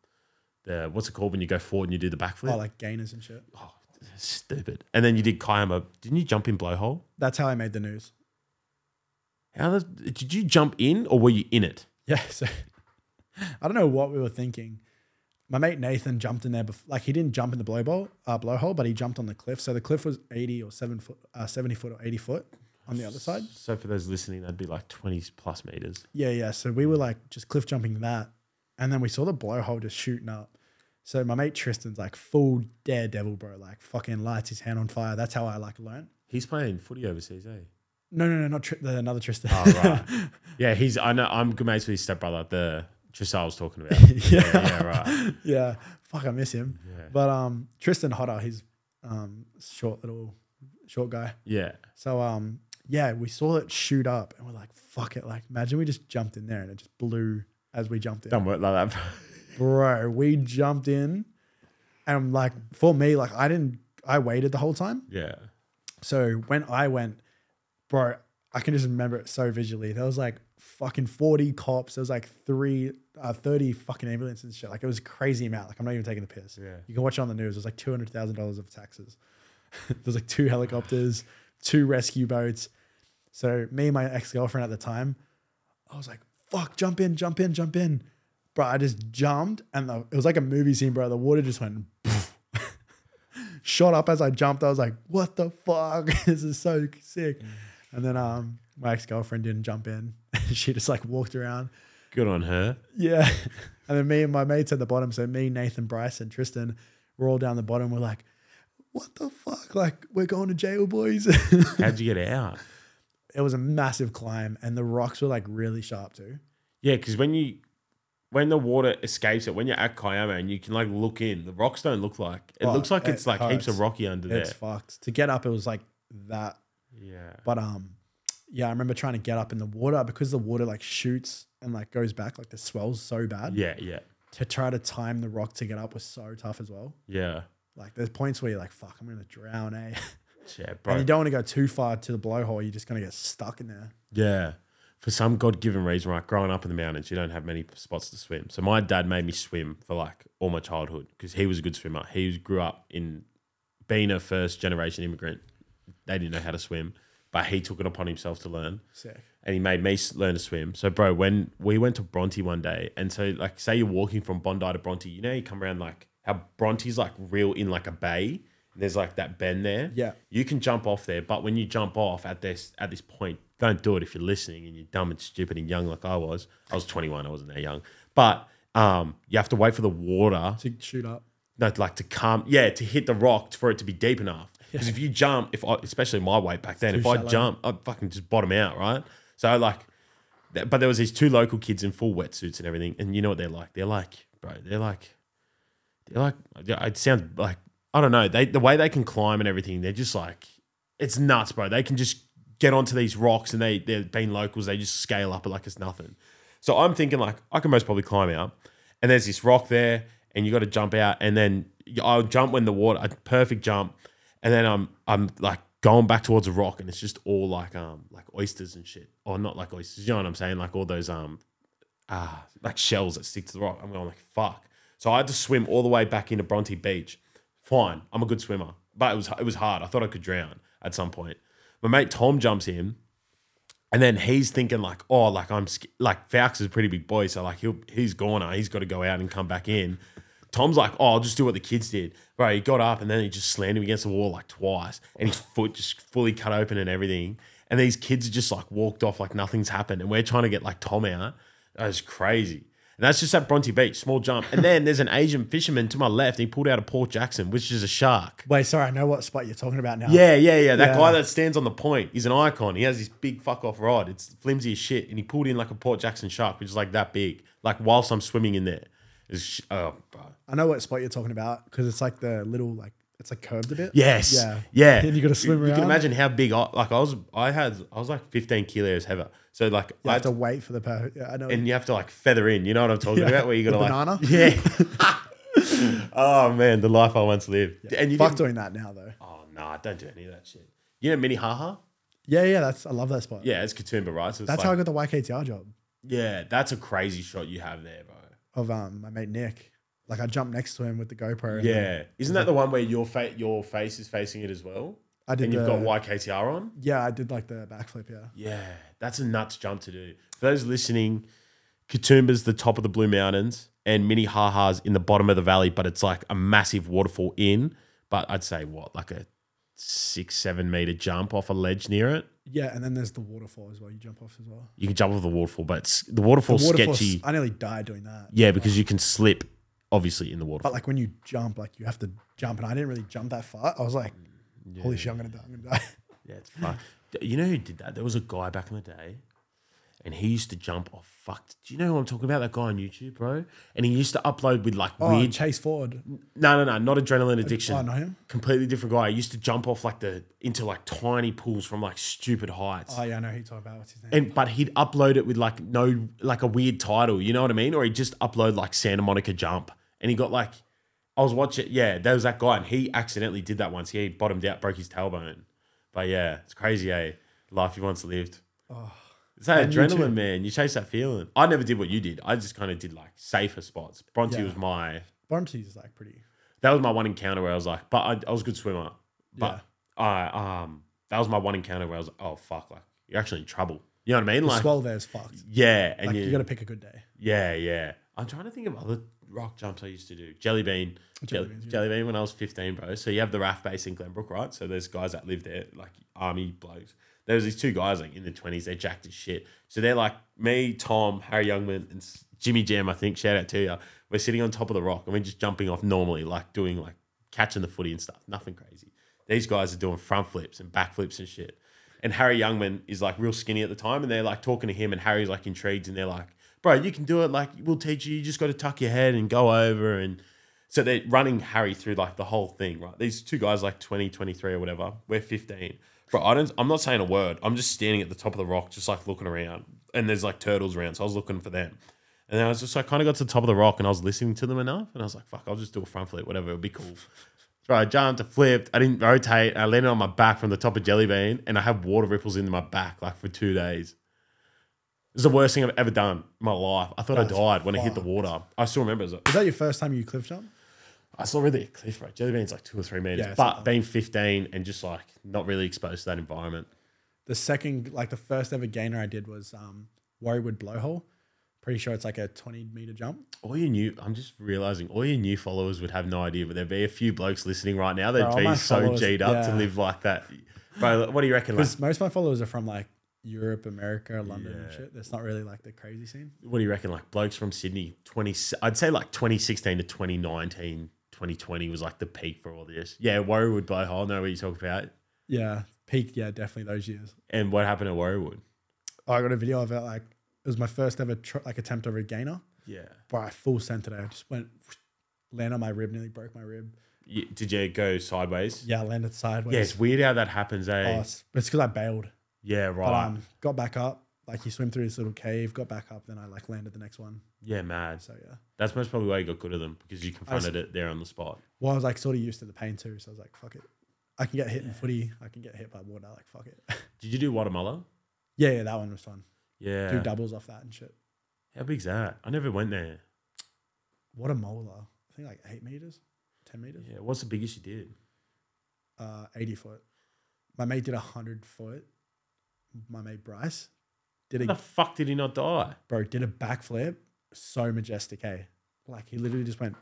Speaker 1: the what's it called when you go forward and you do the backflip? Oh,
Speaker 2: oh, like gainers and shit.
Speaker 1: Stupid. And then you did Kayama. Didn't you jump in blowhole?
Speaker 2: That's how I made the news.
Speaker 1: How does, did you jump in or were you in it?
Speaker 2: Yeah, so I don't know what we were thinking. My mate Nathan jumped in there, bef- like he didn't jump in the blowhole, uh, blowhole, but he jumped on the cliff. So the cliff was eighty or seven foot, uh, seventy foot or eighty foot on the other side.
Speaker 1: So for those listening, that'd be like 20 plus meters.
Speaker 2: Yeah, yeah. So we were like just cliff jumping that, and then we saw the blowhole just shooting up. So my mate Tristan's like full daredevil, bro. Like fucking lights his hand on fire. That's how I like learned.
Speaker 1: He's playing footy overseas, eh?
Speaker 2: No, no, no, not tri- the, another Tristan.
Speaker 1: Oh, right. yeah, he's, I know, I'm good mates with his stepbrother, the Tristan I was talking about.
Speaker 2: yeah,
Speaker 1: yeah, right.
Speaker 2: yeah. Fuck, I miss him.
Speaker 1: Yeah.
Speaker 2: But um, Tristan Hodder, he's um short little short guy.
Speaker 1: Yeah.
Speaker 2: So um, yeah, we saw it shoot up, and we're like, fuck it. Like, imagine we just jumped in there, and it just blew as we jumped in.
Speaker 1: Don't work like that, bro.
Speaker 2: Bro, we jumped in, and like for me, like I didn't, I waited the whole time.
Speaker 1: Yeah.
Speaker 2: So when I went, bro, I can just remember it so visually. There was like fucking 40 cops. There was like three, uh, 30 fucking ambulances and shit. Like it was a crazy amount. Like I'm not even taking the piss.
Speaker 1: Yeah.
Speaker 2: You can watch it on the news. It was like $200,000 of taxes. There's like two helicopters, two rescue boats. So me and my ex-girlfriend at the time, I was like, fuck, jump in, jump in, jump in. Bro, I just jumped and the, it was like a movie scene, bro. The water just went shot up as I jumped. I was like, what the fuck? this is so sick. And then um my ex-girlfriend didn't jump in. she just like walked around.
Speaker 1: Good on her.
Speaker 2: Yeah. And then me and my mates at the bottom. So me, Nathan, Bryce, and Tristan, we're all down the bottom. We're like, what the fuck? Like, we're going to jail, boys. it
Speaker 1: How'd you get out?
Speaker 2: was a massive climb and the rocks were like really sharp too.
Speaker 1: Yeah, because when you, when the water escapes it, when you're at Kayama and you can like look in, the rocks don't look like, it
Speaker 2: Oh,
Speaker 1: looks like
Speaker 2: it
Speaker 1: it's like heaps
Speaker 2: hurts.
Speaker 1: of rocky under there.
Speaker 2: It's fucked. To get up, it was like that.
Speaker 1: yeah.
Speaker 2: But um, yeah, I remember trying to get up in the water because the water like shoots and like goes back, like the swells so bad.
Speaker 1: Yeah, yeah,
Speaker 2: To try to time the rock to get up was so tough as well.
Speaker 1: yeah.
Speaker 2: Like there's points where you're like, fuck, I'm gonna drown, eh?
Speaker 1: Yeah,
Speaker 2: and
Speaker 1: bro.
Speaker 2: you don't want to go too far to the blowhole. You're just gonna get stuck in there.
Speaker 1: Yeah. For some God given reason, right? Growing up in the mountains, you don't have many spots to swim. So my dad made me swim for like all my childhood because he was a good swimmer. He was- grew up in being a first generation immigrant. They didn't know how to swim, but he took it upon himself to learn
Speaker 2: Sick.
Speaker 1: and he made me s- learn to swim. So, bro, when we went to Bronte one day, and so like, say you're walking from Bondi to Bronte, you know, you come around like how Bronte's like real in like a bay. And there's like that bend there.
Speaker 2: Yeah.
Speaker 1: you can jump off there, but when you jump off at this at this point, don't do it if you're listening and you're dumb and stupid and young like I was. I was 21, I wasn't that young, but um, you have to wait for the water
Speaker 2: To shoot up.
Speaker 1: no, like to come, yeah, to hit the rock for it to be deep enough. Because if you jump, if I, especially my weight back then, if
Speaker 2: too
Speaker 1: I
Speaker 2: shallow.
Speaker 1: jump, I fucking just bottom out, right? So like, th- but there was these two local kids in full wetsuits and everything, and you know what they're like? They're like, bro, they're like, they're like, yeah, it sounds like I don't know. They the way they can climb and everything, they're just like, it's nuts, bro. They can just get onto these rocks and they they're being locals. They just scale up it like it's nothing. So I'm thinking like I can most probably climb out, and there's this rock there, and you got to jump out, and then I'll jump when the water, a perfect jump, and then I'm I'm like going back towards a rock, and it's just all like um like oysters and shit, or not like oysters. You know what I'm saying? Like all those um ah, like shells that stick to the rock. I'm going like fuck. So I had to swim all the way back into Bronte Beach. Fine, I'm a good swimmer, but it was it was hard. I thought I could drown at some point. My mate Tom jumps in, and then he's thinking like, oh, like I'm sc- like Fowkes is a pretty big boy, so like he'll he's gonna he's got to go out and come back in. Tom's like, oh, I'll just do what the kids did, bro. He got up and then he just slammed him against the wall like twice, and his foot just fully cut open and everything. And these kids just like walked off like nothing's happened, and we're trying to get like Tom out. That was crazy. And that's just at Bronte Beach, small jump. And then there's an Asian fisherman to my left. And he pulled out a Port Jackson, which is a shark.
Speaker 2: Wait, sorry, I know what spot you're talking about now.
Speaker 1: Yeah, yeah, yeah. That
Speaker 2: Yeah.
Speaker 1: guy that stands on the point, he's an icon. He has this big fuck off rod. It's flimsy as shit. And he pulled in like a Port Jackson shark, which is like that big. Like whilst I'm swimming in there. It's sh- oh, bro.
Speaker 2: I know what spot you're talking about because it's like the little like it's like curved a bit.
Speaker 1: Yes.
Speaker 2: Yeah.
Speaker 1: Yeah. Yeah.
Speaker 2: Then you gotta swim
Speaker 1: You
Speaker 2: around.
Speaker 1: can imagine how big I like I was I had I was like 15 kilos heavier. So like
Speaker 2: You
Speaker 1: I
Speaker 2: have
Speaker 1: had
Speaker 2: to wait for the per. Yeah, I know.
Speaker 1: and you have to like feather in. You know what I'm talking about? Where you
Speaker 2: The
Speaker 1: gotta
Speaker 2: banana?
Speaker 1: like Yeah. oh man, the life I once lived. And you
Speaker 2: Fuck
Speaker 1: didn't-
Speaker 2: doing that now though.
Speaker 1: Oh no, nah, don't do any of that shit. You know mini haha?
Speaker 2: Yeah, yeah, that's I love that spot.
Speaker 1: Yeah, it's Katoomba, right? So it's
Speaker 2: that's
Speaker 1: like,
Speaker 2: how I got the YKTR job
Speaker 1: Yeah, that's a crazy shot you have there, bro.
Speaker 2: of um my mate Nick. Like I jumped next to him with the GoPro. and then
Speaker 1: Yeah, isn't that the one where your fa- your face is facing it as well,
Speaker 2: I did.
Speaker 1: and you've
Speaker 2: the-
Speaker 1: got YKTR on?
Speaker 2: Yeah, I did like the backflip. Yeah.
Speaker 1: Yeah, that's a nuts jump to do. For those listening, Katoomba's the top of the Blue Mountains, and Minnehaha's in the bottom of the valley, but it's like a massive waterfall in. But I'd say what, like a six seven meter jump off a ledge near it.
Speaker 2: Yeah, and then there's the waterfall as well. You jump off as well.
Speaker 1: You can jump off the waterfall, but it's, the
Speaker 2: The
Speaker 1: waterfall's
Speaker 2: waterfall.
Speaker 1: sketchy.
Speaker 2: I nearly died doing that.
Speaker 1: yeah, because you can slip, obviously, in the
Speaker 2: But
Speaker 1: waterfall.
Speaker 2: like when you jump, like you have to jump, and I didn't really jump that far. I was like, holy shit, I'm gonna die. I'm gonna die.
Speaker 1: Yeah, it's fuck. you know who did that? There was a guy back in the day, and he used to jump off. Fuck. Do you know who I'm talking about? That guy on YouTube, bro. And he used to upload with like
Speaker 2: Oh,
Speaker 1: weird.
Speaker 2: Chase Ford.
Speaker 1: No, no, no, not adrenaline addiction.
Speaker 2: Oh, I know him.
Speaker 1: Completely different guy. He used to jump off like the into like tiny pools from like stupid heights.
Speaker 2: Oh yeah, I know who you're talking about. What's his name?
Speaker 1: and but he'd upload it with like no like a weird title, you know what I mean? Or he'd just upload like Santa Monica jump. And he got like I was watching yeah, there was that guy and he accidentally did that once. He bottomed out, broke his tailbone. But yeah, it's crazy, eh? Life you once lived. It's that
Speaker 2: Oh, you too.
Speaker 1: adrenaline, man. You chase that feeling. I never did what you did. I just kind of did like safer spots. Bronte
Speaker 2: Yeah.
Speaker 1: was my
Speaker 2: Bronte's is like pretty.
Speaker 1: that was my one encounter where I was like, but I, I was a good swimmer. But I um that was my one encounter where I was like, oh fuck, like you're actually in trouble. You know what I mean?
Speaker 2: The
Speaker 1: Like
Speaker 2: swell there's fucked.
Speaker 1: yeah, and
Speaker 2: Like
Speaker 1: you,
Speaker 2: you got to pick a good day.
Speaker 1: yeah, yeah. I'm trying to think of other rock jumps I used to do. Jelly bean, jelly,
Speaker 2: Jelly beans, yeah.
Speaker 1: jelly bean when I was 15, bro. So you have the raft base in Glenbrook, right? So there's guys that live there, like army blokes. There was these two guys like in the 20s. They're jacked as shit. So they're like me, Tom, Harry Youngman, and S- Jimmy Jam. I think shout out to you. We're sitting on top of the rock and we're just jumping off normally, like doing like catching the footy and stuff. Nothing crazy. These guys are doing front flips and back flips and shit. And Harry Youngman is like real skinny at the time, and they're like talking to him, and Harry's like intrigued, and they're like, "Bro, you can do it. Like, we'll teach you. You just got to tuck your head and go over." And so they're running Harry through like the whole thing, right? These two guys, like 20, 23 or whatever, we're 15. Bro, I don't, I'm not saying a word. I'm just standing at the top of the rock, just like looking around. And there's like turtles around. So I was looking for them. And then I was just like, kind of got to the top of the rock and I was listening to them enough. And I was like, fuck, I'll just do a front flip, whatever. It'll be cool. So I jumped, I flipped, I didn't rotate. I landed on my back from the top of Jelly Bean and I had water ripples in my back like for two days. It's the worst thing I've ever done in my life. I thought
Speaker 2: That's
Speaker 1: I died when I hit the
Speaker 2: fucked.
Speaker 1: water. I still remember it was like,
Speaker 2: Is that your first time you cliff jump?
Speaker 1: I saw really a cliff, bro. Jelly beans like two or three meters,
Speaker 2: Yeah, it's
Speaker 1: but
Speaker 2: not-
Speaker 1: being 15 and just like not really exposed to that environment.
Speaker 2: The second, like the first ever gainer I did was um, Warriwood Blowhole. Pretty sure it's like a 20 meter jump.
Speaker 1: All your new, I'm just realizing all your new followers would have no idea, but there'd be a few blokes listening right now. They'd
Speaker 2: Bro, all
Speaker 1: be
Speaker 2: my
Speaker 1: so
Speaker 2: followers-
Speaker 1: G'd up to
Speaker 2: yeah.
Speaker 1: live like that. Bro, what do you reckon? Like,
Speaker 2: Because most of my followers are from like Europe, America, London, and
Speaker 1: Yeah.
Speaker 2: shit. That's not really like the crazy scene.
Speaker 1: what do you reckon? Like blokes from Sydney, 20, I'd say like 2016 to 2019, 2020 was like the peak for all this. Yeah, Warriorwood blowhole. No, what you talk about.
Speaker 2: Yeah, peaked. Yeah, definitely those years.
Speaker 1: And what happened at Warriorwood?
Speaker 2: I got a video of it. Like it was my first ever tr- like attempt over a gainer,
Speaker 1: Yeah.
Speaker 2: but I full sent today. I just went land on my rib, nearly broke my rib.
Speaker 1: You, did you go sideways?
Speaker 2: Yeah, I landed sideways.
Speaker 1: Yeah, it's weird how that happens,
Speaker 2: Oh,
Speaker 1: eh?
Speaker 2: it's because I bailed.
Speaker 1: yeah,
Speaker 2: But
Speaker 1: right.
Speaker 2: um, got back up. Like you swim through this little cave, got back up, then I like landed the next one.
Speaker 1: yeah, mad.
Speaker 2: So yeah.
Speaker 1: That's most probably why you got good at them because you
Speaker 2: I was-
Speaker 1: confronted it there on the spot.
Speaker 2: Well, I was like sort of used to the pain too, so I was like, fuck it. I can get hit in footy. I can get hit by water. Like fuck it.
Speaker 1: Did you do Guatemala?
Speaker 2: yeah, yeah, that one was fun. Do
Speaker 1: Yeah.
Speaker 2: doubles off that and shit.
Speaker 1: How big's that? I never went there.
Speaker 2: Watermola. I think like eight meters, ten meters,
Speaker 1: Yeah. What's the biggest you did?
Speaker 2: uh, eighty foot. My mate did a hundred foot. My mate Bryce did
Speaker 1: How the
Speaker 2: a
Speaker 1: fuck did he not die?
Speaker 2: bro did a backflip. So majestic, hey. Like he literally just went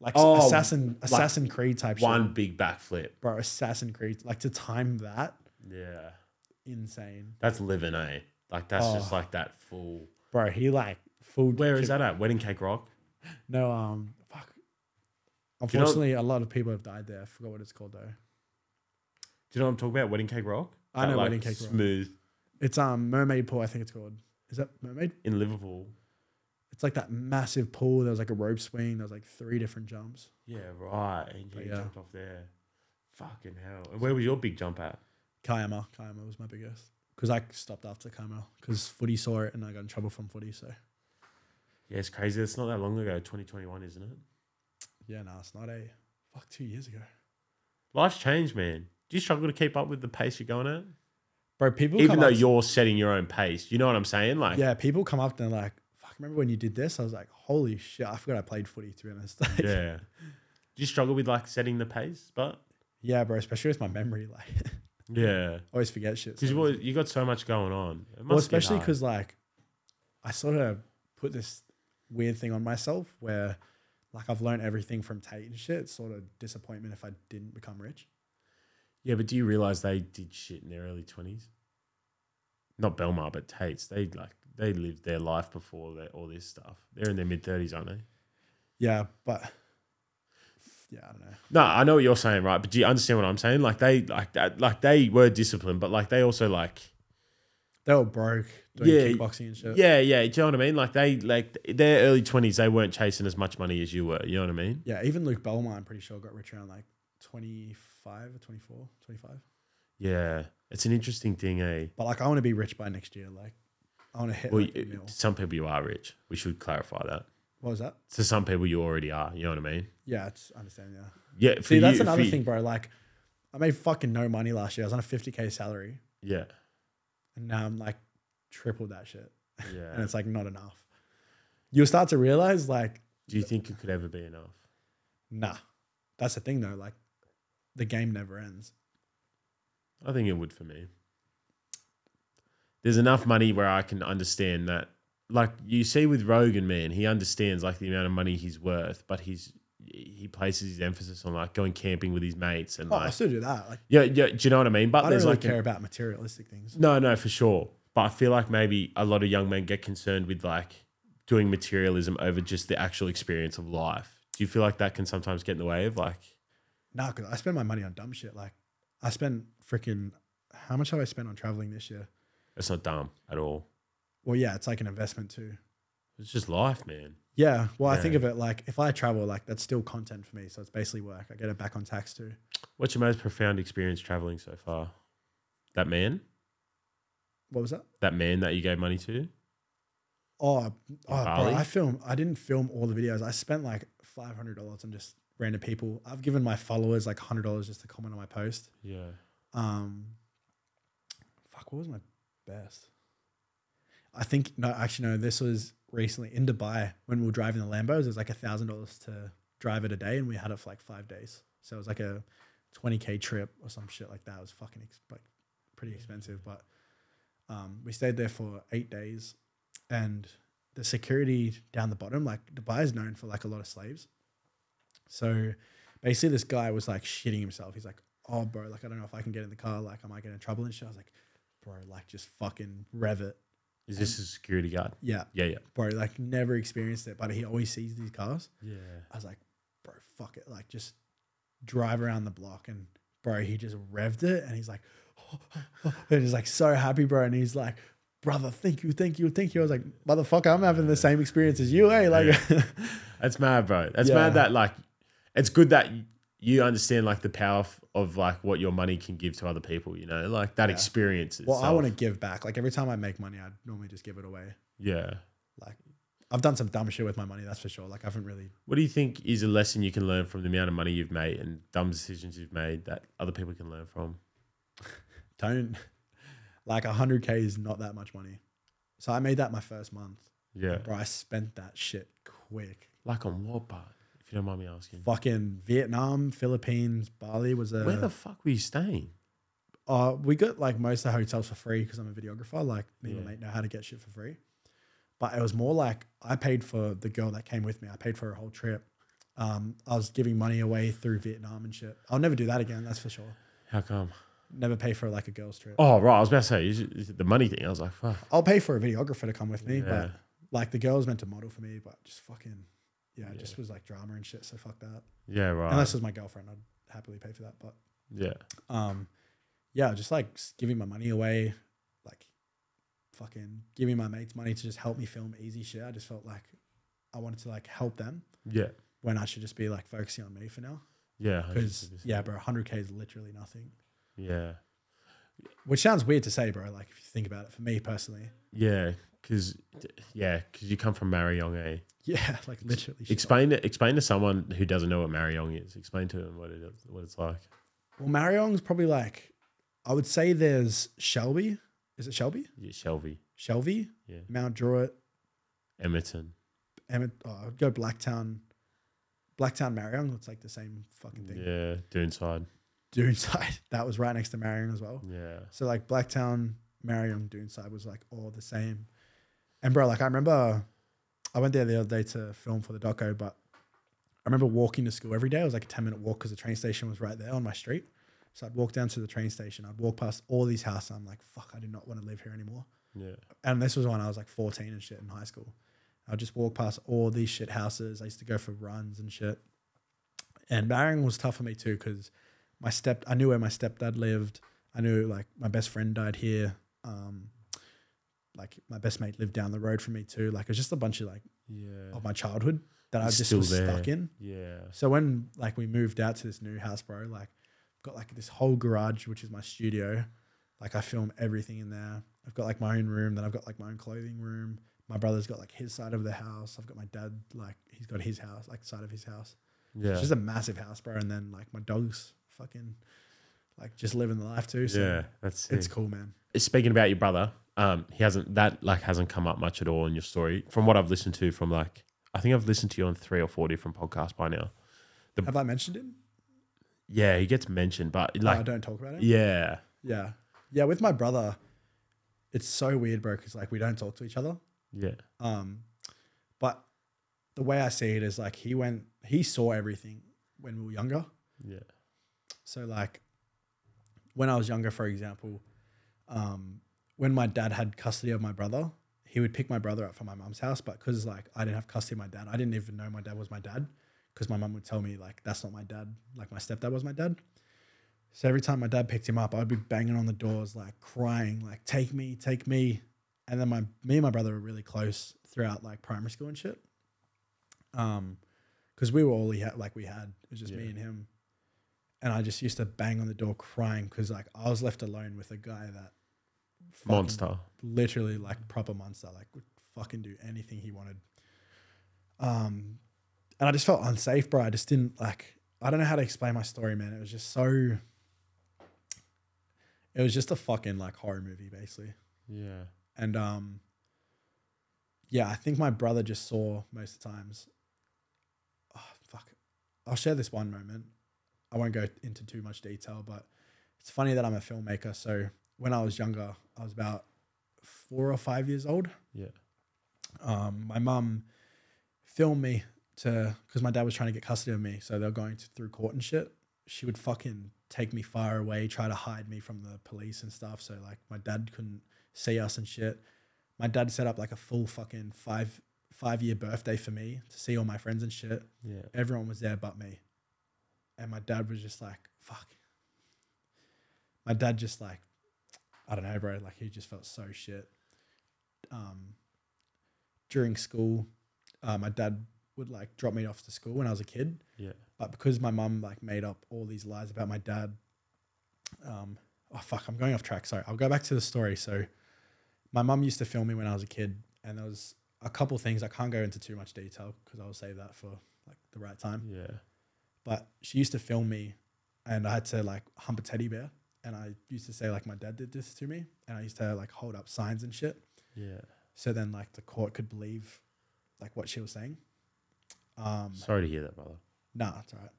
Speaker 2: like
Speaker 1: Oh,
Speaker 2: assassin Assassin Creed type
Speaker 1: One
Speaker 2: shit.
Speaker 1: big backflip.
Speaker 2: Bro, Assassin Creed. Like to time that,
Speaker 1: Yeah.
Speaker 2: insane.
Speaker 1: That's living, eh? Like that's just
Speaker 2: Oh.
Speaker 1: like that full.
Speaker 2: Bro, he like full.
Speaker 1: Where is that at? Wedding Cake Rock.
Speaker 2: No, um, fuck.
Speaker 1: you know-
Speaker 2: Unfortunately, a lot of people have died there. I forgot what it's called though.
Speaker 1: Do you know what I'm talking about? Wedding Cake Rock.
Speaker 2: I know
Speaker 1: That,
Speaker 2: Wedding Cake Rock.
Speaker 1: Smooth
Speaker 2: It's um Mermaid Pool, I think it's called. Is that Mermaid?
Speaker 1: in Liverpool.
Speaker 2: It's like that massive pool. There was like a rope swing. There was like three different jumps.
Speaker 1: Yeah, right. And you
Speaker 2: But yeah.
Speaker 1: jumped off there. Fucking hell. And where was your big jump at?
Speaker 2: Kayama, Kayama was my biggest because I stopped after Kayama because footy saw it and I got in trouble from footy. So
Speaker 1: Yeah, it's crazy. It's not that long ago. 2021, isn't it?
Speaker 2: yeah, no, it's not a fuck two years ago,
Speaker 1: Life's changed, man. Do you struggle to keep up with the pace you're going at?
Speaker 2: bro. People
Speaker 1: Even
Speaker 2: come
Speaker 1: though
Speaker 2: up-
Speaker 1: you're setting your own pace. You know what I'm saying? Like,
Speaker 2: yeah, people come up and they're like, fuck, remember when you did this? I was like, holy shit, I forgot I played footy. To be honest, Like,
Speaker 1: yeah. Do you struggle with like setting the pace? But
Speaker 2: yeah, bro. Especially with my memory, like I
Speaker 1: yeah,
Speaker 2: always forget shit.
Speaker 1: because
Speaker 2: so-
Speaker 1: you always- you got so much going on. It must
Speaker 2: well,
Speaker 1: be
Speaker 2: especially
Speaker 1: hard.
Speaker 2: because like I sort of put this weird thing on myself where like I've learned everything from Tate and shit. Sort of disappointment if I didn't become rich.
Speaker 1: yeah. But do you realize they did shit in their early twenties? Not Belmar, but Tate's. They like they lived their life before their, all this stuff. They're in their mid thirties, aren't they?
Speaker 2: Yeah, but yeah, I don't know.
Speaker 1: No, I know what you're saying, right? But do you understand what I'm saying? Like they like that, like they were disciplined, but like they also like
Speaker 2: They were broke doing
Speaker 1: Yeah,
Speaker 2: kickboxing and shit.
Speaker 1: yeah, yeah. Do you know what I mean? Like they like their early twenties, they weren't chasing as much money as you were. You know what I mean?
Speaker 2: Yeah, even Luke Belmont, I'm pretty sure, got rich around like 25 or 24, 25.
Speaker 1: Yeah, it's an interesting thing, eh?
Speaker 2: But like, I want to be rich by next year. Like, I want to hit
Speaker 1: Well,
Speaker 2: like, a
Speaker 1: you-
Speaker 2: mil.
Speaker 1: some people you are rich. We should clarify that.
Speaker 2: What was that?
Speaker 1: To some people, you already are. You know what I mean?
Speaker 2: Yeah, it's I understand. Yeah.
Speaker 1: Yeah. For
Speaker 2: See, that's
Speaker 1: you- for
Speaker 2: another
Speaker 1: you-
Speaker 2: thing, bro. Like, I made fucking no money last year. I was on a 50K salary.
Speaker 1: Yeah,
Speaker 2: and now I'm like triple that shit, and
Speaker 1: yeah.
Speaker 2: it's like not enough. You'll start to realize like,
Speaker 1: Do you think it could ever be enough?
Speaker 2: nah, that's the thing though. Like, the game never ends.
Speaker 1: I think it would for me. There's enough money where I can understand that. Like you see with Rogan, man, he understands like the amount of money he's worth, but he's he places his emphasis on like going camping with his mates and
Speaker 2: Oh, I
Speaker 1: like
Speaker 2: still do that. Like,
Speaker 1: yeah, yeah. Do you know what I mean? But
Speaker 2: I don't
Speaker 1: there's
Speaker 2: really
Speaker 1: like a-
Speaker 2: care about materialistic things.
Speaker 1: No, no, for sure. But I feel like maybe a lot of young men get concerned with like doing materialism over just the actual experience of life. Do you feel like that can sometimes get in the way of like,
Speaker 2: Nah, because I spend my money on dumb shit. Like, I spent freaking how much have I spent on traveling this year?
Speaker 1: it's not dumb at all?
Speaker 2: Well, yeah, it's like an investment too.
Speaker 1: It's just life, man.
Speaker 2: Yeah. Well, I think
Speaker 1: Yeah.
Speaker 2: of it like if I travel, like that's still content for me. So it's basically work. I get it back on tax too.
Speaker 1: What's your most profound experience traveling so far? That man?
Speaker 2: What was that?
Speaker 1: That man that you gave money to?
Speaker 2: Oh, oh bro,
Speaker 1: Bali?
Speaker 2: I film. I didn't film all the videos. I spent like five hundred dollars on just random people. I've given my followers like hundred dollars just to comment on my post.
Speaker 1: Yeah.
Speaker 2: Um, fuck, what was my best? I think no, actually no. This was recently in Dubai when we were driving the Lambos. It was like a thousand dollars to drive it a day, and we had it for like five days. So it was like a twenty k trip or some shit like that. It was fucking ex- like pretty expensive, but um, we stayed there for eight days, and the security down the bottom, like Dubai is known for like a lot of slaves. So basically, this guy was like shitting himself. He's like, "Oh, bro, like I don't know if I can get in the car. Like, I might get in trouble and shit." I was like, "Bro, like just fucking rev it."
Speaker 1: Is this a security guard?
Speaker 2: Yeah,
Speaker 1: Yeah, yeah.
Speaker 2: bro, like never experienced it, but he always sees these cars.
Speaker 1: Yeah.
Speaker 2: I was like, "Bro, fuck it, like just drive around the block. And bro, he just revved it and he's like, and he's like so happy, bro. And he's like, brother, thank you, thank you, thank you. I was like, motherfucker, I'm having the same experience as you, hey. Like,
Speaker 1: That's mad, bro. That's
Speaker 2: Yeah.
Speaker 1: mad that like it's good that you understand like the power of, of like what your money can give to other people, you know? Like that experience.
Speaker 2: well, I
Speaker 1: itself.
Speaker 2: want to give back. Like every time I make money, I normally just give it away.
Speaker 1: Yeah.
Speaker 2: Like, I've done some dumb shit with my money, that's for sure. Like, I haven't really
Speaker 1: What do you think is a lesson you can learn from the amount of money you've made and dumb decisions you've made that other people can learn from?
Speaker 2: don't like 100k is not that much money. So I made that my first month,
Speaker 1: Yeah.
Speaker 2: bro. I spent that shit quick.
Speaker 1: Like on what part, if you don't mind me asking?
Speaker 2: Fucking Vietnam, Philippines, Bali was a.
Speaker 1: Where the fuck were you staying?
Speaker 2: uh, we got like most of the hotels for free because I'm a videographer. Like me and
Speaker 1: Yeah.
Speaker 2: my mate know how to get shit for free. But it was more like I paid for the girl that came with me. I paid for her whole trip. Um, I was giving money away through Vietnam and shit. I'll never do that again. That's for sure.
Speaker 1: How come?
Speaker 2: Never pay for like a girl's trip.
Speaker 1: Oh, right. I was about to say is it- is it the money thing. I was like, fuck.
Speaker 2: I'll pay for a videographer to come with me, but
Speaker 1: Yeah.
Speaker 2: like the girl was meant to model for me, but just fucking, yeah, it just was like drama and shit. So fuck that.
Speaker 1: Yeah, right.
Speaker 2: Unless it was my girlfriend, I'd happily pay for that. But
Speaker 1: yeah.
Speaker 2: um yeah just like s- giving my money away like fucking giving my mates money to just help me film easy shit i just felt like i wanted to like help them
Speaker 1: Yeah.
Speaker 2: when i should just be like focusing on me for
Speaker 1: Oh,
Speaker 2: now
Speaker 1: Yeah.
Speaker 2: because yeah bro 100k is literally nothing
Speaker 1: Yeah.
Speaker 2: which sounds weird to say bro like if you think about it for me personally
Speaker 1: Yeah, because yeah, because you come from Mariong, eh?
Speaker 2: yeah like literally shit.
Speaker 1: Explain it. Explain to someone who doesn't know what Mariong is. Explain to them what it is, what it's like.
Speaker 2: well mariong's probably like i would say there's shelby is it shelby
Speaker 1: Yeah, Shelby,
Speaker 2: shelby
Speaker 1: Yeah.
Speaker 2: mount druitt
Speaker 1: Emerton.
Speaker 2: Emmett, oh, I'd go Blacktown, Blacktown Marion. It's like the same fucking thing.
Speaker 1: Yeah, Doonside.
Speaker 2: Doonside, that was right next to Marion as well.
Speaker 1: Yeah,
Speaker 2: So like Blacktown, Marion, Doonside was like all the same. And bro, like I remember, I went there the other day to film for the doco, but I remember walking to school every day. It was like a ten minute walk because the train station was right there on my street. So I'd walk down to the train station. I'd walk past all these houses. I'm like, fuck, I do not want to live here anymore
Speaker 1: yeah,
Speaker 2: and this was when I was like 14 and shit in high school. I'd just walk past all these shit houses. I used to go for runs and shit. And marrying was tough for me too because my step I knew where my stepdad lived. I knew like my best friend died here. Um, like my best mate lived down the road from me too. Like it was just a bunch of like
Speaker 1: yeah,
Speaker 2: of my childhood that I
Speaker 1: It's
Speaker 2: just
Speaker 1: still
Speaker 2: was
Speaker 1: there.
Speaker 2: stuck in.
Speaker 1: yeah,
Speaker 2: So when like we moved out to this new house, bro, like got like this whole garage which is my studio. Like I film everything in there. I've got like my own room, then I've got like my own clothing room. My brother's got like his side of the house. I've got my dad like he's got his house, like side of his house.
Speaker 1: yeah.
Speaker 2: It's just a massive house, bro. And then like my dogs fucking like just living the life too. So
Speaker 1: yeah, that's sick.
Speaker 2: it's cool, man.
Speaker 1: Speaking about your brother, um, he hasn't that like hasn't come up much at all in your story. From what I've listened to, from like I think I've listened to you on three or four different podcasts by now.
Speaker 2: Have I mentioned him?
Speaker 1: Yeah, he gets mentioned, but
Speaker 2: No,
Speaker 1: like,
Speaker 2: Oh, I don't talk about him.
Speaker 1: yeah,
Speaker 2: Yeah. Yeah, with my brother, it's so weird, bro, because like we don't talk to each other.
Speaker 1: yeah,
Speaker 2: Um, but the way I see it is like he went, he saw everything when we were younger.
Speaker 1: yeah,
Speaker 2: So like when I was younger, for example, um, when my dad had custody of my brother, he would pick my brother up from my mum's house. But because like I didn't have custody of my dad, I didn't even know my dad was my dad because my mum would tell me like that's not my dad. Like my stepdad was my dad. So every time my dad picked him up, I would be banging on the doors, like crying, like take me, take me. And then my me and my brother were really close throughout like primary school and shit. Um, because we were all he had, like we had. It was just me
Speaker 1: Yeah.
Speaker 2: and him. And I just used to bang on the door crying because like I was left alone with a guy that fucking-
Speaker 1: monster.
Speaker 2: literally like proper monster, like would fucking do anything he wanted. Um, and I just felt unsafe, bro. I just didn't like. I don't know how to explain my story, man. It was just so. It was just a fucking like horror movie, basically.
Speaker 1: Yeah.
Speaker 2: And um, yeah, I think my brother just saw most of the times. Oh, fuck. I'll share this one moment. I won't go into too much detail, but it's funny that I'm a filmmaker. So when I was younger, I was about four or five years old.
Speaker 1: Yeah.
Speaker 2: Um, my mum filmed me to because my dad was trying to get custody of me, so they were going to, through court and shit. She would fucking take me far away, try to hide me from the police and stuff. So like my dad couldn't see us and shit. My dad set up like a full fucking five five year birthday for me to see all my friends and shit.
Speaker 1: Yeah.
Speaker 2: Everyone was there but me. and my dad was just like, fuck. My dad just like, I don't know, bro. Like he just felt so shit. Um, during school, uh, my dad would like drop me off to school when I was a kid,
Speaker 1: Yeah.
Speaker 2: but because my mum like made up all these lies about my dad. Um, oh fuck, I'm going off track. Sorry, I'll go back to the story. So, my mum used to film me when I was a kid, and there was a couple things I can't go into too much detail because I'll save that for like the right time
Speaker 1: Yeah.
Speaker 2: but she used to film me and I had to like hump a teddy bear and I used to say like my dad did this to me and I used to like hold up signs and shit
Speaker 1: Yeah.
Speaker 2: so then like the court could believe like what she was saying. Um
Speaker 1: Sorry to hear that, brother.
Speaker 2: nah, it's all right.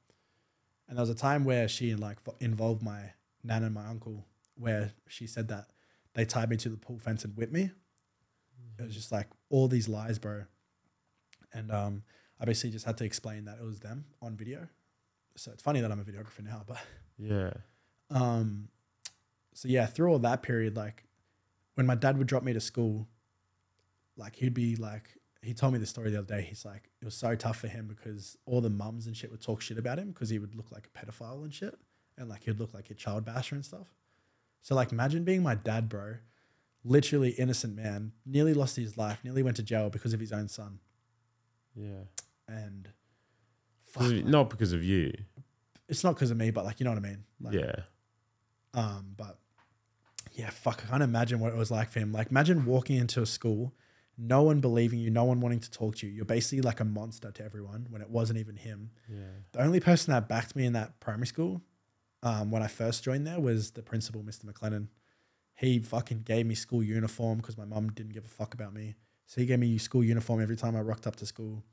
Speaker 2: And there was a time where she like vo- involved my nan and my uncle where she said that they tied me to the pool fence and whipped me. It was just like all these lies, bro. And um I basically just had to explain that it was them on video. So it's funny that I'm a videographer now, but
Speaker 1: Yeah.
Speaker 2: um, so yeah, through all that period, like when my dad would drop me to school, like he'd be like, he told me the story the other day. He's like, it was so tough for him because all the mums and shit would talk shit about him because he would look like a pedophile and shit, and like he'd look like a child basher and stuff. So like, imagine being my dad, bro. Literally innocent man, nearly lost his life, nearly went to jail because of his own son,
Speaker 1: Yeah.
Speaker 2: and fuck,
Speaker 1: 'Cause of- Not because of you.
Speaker 2: it's not because of me, but like you know what I mean. Like,
Speaker 1: yeah.
Speaker 2: Um, but yeah, fuck, I can't imagine what it was like for him. Like, imagine walking into a school, no one believing you, no one wanting to talk to you. You're basically like a monster to everyone when it wasn't even him.
Speaker 1: Yeah.
Speaker 2: The only person that backed me in that primary school um, when I first joined there was the principal, Mr. McLennan. He fucking gave me school uniform because my mum didn't give a fuck about me. So he gave me school uniform every time I rocked up to school.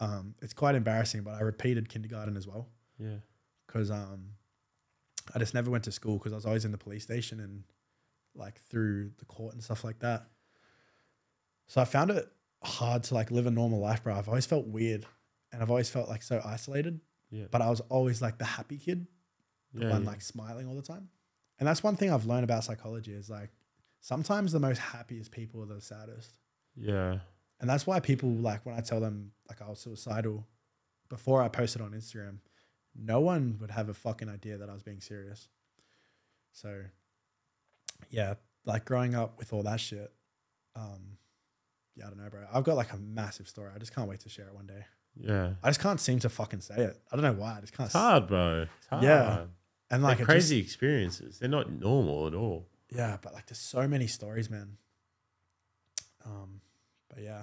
Speaker 2: Um, it's quite embarrassing, but I repeated kindergarten as well
Speaker 1: Yeah.
Speaker 2: because um, I just never went to school because I was always in the police station and like through the court and stuff like that. So I found it hard to like live a normal life, bro. I've always felt weird and I've always felt like so isolated.
Speaker 1: Yeah.
Speaker 2: But I was always like the happy kid, the
Speaker 1: Yeah,
Speaker 2: one
Speaker 1: yeah.
Speaker 2: like smiling all the time. And that's one thing I've learned about psychology is like sometimes the most happiest people are the saddest.
Speaker 1: Yeah.
Speaker 2: And that's why people like when I tell them like I was suicidal before I posted on Instagram, no one would have a fucking idea that I was being serious. So yeah, like growing up with all that shit. Um yeah, I don't know, bro. I've got like a massive story. I just can't wait to share it one day.
Speaker 1: Yeah.
Speaker 2: I just can't seem to fucking say it. I don't know why. I just can't.
Speaker 1: It's hard, bro. It's hard.
Speaker 2: Yeah. And like
Speaker 1: They're
Speaker 2: it
Speaker 1: crazy experiences. They're not normal at all.
Speaker 2: just- yeah, but like there's so many stories, man. Um, but yeah,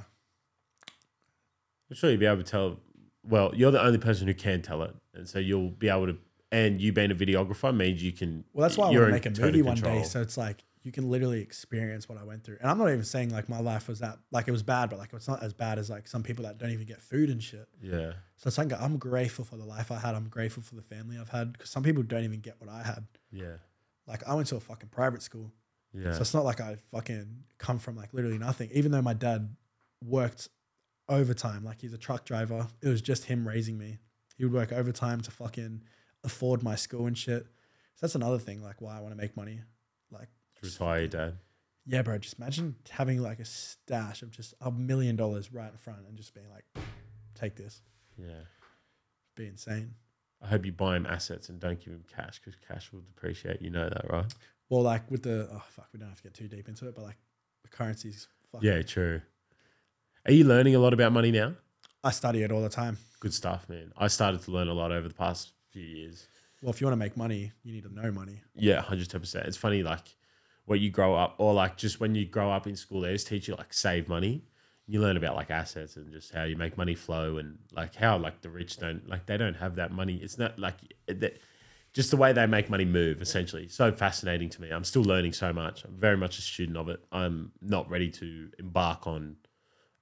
Speaker 1: I'm sure you'll be able to tell. Well, you're the only person who can tell it, and so you'll be able to. And you being a videographer means you can.
Speaker 2: Well, that's why I
Speaker 1: you're
Speaker 2: want to
Speaker 1: in
Speaker 2: make a
Speaker 1: total
Speaker 2: movie one
Speaker 1: control.
Speaker 2: day. So it's like you can literally experience what I went through. And I'm not even saying like my life was that like it was bad, but like it's not as bad as like some people that don't even get food and shit.
Speaker 1: yeah,
Speaker 2: So it's like I'm grateful for the life I had. I'm grateful for the family I've had because some people don't even get what I had.
Speaker 1: yeah,
Speaker 2: Like I went to a fucking private school,
Speaker 1: yeah,
Speaker 2: so it's not like I fucking come from like literally nothing. Even though my dad worked overtime, like he's a truck driver, it was just him raising me. He would work overtime to fucking afford my school and shit. So that's another thing, like why I want to make money. Like
Speaker 1: retire your dad.
Speaker 2: yeah, bro. Just imagine having like a stash of just a million dollars right in front and just being like, take this.
Speaker 1: Yeah,
Speaker 2: Be insane.
Speaker 1: I hope you buy him assets and don't give him cash because cash will depreciate. You know that, right?
Speaker 2: Well, like with the oh fuck, we don't have to get too deep into it, but like the currencies. Fuck.
Speaker 1: Yeah, true. Are you learning a lot about money now?
Speaker 2: I study it all the time.
Speaker 1: Good stuff, man. I started to learn a lot over the past few years.
Speaker 2: Well, if you want to make money, you need to know money.
Speaker 1: Yeah, hundred ten percent. It's funny, like what you grow up, or like just when you grow up in school, they just teach you like save money. You learn about like assets and just how you make money flow, and like how like the rich don't like they don't have that money. It's not like that. Just the way they make money move, essentially, so fascinating to me. I'm still learning so much. I'm very much a student of it. I'm not ready to embark on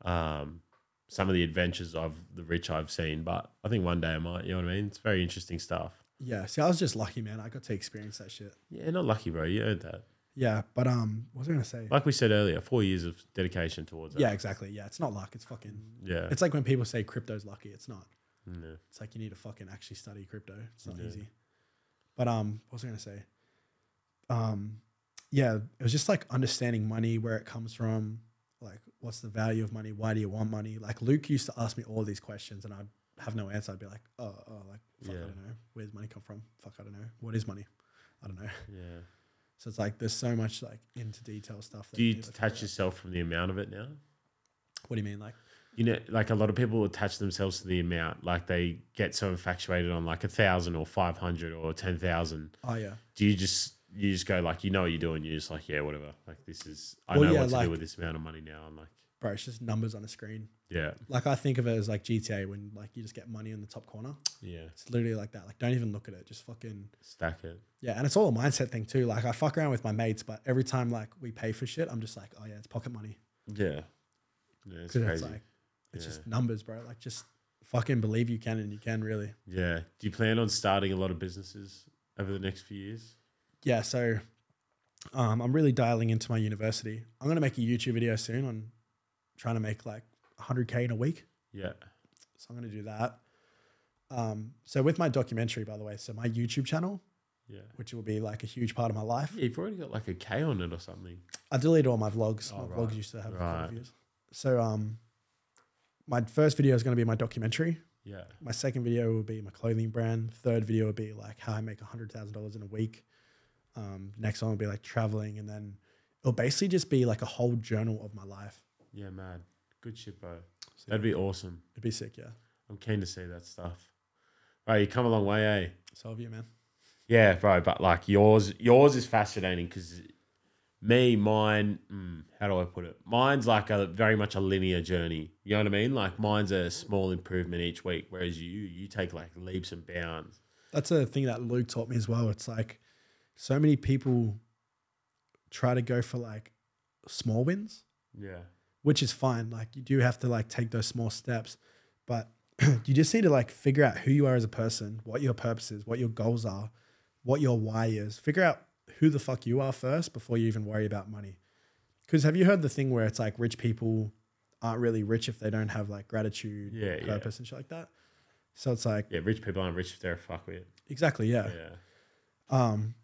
Speaker 1: um, some of the adventures of the rich I've seen, but I think one day I might. You know what I mean? It's very interesting stuff.
Speaker 2: Yeah. See, I was just lucky, man. I got to experience that shit.
Speaker 1: Yeah, not lucky, bro. You earned that.
Speaker 2: Yeah, but um, what was I gonna say?
Speaker 1: like we said earlier, four years of dedication towards it.
Speaker 2: Yeah, exactly. Yeah, it's not luck. It's fucking.
Speaker 1: yeah,
Speaker 2: It's like when people say crypto's lucky. It's not.
Speaker 1: yeah.
Speaker 2: It's like you need to fucking actually study crypto. It's not
Speaker 1: Yeah.
Speaker 2: easy. But um, what was I gonna say? Um, yeah, it was just like understanding money, where it comes from, like what's the value of money, why do you want money? Like Luke used to ask me all these questions, and I'd have no answer, I'd be like, oh, oh like, fuck, I
Speaker 1: Yeah.
Speaker 2: don't know. Where's money come from? Fuck, I don't know. What is money? I don't know.
Speaker 1: Yeah.
Speaker 2: So it's like there's so much like into detail stuff. That
Speaker 1: Do you
Speaker 2: need to figure
Speaker 1: detach
Speaker 2: out.
Speaker 1: yourself from the amount of it now?
Speaker 2: What do you mean, like?
Speaker 1: You know, like a lot of people attach themselves to the amount. Like they get so infatuated on like a thousand or five hundred or ten thousand.
Speaker 2: Oh yeah.
Speaker 1: Do you just you just go like you know what you're doing? You're just like yeah, whatever. Like this is I
Speaker 2: Well,
Speaker 1: know
Speaker 2: yeah,
Speaker 1: what to
Speaker 2: like-
Speaker 1: do with this amount of money now. I'm like
Speaker 2: bro, it's just numbers on a screen.
Speaker 1: yeah,
Speaker 2: Like I think of it as like GTA when like you just get money in the top corner.
Speaker 1: yeah,
Speaker 2: It's literally like that. Like don't even look at it. Just fucking
Speaker 1: stack it.
Speaker 2: yeah. And it's all a mindset thing too. Like I fuck around with my mates, but every time like we pay for shit, I'm just like, oh yeah, it's pocket money.
Speaker 1: Yeah, yeah, it's
Speaker 2: 'Cause
Speaker 1: crazy.
Speaker 2: it's like it's
Speaker 1: Yeah.
Speaker 2: just numbers, bro. Like just fucking believe you can and you can really.
Speaker 1: yeah. Do you plan on starting a lot of businesses over the next few years?
Speaker 2: Yeah. So um, I'm really dialing into my university. I'm gonna make a YouTube video soon on trying to make like 100k in a week.
Speaker 1: Yeah,
Speaker 2: So I'm going to do that. Um, so with my documentary, by the way, so my YouTube channel,
Speaker 1: yeah.
Speaker 2: which will be like a huge part of my life,
Speaker 1: Yeah, You've already got like a K on it or something.
Speaker 2: I deleted all my vlogs.
Speaker 1: Oh,
Speaker 2: my
Speaker 1: right.
Speaker 2: vlogs used to have a
Speaker 1: Right.
Speaker 2: couple views. So um, my first video is going to be my documentary.
Speaker 1: Yeah,
Speaker 2: My second video will be my clothing brand. Third video will be like how I make hundred thousand dollars in a week. Um, next one will be like traveling, and then it'll basically just be like a whole journal of my life.
Speaker 1: yeah, man. Good shit, bro.
Speaker 2: So
Speaker 1: That'd be awesome.
Speaker 2: it'd be sick, yeah.
Speaker 1: I'm keen to see that stuff. Right, you come a long way, eh?
Speaker 2: So have you, man.
Speaker 1: Yeah, bro. But like yours, yours is fascinating because me, mine. Mm, how do I put it? Mine's like a very much a linear journey. You know what I mean? Like mine's a small improvement each week, whereas you, you take like leaps and bounds.
Speaker 2: That's a thing that Luke taught me as well. It's like so many people try to go for like small wins,
Speaker 1: Yeah,
Speaker 2: which is fine. Like you do have to like take those small steps, but you just need to like figure out who you are as a person, what your purpose is, what your goals are, what your why is. Figure out who the fuck you are first before you even worry about money. Cuz have you heard the thing where it's like rich people aren't really rich if they don't have like gratitude,
Speaker 1: Yeah, yeah.
Speaker 2: purpose and shit like that. So it's like
Speaker 1: yeah. Rich people aren't rich if they're a fuckwit.
Speaker 2: exactly, yeah.
Speaker 1: Yeah,
Speaker 2: Um,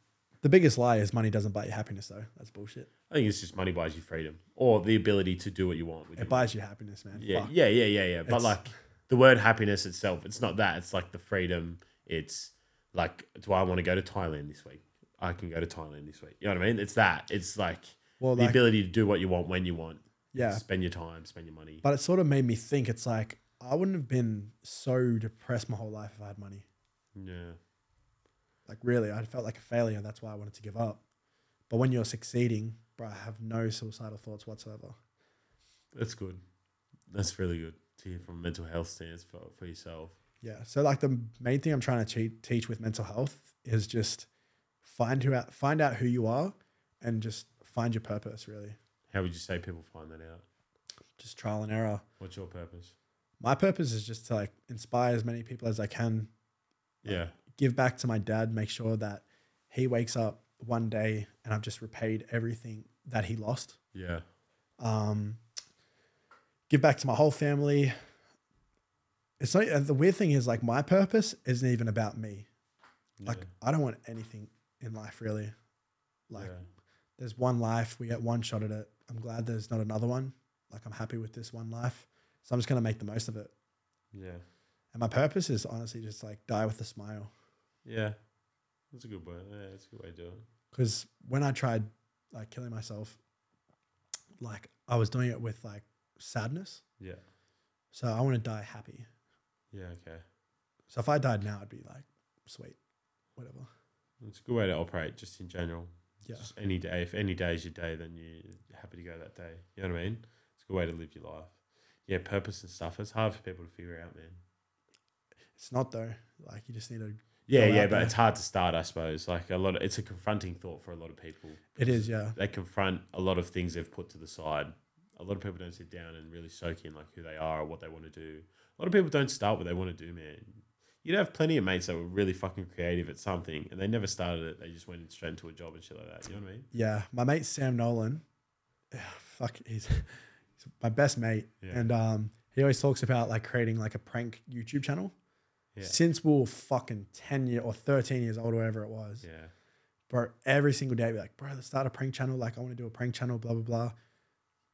Speaker 2: the biggest lie is money doesn't buy you happiness, though. That's bullshit.
Speaker 1: I think it's just money buys you freedom or the ability to do what you want. With your
Speaker 2: It buys you happiness, man.
Speaker 1: Yeah,
Speaker 2: Fuck.
Speaker 1: yeah, yeah, yeah, yeah. But
Speaker 2: It's-
Speaker 1: like the word happiness itself, it's not that. It's like the freedom. It's like, do I want to go to Thailand this week? I can go to Thailand this week. You know what I mean? It's that. It's like
Speaker 2: Well,
Speaker 1: the
Speaker 2: like,
Speaker 1: ability to do what you want when you want.
Speaker 2: yeah.
Speaker 1: Spend your time, spend your money.
Speaker 2: But it sort of made me think. It's like I wouldn't have been so depressed my whole life if I had money.
Speaker 1: yeah.
Speaker 2: Like really, I felt like a failure. That's why I wanted to give up. But when you're succeeding, bro, I have no suicidal thoughts whatsoever.
Speaker 1: That's good. That's really good to hear from a mental health stance for, for yourself.
Speaker 2: Yeah. So like the main thing I'm trying to te- teach with mental health is just find who out, find out who you are, and just find your purpose. Really,
Speaker 1: How would you say people find that out?
Speaker 2: just trial and error.
Speaker 1: What's your purpose?
Speaker 2: my purpose is just to like inspire as many people as I can,
Speaker 1: Yeah.
Speaker 2: give back to my dad, make sure that he wakes up one day and I've just repaid everything that he lost.
Speaker 1: Yeah.
Speaker 2: Um, give back to my whole family. It's not uh, the weird thing is like my purpose isn't even about me. Like
Speaker 1: yeah.
Speaker 2: I don't want anything in life really. Like
Speaker 1: yeah.
Speaker 2: there's one life, we get one shot at it. I'm glad there's not another one. Like I'm happy with this one life. So I'm just gonna make the most of it.
Speaker 1: Yeah.
Speaker 2: And my purpose is honestly just like die with a smile.
Speaker 1: Yeah. That's a good way. Yeah, that's a good way to do it.
Speaker 2: Because when I tried like killing myself, like I was doing it with like sadness.
Speaker 1: Yeah.
Speaker 2: So I want to die happy.
Speaker 1: Yeah. Okay.
Speaker 2: So if I died now, I'd be like, sweet, whatever.
Speaker 1: It's a good way to operate, just in general.
Speaker 2: Yeah.
Speaker 1: Just any day, if any day is your day, then you're happy to go that day. You know what I mean? It's a good way to live your life. Yeah, purpose and stuff. It's hard for people to figure out, man.
Speaker 2: It's not though. Like you just need to,
Speaker 1: Yeah,
Speaker 2: Go
Speaker 1: yeah,
Speaker 2: out
Speaker 1: but
Speaker 2: there.
Speaker 1: it's hard to start, I suppose. Like a lot, of, it's a confronting thought for a lot of people.
Speaker 2: it is, yeah.
Speaker 1: They confront a lot of things they've put to the side. A lot of people don't sit down and really soak in like who they are or what they want to do. A lot of people don't start what they want to do, man. You'd have plenty of mates that were really fucking creative at something, and they never started it. They just went straight into a job and shit like that. You know what I mean?
Speaker 2: Yeah. My mate, Sam Nolan, fuck, he's, he's my best mate.
Speaker 1: Yeah.
Speaker 2: And um, he always talks about like creating like a prank YouTube channel.
Speaker 1: Yeah.
Speaker 2: Since we were fucking 10 year or 13 years old, or whatever it was.
Speaker 1: Yeah.
Speaker 2: bro, every single day, I'd be like, bro, let's start a prank channel. Like, I want to do a prank channel, blah, blah, blah.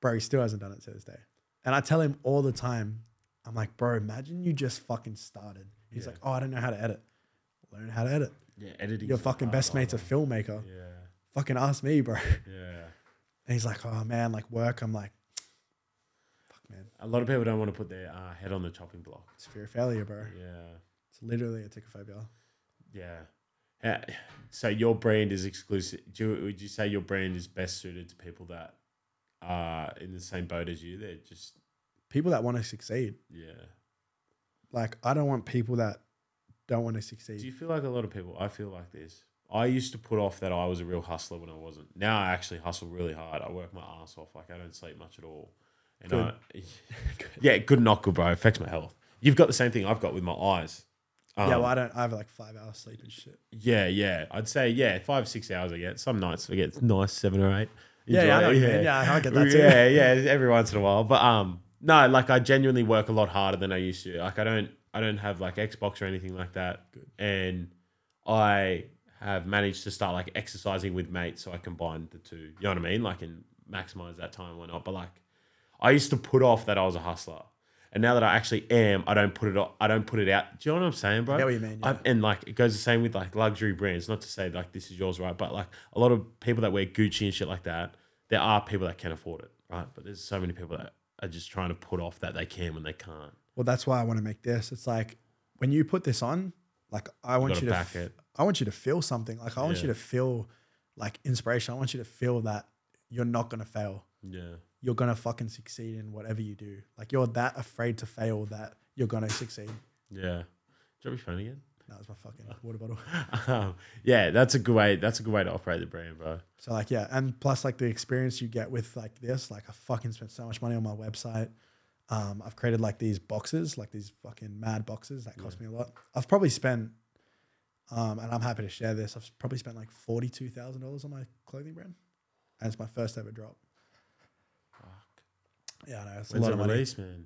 Speaker 2: Bro, he still hasn't done it to this day. And I tell him all the time, I'm like, bro, imagine you just fucking started. He's
Speaker 1: Yeah.
Speaker 2: like, oh, I don't know how to edit. Learn how to edit.
Speaker 1: Yeah, editing.
Speaker 2: Your fucking best mate's a filmmaker.
Speaker 1: "Oh, Yeah,
Speaker 2: Fucking ask me, bro. And
Speaker 1: yeah.
Speaker 2: he's like, oh man, like work. I'm like, fuck man,
Speaker 1: A lot of people don't want to put their uh, head on the chopping block.
Speaker 2: it's fear of failure, bro.
Speaker 1: Yeah,
Speaker 2: It's literally a tickophobia.
Speaker 1: yeah. Ha- So your brand is exclusive. Do you, would you say your brand is best suited to people that are in the same boat as you? They're just
Speaker 2: People that want to succeed.
Speaker 1: yeah.
Speaker 2: Like, I don't want people that don't want to succeed.
Speaker 1: Do you feel like a lot of people? I feel like this. I used to put off that I was a real hustler when I wasn't. Now I actually hustle really hard. I work my ass off. Like I don't sleep much at all. And
Speaker 2: Good.
Speaker 1: I, yeah, good, not good, bro. It affects my health. You've got the same thing I've got with my eyes. Um,
Speaker 2: yeah, well, I don't. I have like five hours sleep and shit.
Speaker 1: yeah, yeah. I'd say yeah, five six hours. I get some nights. I get nice seven or eight.
Speaker 2: Yeah, yeah, I
Speaker 1: Enjoy
Speaker 2: know what
Speaker 1: it,
Speaker 2: you mean. Yeah, I get that too.
Speaker 1: yeah, yeah, every once in a while. But um, no, like I genuinely work a lot harder than I used to. Like I don't, I don't have like Xbox or anything like that.
Speaker 2: Good.
Speaker 1: And I have managed to start like exercising with mates, so I combine the two. You know what I mean? Like and maximize that time, why not? But like, I used to put off that I was a hustler. And now that I actually am, I don't put it. o- I don't put it out. Do you know what I'm saying, bro?
Speaker 2: I get what you mean,
Speaker 1: I- and like it goes the same with like luxury brands. Not to say like this is yours, right? But like a lot of people that wear Gucci and shit like that, there are people that can afford it, right? But there's so many people that are just trying to put off that they can when they can't.
Speaker 2: Well, that's why I want to make this. It's like when you put this on, like I want
Speaker 1: gotta
Speaker 2: you to,
Speaker 1: back
Speaker 2: f-
Speaker 1: it.
Speaker 2: I want you to feel something. Like I want
Speaker 1: Yeah.
Speaker 2: you to feel like inspiration. I want you to feel that you're not gonna fail.
Speaker 1: Yeah,
Speaker 2: You're gonna fucking succeed in whatever you do. Like you're that afraid to fail that you're gonna succeed.
Speaker 1: yeah. Drop your phone again.
Speaker 2: That was my fucking water bottle.
Speaker 1: um, yeah, that's a good way. That's a good way to operate the brand, bro.
Speaker 2: So like yeah, and plus like the experience you get with like this, like I fucking spent so much money on my website. Um, I've created like these boxes, like these fucking mad boxes that cost me a lot. I've probably spent, um, and I'm happy to share this. I've probably spent like forty two thousand dollars on my clothing brand, and it's my first ever drop. Yeah, I know it's
Speaker 1: When's
Speaker 2: a lot
Speaker 1: it
Speaker 2: of money.
Speaker 1: release, man?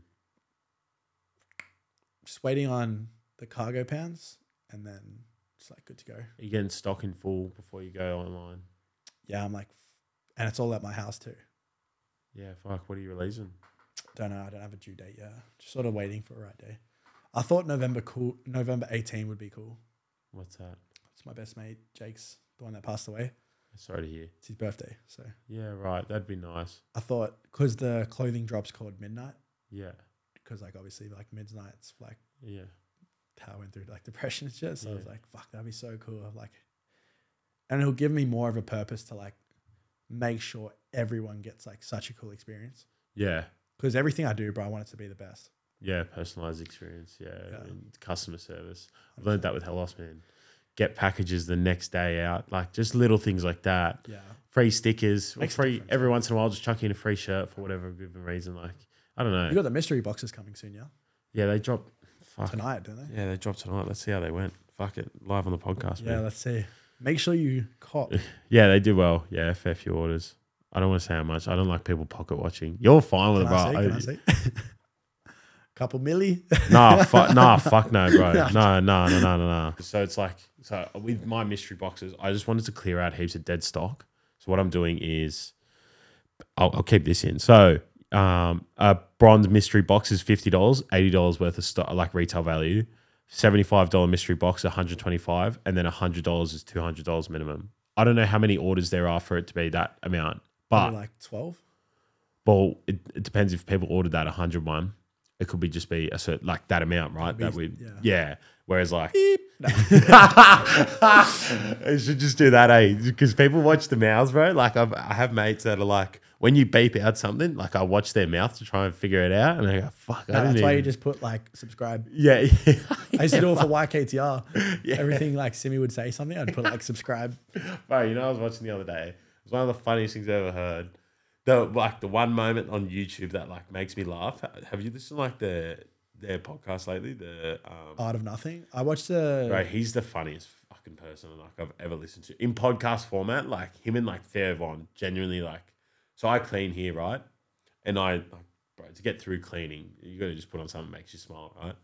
Speaker 2: Just waiting on the cargo pants, and then it's like good to go.
Speaker 1: Are you getting stock in full before you go online?
Speaker 2: Yeah, I'm like, and it's all at my house too.
Speaker 1: Yeah, fuck. What are you releasing?
Speaker 2: Don't know. I don't have a due date yet. Just sort of waiting for a right day. I thought November cool. November 18 would be cool.
Speaker 1: What's that?
Speaker 2: It's my best mate, Jake's, the one that passed away.
Speaker 1: Sorry to hear.
Speaker 2: It's his birthday. So
Speaker 1: Yeah, right. That'd be nice.
Speaker 2: I thought because the clothing drop's called Midnight,
Speaker 1: Yeah,
Speaker 2: because like obviously like midnight's like
Speaker 1: yeah.
Speaker 2: how I went through like depression and shit. So I was
Speaker 1: Yeah.
Speaker 2: like, fuck, that'd be so cool. I'm like, and it'll give me more of a purpose to like make sure everyone gets like such a cool experience.
Speaker 1: Yeah.
Speaker 2: Because everything I do, bro, I want it to be the best.
Speaker 1: Yeah, personalized experience. Yeah,
Speaker 2: Yeah.
Speaker 1: and customer service. I've learned that with Hellos, man. Get packages the next day out, like just little things like that.
Speaker 2: Yeah.
Speaker 1: Free stickers, or
Speaker 2: Makes a
Speaker 1: free
Speaker 2: difference.
Speaker 1: every once in a while, just chuck in a free shirt for whatever given reason. Like I don't know.
Speaker 2: You got the mystery boxes coming soon, yeah?
Speaker 1: yeah, they drop. Fuck.
Speaker 2: Tonight, don't they?
Speaker 1: Yeah, they dropped tonight. Let's see how they went. Fuck it, live on the podcast.
Speaker 2: Yeah,
Speaker 1: man.
Speaker 2: let's see. Make sure you cop.
Speaker 1: yeah, they did well. Yeah, fair few orders. I don't want to say how much. I don't like people pocket watching. You're fine with
Speaker 2: Can I
Speaker 1: it,
Speaker 2: see?
Speaker 1: bro.
Speaker 2: Can I see? Couple milli.
Speaker 1: nah, fuck, nah, fuck no, bro.
Speaker 2: No,
Speaker 1: No, no, no, no, no, no. So it's like, so with my mystery boxes, I just wanted to clear out heaps of dead stock. So what I'm doing is, I'll, I'll keep this in. So, um, a bronze mystery box is fifty dollars, eighty dollars worth of stock, like retail value. Seventy-five dollar mystery box, one hundred twenty-five, and then hundred dollars is two hundred dollars minimum. I don't know how many orders there are for it to be that amount, but
Speaker 2: Maybe like 12.
Speaker 1: well, it, it depends if people ordered that 101. It could be just be a certain, like that amount, right? That we,
Speaker 2: yeah.
Speaker 1: yeah. Whereas like, I should just do that, eh? Because people watch the mouths, bro. Like I've, I have mates that are like, when you beep out something, like I watch their mouth to try and figure it out, and I go, fuck, I
Speaker 2: No,
Speaker 1: didn't.
Speaker 2: that's why you
Speaker 1: even-
Speaker 2: just put like subscribe.
Speaker 1: yeah,
Speaker 2: I used to do it for YKTR.
Speaker 1: Yeah.
Speaker 2: Everything like Simi would say something, I'd put like subscribe.
Speaker 1: Bro, you know, I was watching the other day. It was one of the funniest things I ever heard. The like the one moment on YouTube that like makes me laugh. Have you listened to like the their podcast lately? The um,
Speaker 2: Art of nothing. I watched uh, the.
Speaker 1: bro, he's the funniest fucking person like I've ever listened to in podcast format. Like him and like Theo Von, genuinely like. So I clean here, right? And I like, bro, to get through cleaning, you got to just put on something that makes you smile, right?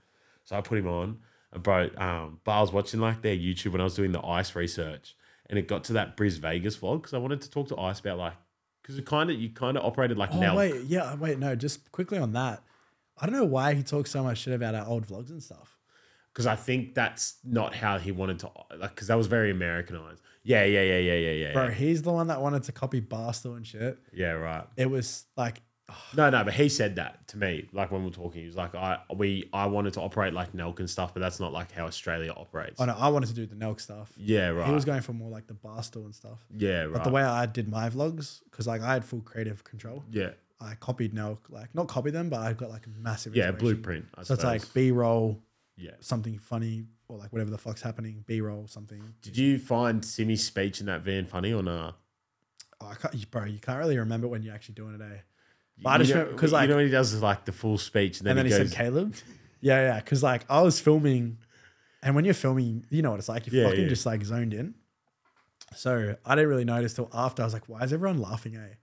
Speaker 1: So I put him on, and bro. Um, but I was watching like their YouTube when I was doing the ice research, and it got to that Bris Vegas vlog because I wanted to talk to Ice about like because it kind of you kind of operated like
Speaker 2: Oh,
Speaker 1: Nelk.
Speaker 2: wait. Yeah. Wait. No, just quickly on that. I don't know why he talks so much shit about our old vlogs and stuff.
Speaker 1: because I think that's not how he wanted to like because that was very Americanized. Yeah, yeah, yeah, yeah, yeah, yeah,
Speaker 2: Bro,
Speaker 1: yeah.
Speaker 2: he's the one that wanted to copy Barstool and shit.
Speaker 1: Yeah, right.
Speaker 2: It was like, oh,
Speaker 1: No, no, but he said that to me. Like when we were talking, he was like, "I we I wanted to operate like Nelk and stuff, but that's not like how Australia operates."
Speaker 2: oh no, I wanted to do the Nelk stuff.
Speaker 1: Yeah, right.
Speaker 2: He was going for more like the Barstool and stuff.
Speaker 1: yeah, right.
Speaker 2: But the way I did my vlogs, because like I had full creative control,
Speaker 1: yeah,
Speaker 2: I copied Nelk, like not copied them, but I got like massive.
Speaker 1: yeah,
Speaker 2: inspiration.
Speaker 1: blueprint. I
Speaker 2: So it's
Speaker 1: suppose.
Speaker 2: like B roll,
Speaker 1: yeah.
Speaker 2: something funny, or like whatever the fuck's happening, B roll, something.
Speaker 1: Did you find Simi's speech in that van funny or nah?
Speaker 2: Oh, I can't, bro, you can't really remember when you're actually doing it, eh? But I just
Speaker 1: You know-
Speaker 2: remember because
Speaker 1: you
Speaker 2: like,
Speaker 1: know when he does is like the full speech and then,
Speaker 2: and then he,
Speaker 1: he, goes,
Speaker 2: said Caleb. Yeah, yeah, because like I was filming, and when you're filming, you know what it's like. You're
Speaker 1: Yeah,
Speaker 2: fucking
Speaker 1: yeah.
Speaker 2: just like zoned in. So I didn't really notice till after. I was like, why is everyone laughing, eh?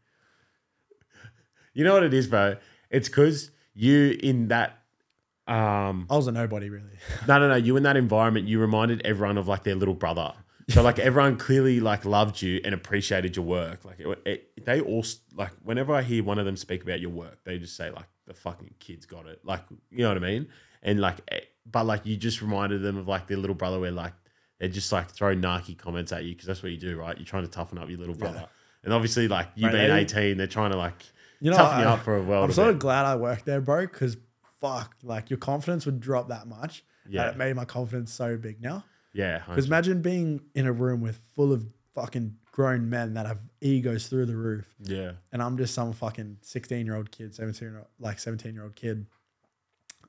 Speaker 1: "You know what it is, bro? It's because you in that um
Speaker 2: I was a nobody really.
Speaker 1: No, no, no. You in that environment, you reminded everyone of like their little brother. So like everyone clearly like loved you and appreciated your work. Like it, it, they all s- like whenever I hear one of them speak about your work, they just say like the fucking kids got it. Like you know what I mean? And like, eh, but like you just reminded them of like their little brother, where like they just like throw narky comments at you because that's what you do, right? You're trying to toughen up your little brother. And obviously, like you
Speaker 2: Right,
Speaker 1: being
Speaker 2: they-
Speaker 1: 18, they're trying to like
Speaker 2: You know,
Speaker 1: toughen you
Speaker 2: I-
Speaker 1: up for a world.
Speaker 2: I'm
Speaker 1: of
Speaker 2: sort
Speaker 1: it.
Speaker 2: of glad I worked there, bro, because fuck, like your confidence would drop that much.
Speaker 1: Yeah.
Speaker 2: And it made my confidence so big now.
Speaker 1: yeah,
Speaker 2: Because
Speaker 1: 100%.
Speaker 2: imagine being in a room with full of fucking grown men that have egos through the roof.
Speaker 1: yeah,
Speaker 2: and I'm just some fucking 16 year old kid, 17 year old, like 17 year old kid.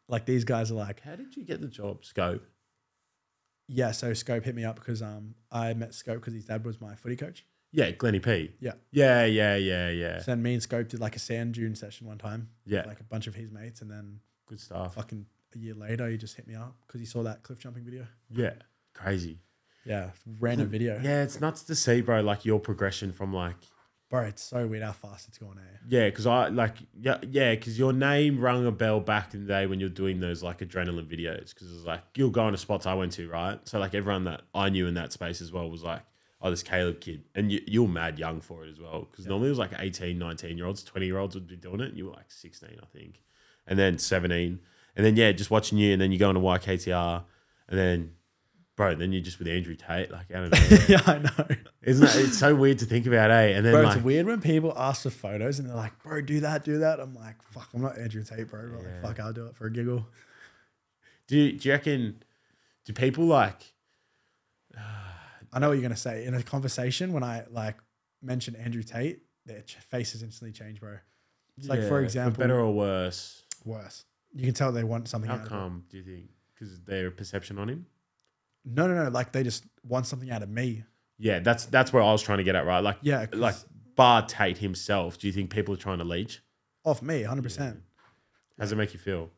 Speaker 2: Like these guys are like,
Speaker 1: How did you get the job, Scope?
Speaker 2: yeah. So Scope hit me up because um I met Scope because his dad was my footy coach.
Speaker 1: Yeah, Glenny P.
Speaker 2: Yeah.
Speaker 1: Yeah, yeah, yeah, yeah.
Speaker 2: So then me and Scope did like a sand dune session one time.
Speaker 1: Yeah.
Speaker 2: With like a bunch of his mates, and then
Speaker 1: Good stuff.
Speaker 2: fucking a year later, he just hit me up because he saw that cliff jumping video.
Speaker 1: Yeah. Crazy.
Speaker 2: Yeah, random video.
Speaker 1: Hmm. Yeah, it's nuts to see, bro, like your progression from like
Speaker 2: Bro, it's so weird how fast it's gone. Eh?
Speaker 1: yeah, because I like yeah, yeah, because your name rung a bell back in the day when you're doing those like adrenaline videos. Because it's like you're going to spots I went to, right? So like everyone that I knew in that space as well was like, oh, this Caleb kid, and you, you're mad young for it as well. Because normally it was like 18, 19 year olds, 20 year olds would be doing it. And you were like 16, I think, and then 17, and then yeah, just watching you, and then you go into YKTR, and then bro, then you're just with Andrew Tate. Like I don't know,
Speaker 2: yeah, I know.
Speaker 1: isn't that, it's so weird to think about, eh? And then
Speaker 2: Bro,
Speaker 1: like.
Speaker 2: it's weird when people ask for photos and they're like, bro, do that, do that. I'm like, fuck, I'm not Andrew Tate, bro. But
Speaker 1: Yeah.
Speaker 2: Like, fuck, I'll do it for a giggle.
Speaker 1: Do you, do you reckon? Do people like?
Speaker 2: I know what you're gonna say in a conversation when I like mention Andrew Tate, their ch- faces instantly change, bro. Like, for example-
Speaker 1: better or worse?
Speaker 2: Worse, you can tell they want something.
Speaker 1: How
Speaker 2: out Of it.
Speaker 1: come? Do you think? Because their perception on him.
Speaker 2: No, no, no. Like they just want something out of me.
Speaker 1: Yeah, that's that's where I was trying to get at, right? Like,
Speaker 2: Yeah, 'cause-
Speaker 1: like Bar Tate himself. Do you think people are trying to leech?
Speaker 2: off me, hundred percent.
Speaker 1: How does it make you feel?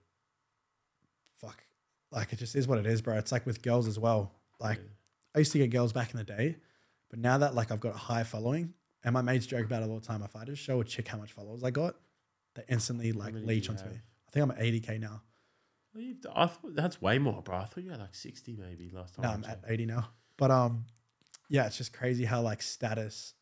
Speaker 2: Fuck, like it just is what it is, bro. It's like with girls as well. Like I used to get girls back in the day, but now that like I've got a high following, and my mates joke about it all the time. If I just show a chick how much followers I got, they instantly like
Speaker 1: many do
Speaker 2: leech
Speaker 1: you
Speaker 2: onto
Speaker 1: have?
Speaker 2: me. I think I'm at 80k now.
Speaker 1: Well, you've- I thought that's way more, bro. I thought you had like sixty maybe last time.
Speaker 2: No,
Speaker 1: I
Speaker 2: I'm at
Speaker 1: checked.
Speaker 2: 80 now. But um, yeah, it's just crazy how like status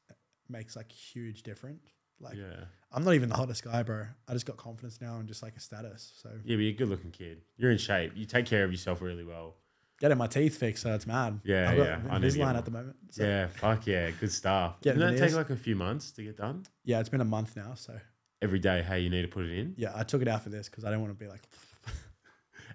Speaker 2: makes like huge difference. Like
Speaker 1: yeah,
Speaker 2: I'm not even the hottest guy, bro. I just got confidence now and just like a status. So
Speaker 1: yeah, but you're a good-looking kid. You're in shape. You take care of yourself really well.
Speaker 2: getting my teeth fixed, so it's mad.
Speaker 1: Yeah,
Speaker 2: I've
Speaker 1: yeah, I need to
Speaker 2: This
Speaker 1: get
Speaker 2: line
Speaker 1: one.
Speaker 2: at the moment. So, yeah,
Speaker 1: yeah, fuck yeah, good stuff.
Speaker 2: Get
Speaker 1: Didn't that take
Speaker 2: veneers.
Speaker 1: like a few months to get done?
Speaker 2: it's been a month now. So
Speaker 1: Every day, hey, you need to put it in.
Speaker 2: yeah, I took it out for this because I don't want to be like.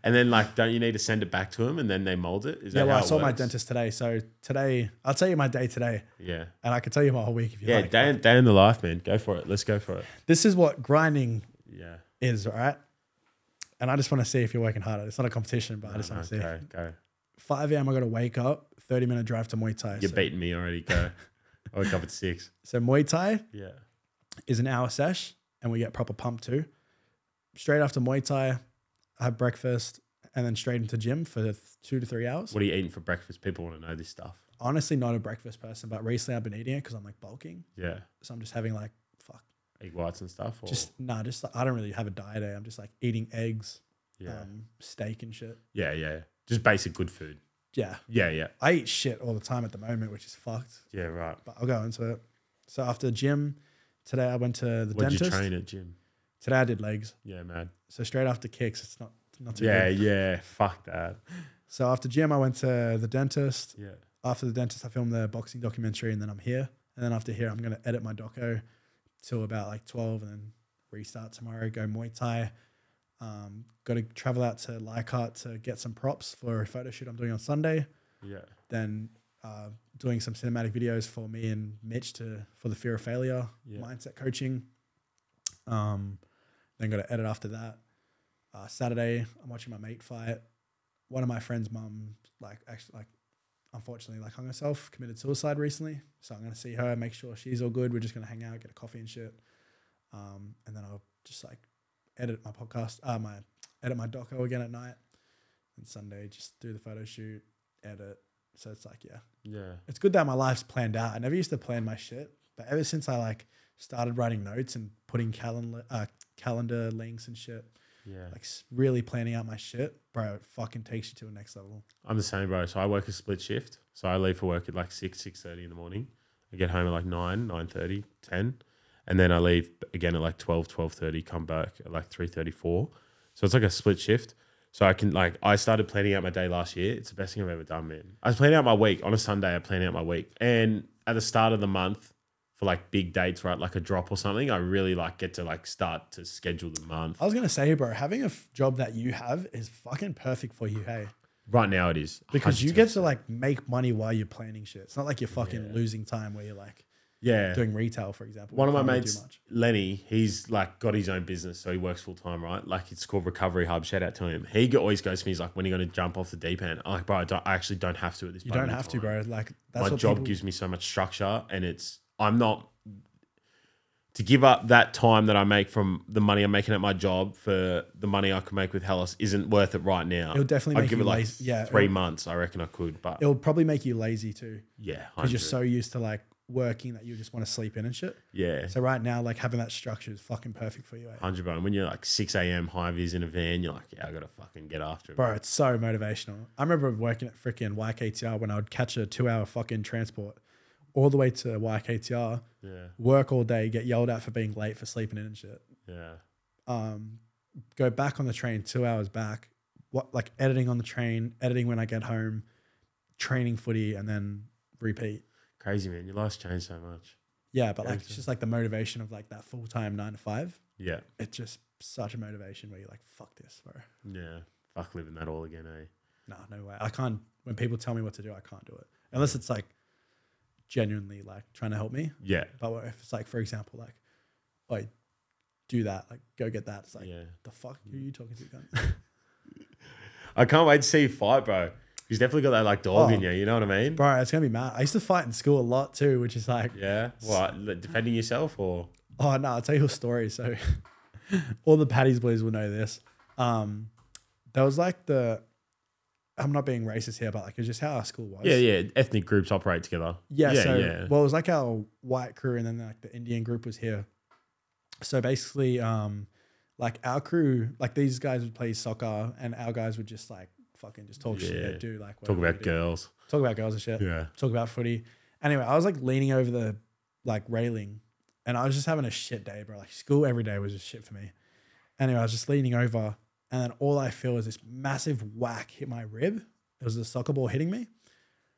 Speaker 1: And then like, don't you need to send it back to them and then they mold it? Is that
Speaker 2: yeah, well,
Speaker 1: how
Speaker 2: I
Speaker 1: it
Speaker 2: saw my
Speaker 1: works?
Speaker 2: dentist today. So today, I'll tell you my day today,
Speaker 1: Yeah,
Speaker 2: and I can tell you my whole week if you
Speaker 1: yeah,
Speaker 2: like.
Speaker 1: day, day in the life, man. Go for it. Let's go for it.
Speaker 2: This is what grinding
Speaker 1: Yeah.
Speaker 2: is, all right? And I just want to see if you're working harder. It's not a competition, but I just want to see.
Speaker 1: Go, go.
Speaker 2: 5 a.m. I got to wake up, 30 minute drive to Muay Thai.
Speaker 1: You're
Speaker 2: so,
Speaker 1: beating me already. Go. I wake up at six.
Speaker 2: so Muay Thai
Speaker 1: Yeah.
Speaker 2: is an hour sesh and we get proper pumped too. Straight after Muay Thai, I have breakfast and then straight into gym for th- two to three hours.
Speaker 1: What are you eating for breakfast? People want to know this stuff.
Speaker 2: Honestly, not a breakfast person, but recently I've been eating it because I'm like bulking.
Speaker 1: Yeah.
Speaker 2: So I'm just having like, fuck,
Speaker 1: Egg whites and stuff. Or,
Speaker 2: just, nah, just, I don't really have a diet. eh? I'm just like eating eggs,
Speaker 1: yeah.
Speaker 2: um, steak and shit.
Speaker 1: yeah, yeah. Just basic good food.
Speaker 2: Yeah.
Speaker 1: Yeah, yeah.
Speaker 2: I eat shit all the time at the moment, which is fucked,
Speaker 1: Yeah, right.
Speaker 2: but I'll go into it. So after the gym, today I went to the
Speaker 1: What did you
Speaker 2: dentist.
Speaker 1: train at gym?
Speaker 2: Today I did legs.
Speaker 1: Yeah, man.
Speaker 2: So straight after kicks, it's not not too
Speaker 1: Yeah,
Speaker 2: good.
Speaker 1: yeah. Fuck that.
Speaker 2: So after gym, I went to the dentist.
Speaker 1: Yeah.
Speaker 2: After the dentist, I filmed the boxing documentary, and then I'm here. And then after here, I'm gonna edit my doco till about like twelve, and then restart tomorrow. Go Muay Thai. Um, got to travel out to Leichhardt to get some props for a photo shoot I'm doing on Sunday.
Speaker 1: Yeah.
Speaker 2: Then uh, doing some cinematic videos for me and Mitch to for the fear of failure
Speaker 1: Yeah.
Speaker 2: mindset coaching. Um, then got to edit after that. Uh, Saturday, I'm watching my mate fight. One of my friend's mum, like actually, like unfortunately, like hung herself, committed suicide recently. So I'm gonna see her, make sure she's all good. We're just gonna hang out, get a coffee and shit. Um, and then I'll just like edit my podcast, uh, my edit my doco again at night. And Sunday, just do the photo shoot, edit. So it's like, yeah,
Speaker 1: Yeah.
Speaker 2: it's good that my life's planned out. I never used to plan my shit, but ever since I like started writing notes and putting calendar uh, calendar links and shit,
Speaker 1: Yeah.
Speaker 2: like s- really planning out my shit, bro, it fucking takes you to a next level.
Speaker 1: I'm the same, bro. So I work a split shift. So I leave for work at like six, six thirty in the morning. I get home at like nine, nine thirty, ten, and then I leave again at like 12, 12.30, Come back at like three thirty four. So it's like a split shift. So I can like I started planning out my day last year. It's the best thing I've ever done, man. I was planning out my week on a Sunday. I planned out my week, and at the start of the month for like big dates, right, like a drop or something, I really like get to like start to schedule the month.
Speaker 2: I was gonna say, bro, having a f- job that you have is fucking perfect for you, hey,
Speaker 1: Right now it is
Speaker 2: because you
Speaker 1: 100%.
Speaker 2: get to like make money while you're planning shit. It's not like you're fucking losing time where you're like
Speaker 1: yeah
Speaker 2: doing retail, for example.
Speaker 1: One of
Speaker 2: You
Speaker 1: my
Speaker 2: can't really do
Speaker 1: mates, Lenny, he's like got his own business, so he works full time, right? Like it's called Recovery Hub. Shout out to him. He go- always goes to me. He's like, "When are you going to jump off the deep end?" I'm like, "Bro, I, don't, I actually don't have to at this.
Speaker 2: You don't have to, bro. Like that's
Speaker 1: My
Speaker 2: what
Speaker 1: job
Speaker 2: people-
Speaker 1: gives me so much structure, and it's I'm not to give up that time that I make from the money I'm making at my job for the money I could make with Hellas isn't worth it right now.
Speaker 2: It'll definitely
Speaker 1: I'd
Speaker 2: make
Speaker 1: give
Speaker 2: you
Speaker 1: it like
Speaker 2: lazy. Yeah,
Speaker 1: three
Speaker 2: it'll-
Speaker 1: months. I reckon I could, but
Speaker 2: It'll probably make you lazy too.
Speaker 1: yeah,
Speaker 2: because
Speaker 1: 100.
Speaker 2: you're so used to like working that you just want to sleep in and shit.
Speaker 1: yeah.
Speaker 2: So right now, like having that structure is fucking perfect for you, eh?
Speaker 1: Hundred bro. And When you're like six a.m. high vis in a van, you're like, yeah, I gotta fucking get after it.
Speaker 2: bro. It's so motivational. I remember working at freaking YKTR when I would catch a two-hour fucking transport all the way to YKTR,
Speaker 1: Yeah,
Speaker 2: work all day, get yelled at for being late for sleeping in and shit.
Speaker 1: yeah,
Speaker 2: Um, go back on the train two hours back. What like editing on the train, editing when I get home, training footy, and then repeat.
Speaker 1: crazy man. Your life's changed so much.
Speaker 2: Yeah, but like
Speaker 1: Gotcha.
Speaker 2: it's just like the motivation of like that full time nine to five.
Speaker 1: Yeah,
Speaker 2: it's just such a motivation where you're like, fuck this, bro.
Speaker 1: yeah. Fuck living that all again, eh?
Speaker 2: Nah, no way. I can't. When people tell me what to do, I can't do it unless it's like genuinely like trying to help me.
Speaker 1: Yeah,
Speaker 2: But what if it's like, for example, like, like do that, like go get that. It's like
Speaker 1: yeah. Mm.
Speaker 2: the fuck who are you talking to? Cunt?
Speaker 1: I can't wait to see you fight, bro. He's definitely got that like dog in
Speaker 2: Oh.
Speaker 1: you. You know what I mean?
Speaker 2: bro, it's gonna be mad. I used to fight in school a lot too, which is like,
Speaker 1: Yeah. What? like, Defending yourself or?
Speaker 2: Oh no, I'll tell you a story. So all the Paddy's boys will know this. Um there was like the I'm not being racist here, but like it's just how our school was.
Speaker 1: Yeah, yeah. Ethnic groups operate together.
Speaker 2: Yeah,
Speaker 1: yeah,
Speaker 2: so
Speaker 1: yeah.
Speaker 2: well it was like our white crew and then like the Indian group was here. So basically, um like our crew, like these guys would play soccer and our guys would just like fucking just talk
Speaker 1: Yeah.
Speaker 2: shit, do like
Speaker 1: Talk
Speaker 2: whatever we
Speaker 1: about
Speaker 2: do.
Speaker 1: girls.
Speaker 2: talk about girls and shit
Speaker 1: Yeah.
Speaker 2: talk about footy. Anyway, I was like leaning over the like railing and I was just having a shit day, bro. Like school every day was just shit for me. Anyway, I was just leaning over and then all I feel is this massive whack hit my rib. It was a soccer ball hitting me.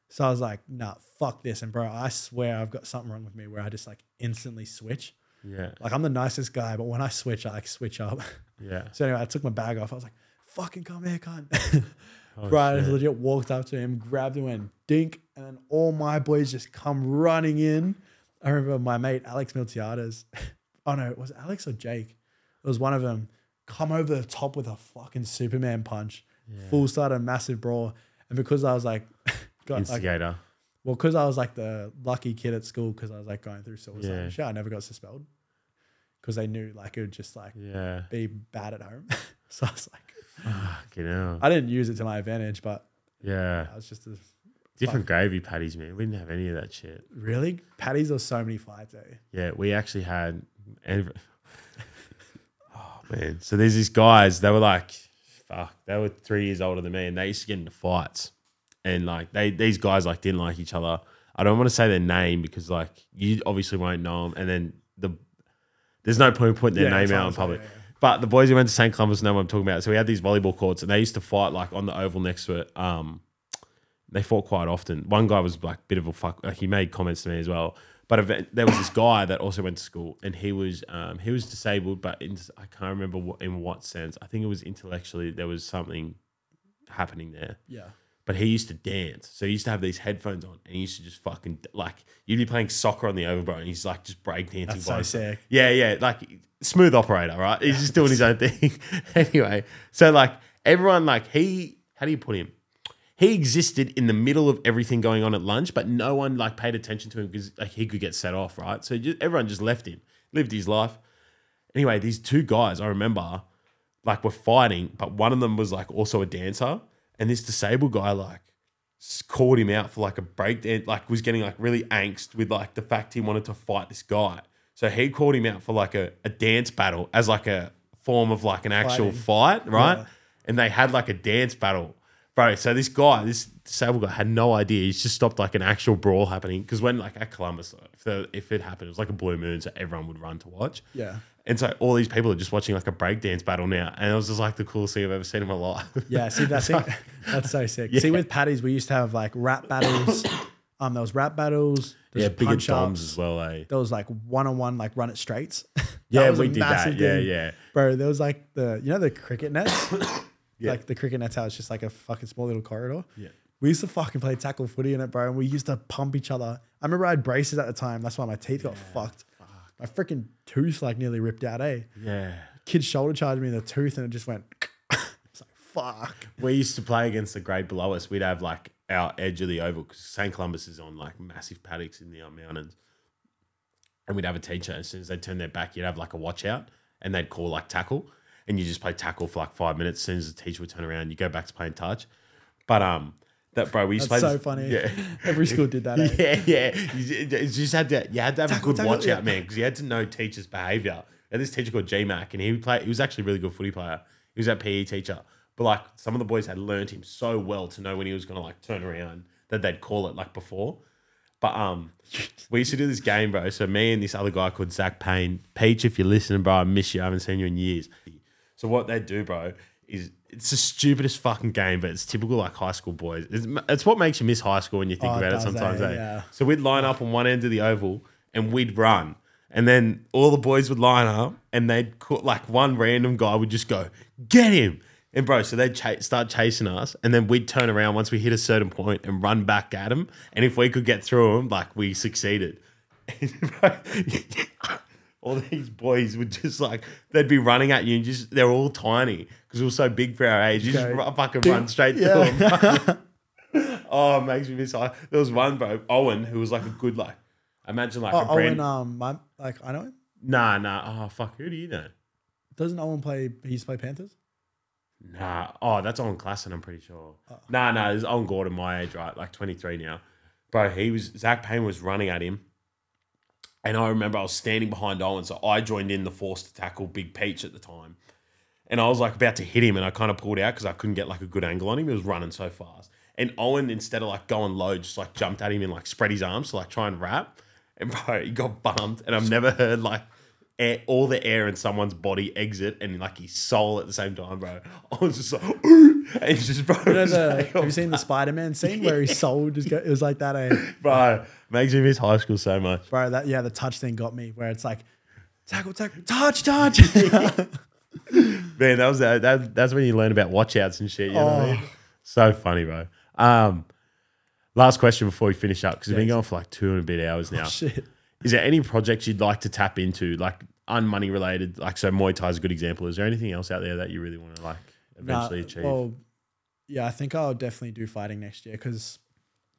Speaker 2: So I was like, nah, fuck this. And bro, I swear I've got something wrong with me where I just like instantly switch.
Speaker 1: Yeah,
Speaker 2: Like I'm the nicest guy, but when I switch, I like switch up.
Speaker 1: yeah.
Speaker 2: So anyway, I took my bag off. I was like, fucking come here, cunt.
Speaker 1: Oh,
Speaker 2: bro, I
Speaker 1: shit.
Speaker 2: just legit walked up to him, grabbed him, and dink. And then all my boys just come running in. I remember my mate, Alex Miltiades. oh no, was it Alex or Jake? It was one of them. Come over the top with a fucking Superman punch. Full start a massive brawl. And because I was like, got like
Speaker 1: Instigator.
Speaker 2: well, because I was like the lucky kid at school because I was like going through suicide
Speaker 1: Yeah.
Speaker 2: and shit. I never got expelled because they knew like it would just like
Speaker 1: Yeah.
Speaker 2: be bad at home. so I was like,
Speaker 1: You know.
Speaker 2: I didn't use it to my advantage, but
Speaker 1: Yeah.
Speaker 2: I was just a,
Speaker 1: Different gravy patties, man. We didn't have any of that shit.
Speaker 2: really patties are so many fights. Eh?
Speaker 1: Yeah, we actually had. Every- oh man! So there's these guys. They were like, fuck. They were three years older than me, and they used to get into fights. And like they, these guys like didn't like each other. I don't want to say their name because like you obviously won't know them. And then the There's no point putting their
Speaker 2: Yeah,
Speaker 1: name
Speaker 2: that's what
Speaker 1: out
Speaker 2: I'm
Speaker 1: in
Speaker 2: saying,
Speaker 1: public.
Speaker 2: yeah, yeah.
Speaker 1: But the boys who went to St. Columbus know what I'm talking about. So we had these volleyball courts and they used to fight like on the oval next to it. Um, they fought quite often. One guy was like bit of a fuck. Like, he made comments to me as well. But ev- there was this guy that also went to school, and he was um, he was disabled, but in, I can't remember what, in what sense. I think it was intellectually there was something happening there.
Speaker 2: Yeah.
Speaker 1: But he used to dance, so he used to have these headphones on, and he used to just fucking like you'd be playing soccer on the overbro, and he's like just breakdancing.
Speaker 2: That's
Speaker 1: by
Speaker 2: so
Speaker 1: himself.
Speaker 2: sick.
Speaker 1: Yeah, yeah, like smooth operator, right? He's just doing his own thing. anyway, so like everyone, like he, how do you put him? He existed in the middle of everything going on at lunch, but no one like paid attention to him because like he could get set off, right? So ju- everyone just left him, lived his life. Anyway, these two guys I remember, like were fighting, but one of them was like also a dancer, and this disabled guy like s- called him out for like a breakdown, like was getting like really angst with like the fact he wanted to fight this guy. So he called him out for like a, a dance battle as like a form of like an actual
Speaker 2: Fighting.
Speaker 1: fight, right?
Speaker 2: Yeah.
Speaker 1: And they had like a dance battle. Bro, so this guy, this disabled guy, had no idea. He's just stopped like an actual brawl happening. Because when like at Columbus, if, the, if it happened, it was like a blue moon, so everyone would run to watch.
Speaker 2: Yeah.
Speaker 1: And so all these people are just watching like a breakdance battle now. And it was just like the coolest thing I've ever seen in my life.
Speaker 2: Yeah, see that's that's so sick. See, with Paddy's, we used to have like rap battles. um, there was rap battles. There
Speaker 1: yeah,
Speaker 2: was
Speaker 1: bigger
Speaker 2: punch
Speaker 1: bombs
Speaker 2: ups,
Speaker 1: as well, eh?
Speaker 2: There was like one on one, like run it straights. That
Speaker 1: Yeah,
Speaker 2: was a
Speaker 1: we did that.
Speaker 2: massive
Speaker 1: Yeah,
Speaker 2: thing.
Speaker 1: yeah.
Speaker 2: Bro, there was like the you know the cricket nets, like the cricket nets. How it's just like a fucking small little corridor.
Speaker 1: Yeah.
Speaker 2: We used to fucking play tackle footy in it, bro, and we used to pump each other. I remember I had braces at the time. That's why my teeth got fucked. My freaking tooth like nearly ripped out. Eh,
Speaker 1: Yeah.
Speaker 2: kid shoulder charged me in the tooth, and it just went. it's like fuck.
Speaker 1: We used to play against the grade below us. We'd have like our edge of the oval because St. Columbus is on like massive paddocks in the uh, mountains. And we'd have a teacher. As soon as they turned their back, you'd have like a watch out and they'd call like tackle. And you just play tackle for like five minutes. As soon as the teacher would turn around, you go back to playing touch. But um, that bro, we used
Speaker 2: That's
Speaker 1: to play
Speaker 2: so
Speaker 1: this-
Speaker 2: funny.
Speaker 1: Yeah.
Speaker 2: Every school did that. eh?
Speaker 1: Yeah, yeah. You ju- you just had to you had to have a good
Speaker 2: tackle,
Speaker 1: watch
Speaker 2: yeah.
Speaker 1: out, man, because you had to know teachers' behaviour. And this teacher called G Mac, and he played. He was actually a really good footy player. He was that PE teacher, but like some of the boys had learned him so well to know when he was going to like turn around that they'd call it like before. But um, we used to do this game, bro. So me and this other guy called Zach Payne, Peach, if you're listening, bro, I miss you. I haven't seen you in years. So what they do, bro, is it's the stupidest fucking game, but it's typical like high school boys. It's, it's what makes you miss high school when you think
Speaker 2: Oh, it
Speaker 1: about it
Speaker 2: does,
Speaker 1: sometimes.
Speaker 2: eh?
Speaker 1: eh?
Speaker 2: Yeah.
Speaker 1: So we'd line up on one end of the oval and we'd run. And then all the boys would line up and they'd co- like one random guy would just go, get him. And bro, so they'd cha- start chasing us. And then we'd turn around once we hit a certain point and run back at him. And if we could get through him, like we succeeded. And bro, all these boys would just like, they'd be running at you and just, they're all tiny because we were so big for our age. You just
Speaker 2: Okay.
Speaker 1: ru- fucking run straight through
Speaker 2: Yeah.
Speaker 1: them. Oh, it makes me miss. I, there was one bro, Owen, who was like a good like. Imagine like
Speaker 2: Oh,
Speaker 1: a brand.
Speaker 2: Owen, um, my, like I know him.
Speaker 1: nah, nah. Oh fuck, who do you know?
Speaker 2: Doesn't Owen play? He used to play Panthers.
Speaker 1: Nah. Oh, that's Owen Klassen, I'm pretty sure.
Speaker 2: Uh.
Speaker 1: Nah, nah. It's Owen Gordon, my age, right? Like 23 now. Bro, he was Zach Payne was running at him, and I remember I was standing behind Owen, so I joined in the force to tackle Big Peach at the time. and I was like about to hit him, and I kind of pulled out because I couldn't get like a good angle on him. He was running so fast, and Owen instead of like going low, just like jumped at him and like spread his arms to like try and wrap, and bro, he got bumped, and I've never heard like. Air, all the air in someone's body exit and like his soul at the same time, bro. I was just like, and it's just bro,
Speaker 2: You know
Speaker 1: it's
Speaker 2: the-
Speaker 1: like,
Speaker 2: have you seen the Spider Man scene where his soul just go, it was like that? Eh?
Speaker 1: bro, makes me miss high school so much.
Speaker 2: Bro, that yeah, the touch thing got me where it's like tackle, tackle, touch, touch.
Speaker 1: Man, that was that, that. That's when you learn about watch outs and shit. You know what I mean? So funny, bro. Um, last question before we finish up because we've been going for like two and a bit hours now.
Speaker 2: Shit.
Speaker 1: Is there any projects you'd like to tap into, like unmoney related? Like so, Muay Thai is a good example. Is there anything else out there that you really want to like
Speaker 2: Nah,
Speaker 1: eventually achieve?
Speaker 2: Well, yeah, I think I'll definitely do fighting next year because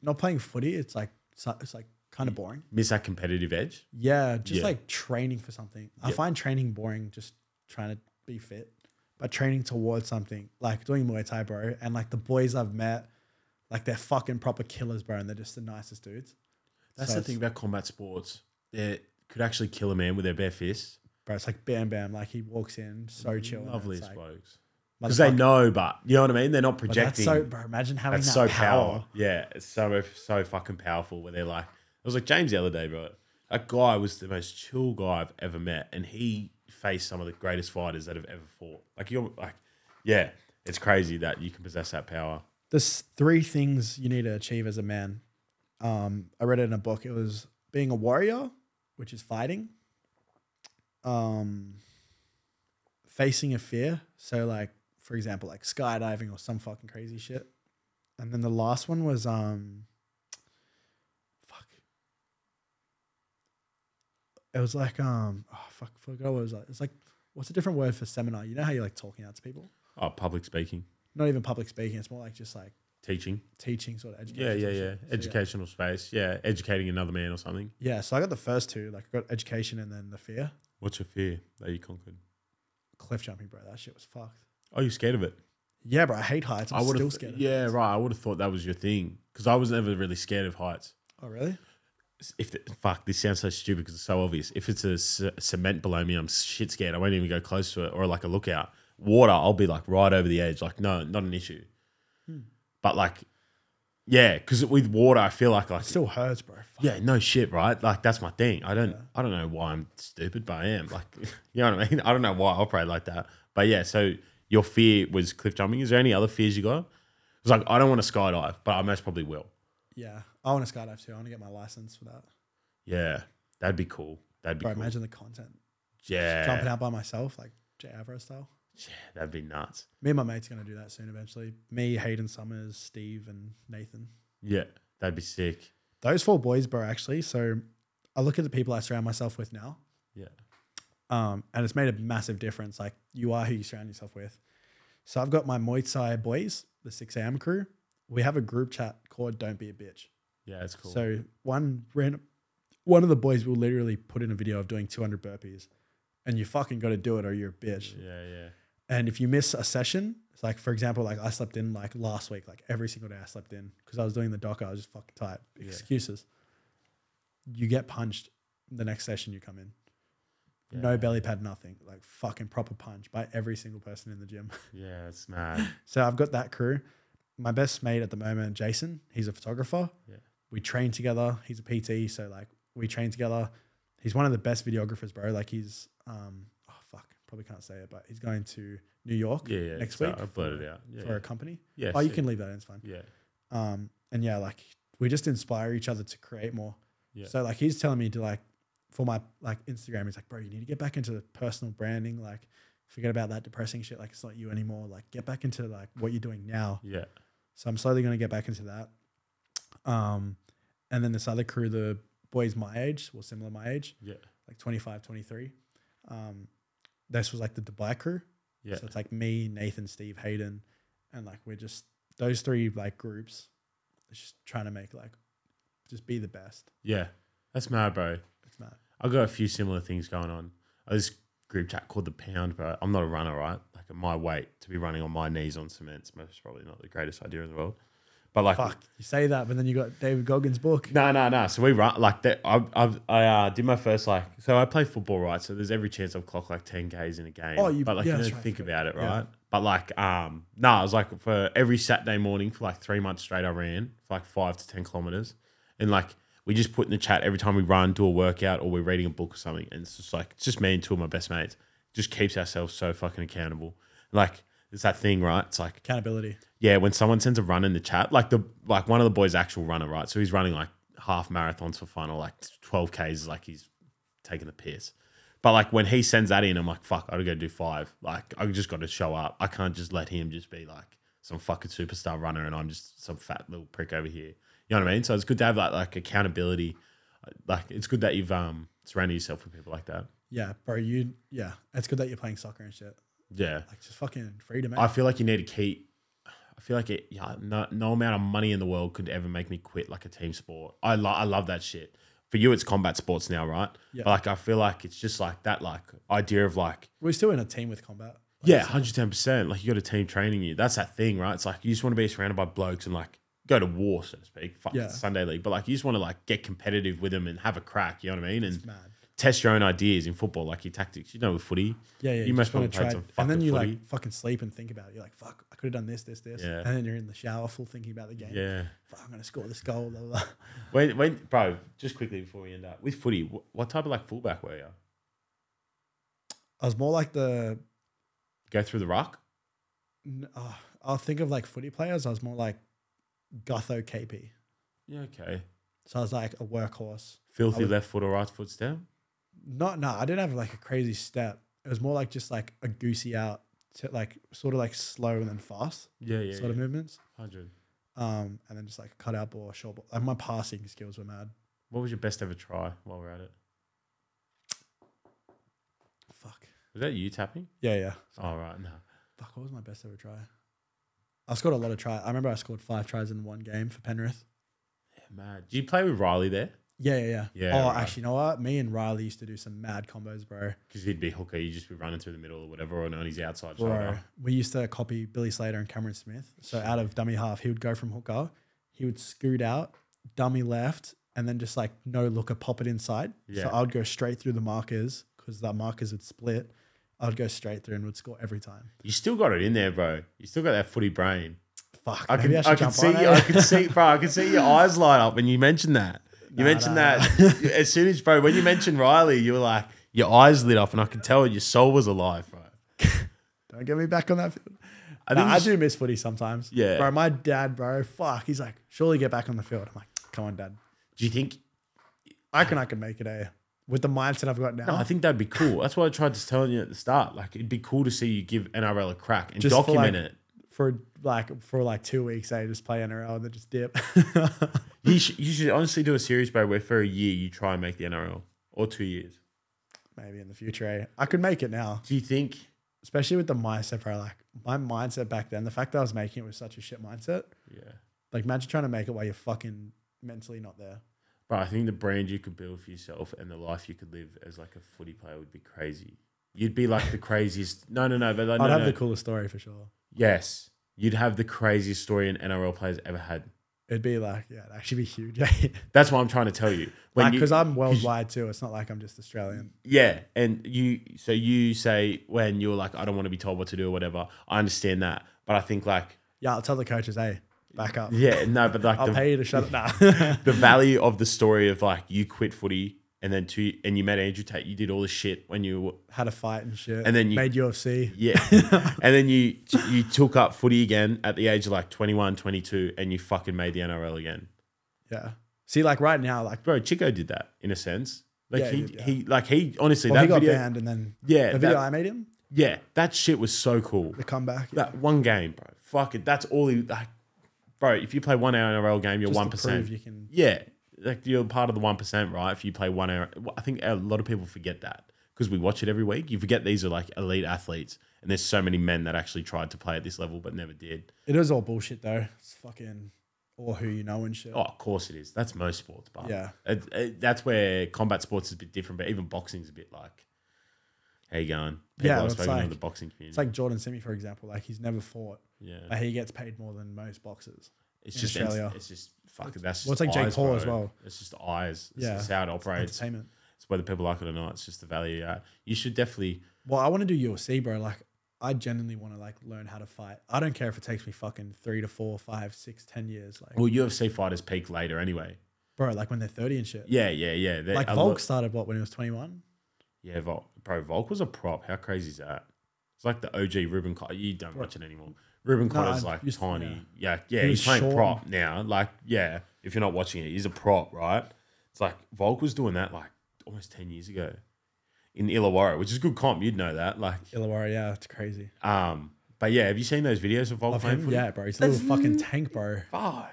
Speaker 2: not playing footy, it's like so- it's like kind
Speaker 1: Mm.
Speaker 2: of boring.
Speaker 1: Miss that competitive edge.
Speaker 2: Yeah, just
Speaker 1: Yeah.
Speaker 2: like training for something. I
Speaker 1: Yeah.
Speaker 2: find training boring just trying to be fit, but training towards something like doing Muay Thai, bro. And like the boys I've met, like they're fucking proper killers, bro. And they're just the nicest dudes,
Speaker 1: That's
Speaker 2: So
Speaker 1: the thing about combat sports. They could actually kill a man with their bare fists.
Speaker 2: bro. It's like bam, bam. Like he walks in, so chill. and
Speaker 1: Lovely
Speaker 2: it's like,
Speaker 1: blokes. Because they
Speaker 2: motherfucker,
Speaker 1: know, but you know what I mean. They're not
Speaker 2: but That's
Speaker 1: projecting.
Speaker 2: so, bro. Imagine having
Speaker 1: That's
Speaker 2: that
Speaker 1: so
Speaker 2: power.
Speaker 1: power. Yeah, it's so so fucking powerful. Where they're like, it was like James the other day, bro. That guy was the most chill guy I've ever met, and he faced some of the greatest fighters that have ever fought. Like you're like, yeah, it's crazy that you can possess that power.
Speaker 2: There's three things you need to achieve as a man. Um, I read it in a book. It was being a warrior, which is fighting, um, facing a fear. So, like, for example, like skydiving or some fucking crazy shit. And then the last one was, um, fuck. It was like, um, oh, fuck, forgot what it was like. It's like, what's a different word for seminar? You know how you like talking out to people?
Speaker 1: Oh, public speaking,
Speaker 2: Not even public speaking. It's more like just like
Speaker 1: teaching.
Speaker 2: teaching, sort of education.
Speaker 1: Yeah, yeah,
Speaker 2: sort of
Speaker 1: yeah.
Speaker 2: shit. So,
Speaker 1: Educational space. Yeah, educating another man or something.
Speaker 2: Yeah, so I got the first two. Like I got education and then the fear.
Speaker 1: What's your fear that you conquered?
Speaker 2: Cliff jumping, bro. That shit was fucked.
Speaker 1: Oh, you're scared of it.
Speaker 2: Yeah, bro. I hate heights. I'm
Speaker 1: would've
Speaker 2: still
Speaker 1: th-
Speaker 2: scared. of
Speaker 1: Yeah,
Speaker 2: heights.
Speaker 1: right. I would have thought that was your thing because I was never really scared of heights.
Speaker 2: Oh really?
Speaker 1: If the, fuck, this sounds so stupid because it's so obvious. If it's a c- cement below me, I'm shit scared. I won't even go close to it or like a lookout. Water, I'll be like right over the edge. Like no, not an issue.
Speaker 2: Hmm.
Speaker 1: But like, yeah, because with water, I feel like like
Speaker 2: It still hurts, bro. Fuck.
Speaker 1: yeah, no shit, right? Like that's my thing. I don't I don't know why I'm stupid, but I am. Like you know what I mean? I don't know why I operate like that. But yeah, so your fear was cliff jumping. Is there any other fears you got? It's like I don't want to skydive, but I most probably will.
Speaker 2: Yeah. I want to skydive too. I want to get my license for that.
Speaker 1: Yeah. That'd be cool. That'd be
Speaker 2: Bro,
Speaker 1: cool.
Speaker 2: imagine the content.
Speaker 1: yeah.
Speaker 2: Jumping out by myself, like Jay Avro style.
Speaker 1: yeah. That'd be nuts.
Speaker 2: Me and my mate's gonna do that soon eventually. Me, Hayden Summers, Steve, and Nathan.
Speaker 1: Yeah. That'd be sick.
Speaker 2: Those four boys, bro. Actually, so I look at the people I surround myself with now.
Speaker 1: Yeah.
Speaker 2: um, and it's made a massive difference. Like you are who you surround yourself with. So I've got my Muay Thai boys, the 6 a.m. crew. We have a group chat called "Don't Be a Bitch."
Speaker 1: Yeah, it's cool.
Speaker 2: So one random, one of the boys will literally put in a video of doing 200 burpees, and you fucking got to do it or you're a bitch.
Speaker 1: yeah, yeah.
Speaker 2: And if you miss a session, it's like for example, like I slept in like last week, like every single day I slept in because I was doing the docker. I was just fucking tired. Excuses. You get punched the next session you come in. No belly pad, nothing. Like fucking proper punch by every single person in the gym.
Speaker 1: Yeah, it's mad.
Speaker 2: so I've got that crew. My best mate at the moment, Jason, he's a photographer.
Speaker 1: Yeah.
Speaker 2: We train together. He's a PT, so like we train together. He's one of the best videographers, bro. Like he's um oh fuck, probably can't say it, but he's going to New York
Speaker 1: Yeah, yeah.
Speaker 2: next
Speaker 1: so
Speaker 2: week
Speaker 1: I blurted it out. Yeah.
Speaker 2: for a company.
Speaker 1: yeah,
Speaker 2: oh, you
Speaker 1: sick.
Speaker 2: can leave that in, it's fine.
Speaker 1: Yeah.
Speaker 2: Um, and yeah, like we just inspire each other to create more.
Speaker 1: Yeah.
Speaker 2: So like he's telling me to like for my like Instagram, he's like, bro, you need to get back into the personal branding, like forget about that depressing shit. Like it's not you anymore. Like get back into like what you're doing now.
Speaker 1: Yeah.
Speaker 2: So I'm slowly gonna get back into that. Um, and then this other crew, the boys my age, well similar my age,
Speaker 1: Yeah.
Speaker 2: like 25, 23. Um, this was like the Dubai crew.
Speaker 1: Yeah.
Speaker 2: So it's like me, Nathan, Steve, Hayden, and like we're just those three like groups, it's just trying to make like just be the best.
Speaker 1: Yeah. That's mad, bro.
Speaker 2: It's not
Speaker 1: I've got a few similar things going on. I was group chat called the pound, but I'm not a runner, right? Like at my weight, to be running on my knees on cement's most probably not the greatest idea in the world. But like,
Speaker 2: fuck. You say that, but then you got David Goggins' book.
Speaker 1: no, no, no. So we run like that. I, I, I uh, did my first like. So I play football, right? So there's every chance I've clocked like ten k's in a game.
Speaker 2: Oh, you-
Speaker 1: but like
Speaker 2: yeah,
Speaker 1: you
Speaker 2: that's
Speaker 1: don't
Speaker 2: right,
Speaker 1: think
Speaker 2: I
Speaker 1: about
Speaker 2: forgot.
Speaker 1: it,
Speaker 2: Yeah.
Speaker 1: right? But like, um, no, I was like for every Saturday morning for like three months straight. I ran for like five to ten kilometers, and like we just put in the chat every time we run, do a workout, or we're reading a book or something. And it's just like it's just me and two of my best mates. Just keeps ourselves so fucking accountable. Like it's that thing, right? It's like
Speaker 2: Accountability.
Speaker 1: yeah, when someone sends a run in the chat, like the like one of the boys' actual runner, right? So he's running like half marathons for fun or like twelve k's, like he's taking the piss. But like when he sends that in, I'm like, fuck, I gotta go do five. Like I just got to show up. I can't just let him just be like some fucking superstar runner and I'm just some fat little prick over here. You know what I mean? So it's good to have that like accountability. Like it's good that you've um surrounded yourself with people like that.
Speaker 2: Yeah, bro. You yeah. It's good that you're playing soccer and shit.
Speaker 1: Yeah.
Speaker 2: Like just fucking freedom. eh?
Speaker 1: I feel like you need to keep. I feel like it. Yeah, no, no amount of money in the world could ever make me quit like a team sport. I lo- I love that shit. For you, it's combat sports now, right?
Speaker 2: Yeah.
Speaker 1: But like, I feel like it's just like that, like idea of like,
Speaker 2: We're still in a team with combat. Like,
Speaker 1: yeah, hundred ten percent. Like you got a team training you. That's that thing, right? It's like you just want to be surrounded by blokes and like go to war, so to speak. Fuck
Speaker 2: Yeah.
Speaker 1: Sunday league, but like you just want to like get competitive with them and have a crack. You know what I mean? And
Speaker 2: It's mad.
Speaker 1: test your own ideas in football, like your tactics. You know, with footy,
Speaker 2: Yeah, yeah.
Speaker 1: You must
Speaker 2: just wanna
Speaker 1: probably played some
Speaker 2: and then
Speaker 1: fucking
Speaker 2: you
Speaker 1: footy.
Speaker 2: like fucking sleep and think about it. You're like, fuck, I could have done this, this, this.
Speaker 1: Yeah.
Speaker 2: And then you're in the shower, full thinking about the game.
Speaker 1: yeah.
Speaker 2: Fuck, I'm gonna score this goal. Blah, blah. blah.
Speaker 1: When, when, bro, just quickly before we end up with footy, what, what type of like fullback were you?
Speaker 2: I was more like the.
Speaker 1: Go through the rock.
Speaker 2: n- Oh, I'll think of like footy players. I was more like Gutho KP.
Speaker 1: Yeah, okay.
Speaker 2: So I was like a workhorse. I
Speaker 1: Filthy
Speaker 2: would-
Speaker 1: left foot or right foot step.
Speaker 2: Not no, I didn't have like a crazy step. It was more like just like a goosey out, to like sort of like slow and then fast
Speaker 1: Yeah, yeah.
Speaker 2: sort of movements.
Speaker 1: Hundred.
Speaker 2: Um, and then just like cut out ball, short ball. Like my passing skills were mad.
Speaker 1: What was your best ever try while we're at it?
Speaker 2: Fuck.
Speaker 1: Was that you tapping?
Speaker 2: Yeah, yeah.
Speaker 1: All Oh, right, no.
Speaker 2: Fuck, what was my best ever try? I scored a lot of tries. I remember I scored five tries in one game for Penrith.
Speaker 1: Mad. Did you play with Riley there?
Speaker 2: Yeah, yeah, yeah.
Speaker 1: Yeah,
Speaker 2: oh,
Speaker 1: right.
Speaker 2: actually, you know what? Me and Riley used to do some mad combos, bro.
Speaker 1: Because he'd be hooker. You'd just be running through the middle or whatever, or on his outside
Speaker 2: Bro,
Speaker 1: shoulder.
Speaker 2: we used to copy Billy Slater and Cameron Smith. So out of dummy half, he would go from hooker, he would scoot out, dummy left, and then just like no looker, pop it inside.
Speaker 1: Yeah.
Speaker 2: So I would go straight through the markers because the markers would split. I would go straight through and would score every time.
Speaker 1: You still got it in there, bro. You still got that footy brain.
Speaker 2: Fuck,
Speaker 1: I
Speaker 2: maybe
Speaker 1: can,
Speaker 2: I
Speaker 1: I,
Speaker 2: should
Speaker 1: can
Speaker 2: jump
Speaker 1: see,
Speaker 2: on. eh?
Speaker 1: you- I can see, bro. I can see your eyes light up when you mentioned that. You mentioned
Speaker 2: nah,
Speaker 1: that as soon as, bro. When you mentioned Riley, you were like, your eyes lit up, and I could tell your soul was alive, bro.
Speaker 2: Don't get me back on that field.
Speaker 1: I
Speaker 2: Nah,
Speaker 1: think
Speaker 2: I
Speaker 1: you
Speaker 2: do miss footy sometimes.
Speaker 1: Yeah.
Speaker 2: Bro, my dad, bro, fuck. He's like, surely get back on the field. I'm like, come on, dad.
Speaker 1: Do you think?
Speaker 2: I reckon I could make it, eh? With the mindset I've got now.
Speaker 1: I think that'd be cool. That's what I tried to tell you at the start. Like, it'd be cool to see you give NRL a crack and
Speaker 2: Just for,
Speaker 1: document
Speaker 2: like-
Speaker 1: it.
Speaker 2: for like for like two weeks, eh? Just play NRL and then just dip.
Speaker 1: You should, you should honestly do a series, bro, where for a year you try and make the NRL or two years.
Speaker 2: Maybe in the future, eh? I could make it now.
Speaker 1: Do you think?
Speaker 2: Especially with the mindset, bro. Like my mindset back then, the fact that I was making it was such a shit mindset.
Speaker 1: Yeah,
Speaker 2: Like imagine trying to make it while you're fucking mentally not there.
Speaker 1: bro. I think the brand you could build for yourself and the life you could live as like a footy player would be crazy. You'd be like the craziest. No, no, no. But like,
Speaker 2: I'd
Speaker 1: no,
Speaker 2: have
Speaker 1: no.
Speaker 2: the coolest story for sure.
Speaker 1: Yes, you'd have the craziest story an NRL player's ever had.
Speaker 2: It'd be like, yeah, it'd actually be huge. eh?
Speaker 1: That's what I'm trying to tell you. When
Speaker 2: like,
Speaker 1: you-
Speaker 2: because I'm worldwide too. It's not like I'm just Australian.
Speaker 1: Yeah, and you so you say when you're like, I don't want to be told what to do or whatever. I understand that, but I think like,
Speaker 2: Yeah, I'll tell the coaches, hey, back up.
Speaker 1: yeah, no, but like
Speaker 2: I'll
Speaker 1: the,
Speaker 2: pay you to shut up. Nah.
Speaker 1: the value of the story of like you quit footy and then two and you met Andrew Tate, you did all this shit when you were
Speaker 2: Had a fight and shit.
Speaker 1: And then you-
Speaker 2: made UFC.
Speaker 1: yeah, and then you you took up footy again at the age of like 21, 22 and you fucking made the NRL again.
Speaker 2: Yeah. See, like right now, like
Speaker 1: Bro, Chico did that in a sense. Like
Speaker 2: Yeah,
Speaker 1: he,
Speaker 2: he did, yeah.
Speaker 1: he like he honestly
Speaker 2: well,
Speaker 1: that
Speaker 2: he got
Speaker 1: video
Speaker 2: banned and then
Speaker 1: yeah
Speaker 2: the video
Speaker 1: that-
Speaker 2: I made him,
Speaker 1: yeah that shit was so cool.
Speaker 2: the comeback. Yeah.
Speaker 1: That one game, bro. Fuck it. That's all he like, bro. If you play one hour NRL game, you're
Speaker 2: Just to
Speaker 1: one percent.
Speaker 2: prove You can,
Speaker 1: yeah, like you're part of the one percent, right? If you play one hour, well, I think a lot of people forget that because we watch it every week. You forget these are like elite athletes, and there's so many men that actually tried to play at this level but never did.
Speaker 2: it is all bullshit though. It's fucking or who you know and shit.
Speaker 1: Oh, of course it is. That's most sports, but
Speaker 2: Yeah.
Speaker 1: it, it- that's where combat sports is a bit different. But even boxing's a bit like, how you going? People
Speaker 2: Yeah,
Speaker 1: I've
Speaker 2: it's
Speaker 1: spoken to in
Speaker 2: like-
Speaker 1: the boxing community.
Speaker 2: It's like Jordan Simi, for example. Like he's never fought,
Speaker 1: yeah,
Speaker 2: but he gets paid more than most boxers.
Speaker 1: It's
Speaker 2: in
Speaker 1: just
Speaker 2: Australia.
Speaker 1: It's, just fucking. That's just
Speaker 2: Well, it's like Jake
Speaker 1: eyes,
Speaker 2: Paul as
Speaker 1: bro.
Speaker 2: well.
Speaker 1: It's just eyes. It's
Speaker 2: Yeah.
Speaker 1: just how it operates. It's
Speaker 2: Entertainment.
Speaker 1: whether people like it or not. It's just the value. you add. You should definitely.
Speaker 2: Well, I want to do UFC, bro. Like I genuinely want to like learn how to fight. I don't care if it takes me fucking three to four, five, six, ten years. Like,
Speaker 1: Well, UFC fighters peak later anyway.
Speaker 2: bro, like when they're thirty and shit.
Speaker 1: Yeah, yeah, yeah. They're
Speaker 2: like
Speaker 1: a
Speaker 2: Volk
Speaker 1: lot-
Speaker 2: started what when he was twenty one.
Speaker 1: yeah, Volk. Bro, Volk was a prop. How crazy is that? It's like the OG Ruben Cotter. You don't watch it anymore. Ruben Cotter's
Speaker 2: I
Speaker 1: like
Speaker 2: used-
Speaker 1: tiny. Yeah, yeah.
Speaker 2: He
Speaker 1: he's
Speaker 2: was
Speaker 1: playing
Speaker 2: short.
Speaker 1: prop now. Like, yeah. If you're not watching it, he's a prop, right? It's like Volk was doing that like almost ten years ago in Illawarra, which is good comp. You'd know that. Like,
Speaker 2: Illawarra, yeah, it's crazy.
Speaker 1: Um, but yeah, have you seen those videos of Volk
Speaker 2: Of
Speaker 1: playing
Speaker 2: him,
Speaker 1: footy?
Speaker 2: yeah, bro. He's a little fucking tank, bro.
Speaker 1: Bro.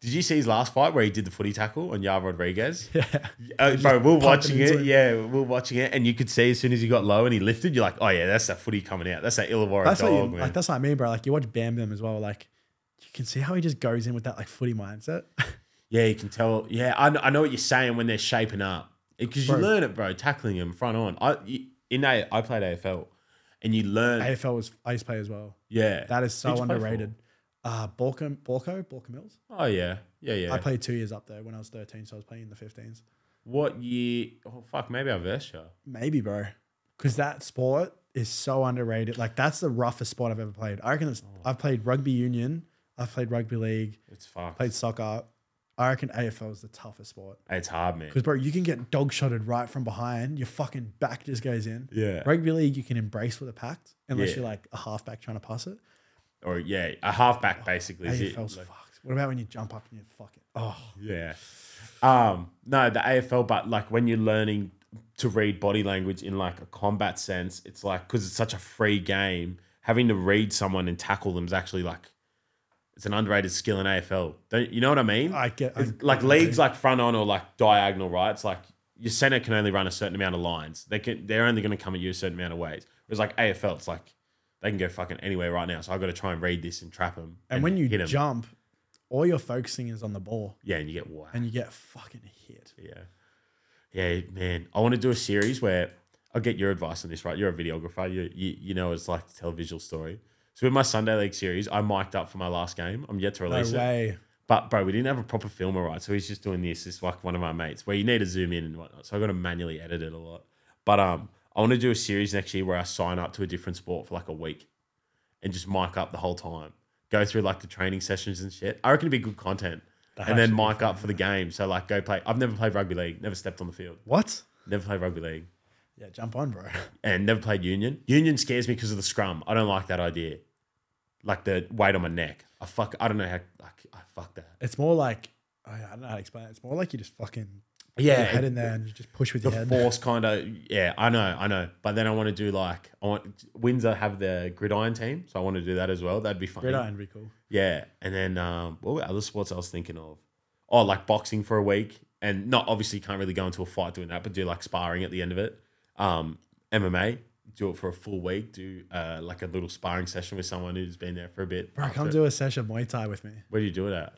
Speaker 1: Did you see his last fight where he did the footy tackle on Yar Rodriguez?
Speaker 2: Yeah.
Speaker 1: Uh, bro, we're
Speaker 2: pumping
Speaker 1: watching
Speaker 2: into
Speaker 1: it.
Speaker 2: it.
Speaker 1: Yeah, we're watching it, and you could see as soon as he got low and he lifted, you're like, oh yeah, that's that footy coming out. That's that Illawarra
Speaker 2: That's
Speaker 1: dog,
Speaker 2: what you,
Speaker 1: man.
Speaker 2: like. That's what I mean, bro. Like you watch Bam Bam as well. Like you can see how he just goes in with that like footy mindset.
Speaker 1: yeah, you can tell. Yeah, I know, I know what you're saying when they're shaping up because you
Speaker 2: Bro.
Speaker 1: learn it, bro. Tackling him front on. I you- in a I played AFL, and you learn.
Speaker 2: AFL was I used to play as well.
Speaker 1: yeah,
Speaker 2: That is so
Speaker 1: Who'd you play for?
Speaker 2: underrated. Uh, Borkum, Borko, Borkum Mills.
Speaker 1: oh yeah, yeah, yeah.
Speaker 2: I played two years up there when I was 13, so I was playing in the 15s.
Speaker 1: What year? Oh fuck, maybe our verse show.
Speaker 2: Maybe, bro. Because that sport is so underrated. Like that's the roughest sport I've ever played. I reckon it's,
Speaker 1: Oh.
Speaker 2: I've played rugby union, I've played rugby league,
Speaker 1: It's fucked.
Speaker 2: played soccer. I reckon AFL is the toughest sport.
Speaker 1: It's hard, man.
Speaker 2: Because bro, you can get dog shotted right from behind. Your fucking back just goes in.
Speaker 1: Yeah.
Speaker 2: Rugby league, you can embrace with a pact, unless
Speaker 1: Yeah.
Speaker 2: you're like a halfback trying to pass it.
Speaker 1: Or yeah, a
Speaker 2: Oh,
Speaker 1: halfback basically. is it.
Speaker 2: AFL's
Speaker 1: Like,
Speaker 2: fucked. What about when you jump up and you fucking oh
Speaker 1: Yeah. Um, no, the AFL, but like when you're learning to read body language in like a combat sense, it's like because it's such a free game, having to read someone and tackle them is actually like it's an underrated skill in AFL. Don't you know what I mean?
Speaker 2: Oh, I get I,
Speaker 1: It's like leagues like front on or like diagonal, right? It's like your center can only run a certain amount of lines. They can they're only going to come at you a certain amount of ways. Whereas like AFL, it's like they can go fucking anywhere right now. So I've got to try and read this and trap them.
Speaker 2: and when you
Speaker 1: hit 'em.
Speaker 2: jump, all you're focusing is on the ball
Speaker 1: yeah, and you get whacked.
Speaker 2: and you get fucking hit.
Speaker 1: Yeah. Yeah, man. I want to do a series where I'll get your advice on this, right? You're a videographer. You you, you know what it's like to tell a visual story. So with my Sunday League series, I mic'd up for my last game. I'm yet to
Speaker 2: No
Speaker 1: release it.
Speaker 2: way.
Speaker 1: But bro, we didn't have a proper filmer, right? So he's just doing this. It's like one of my mates where you need to zoom in and whatnot. So I got to manually edit it a lot. But um, I want to do a series next year where I sign up to a different sport for like a week, and just mic up the whole time. Go through like the training sessions and shit. I reckon it'd be good content.
Speaker 2: That
Speaker 1: and then
Speaker 2: actually be
Speaker 1: mic up for the game. So like, go play. I've never played rugby league. Never stepped on the field.
Speaker 2: What?
Speaker 1: Never played rugby league,
Speaker 2: Yeah, jump on, bro.
Speaker 1: and never played union. Union scares me because of the scrum. I don't like that idea. Like the weight on my neck. I fuck. I don't know how. Like I fuck that.
Speaker 2: It's more like I I don't know how to explain it. It's more like you just fucking
Speaker 1: Yeah,
Speaker 2: put your head in there and you just push with your
Speaker 1: the
Speaker 2: head.
Speaker 1: force kind of yeah i know i know but then i want to do like i want windsor have the gridiron team so i want to do that as well that'd be fun
Speaker 2: Gridiron would be cool.
Speaker 1: yeah and then um what were other sports i was thinking of oh like boxing for a week and not obviously you can't really go into a fight doing that but do like sparring at the end of it um mma do it for a full week do uh like a little sparring session with someone who's been there for a bit
Speaker 2: Bro, come
Speaker 1: after.
Speaker 2: do a session of Muay Thai with me.
Speaker 1: where do you do it at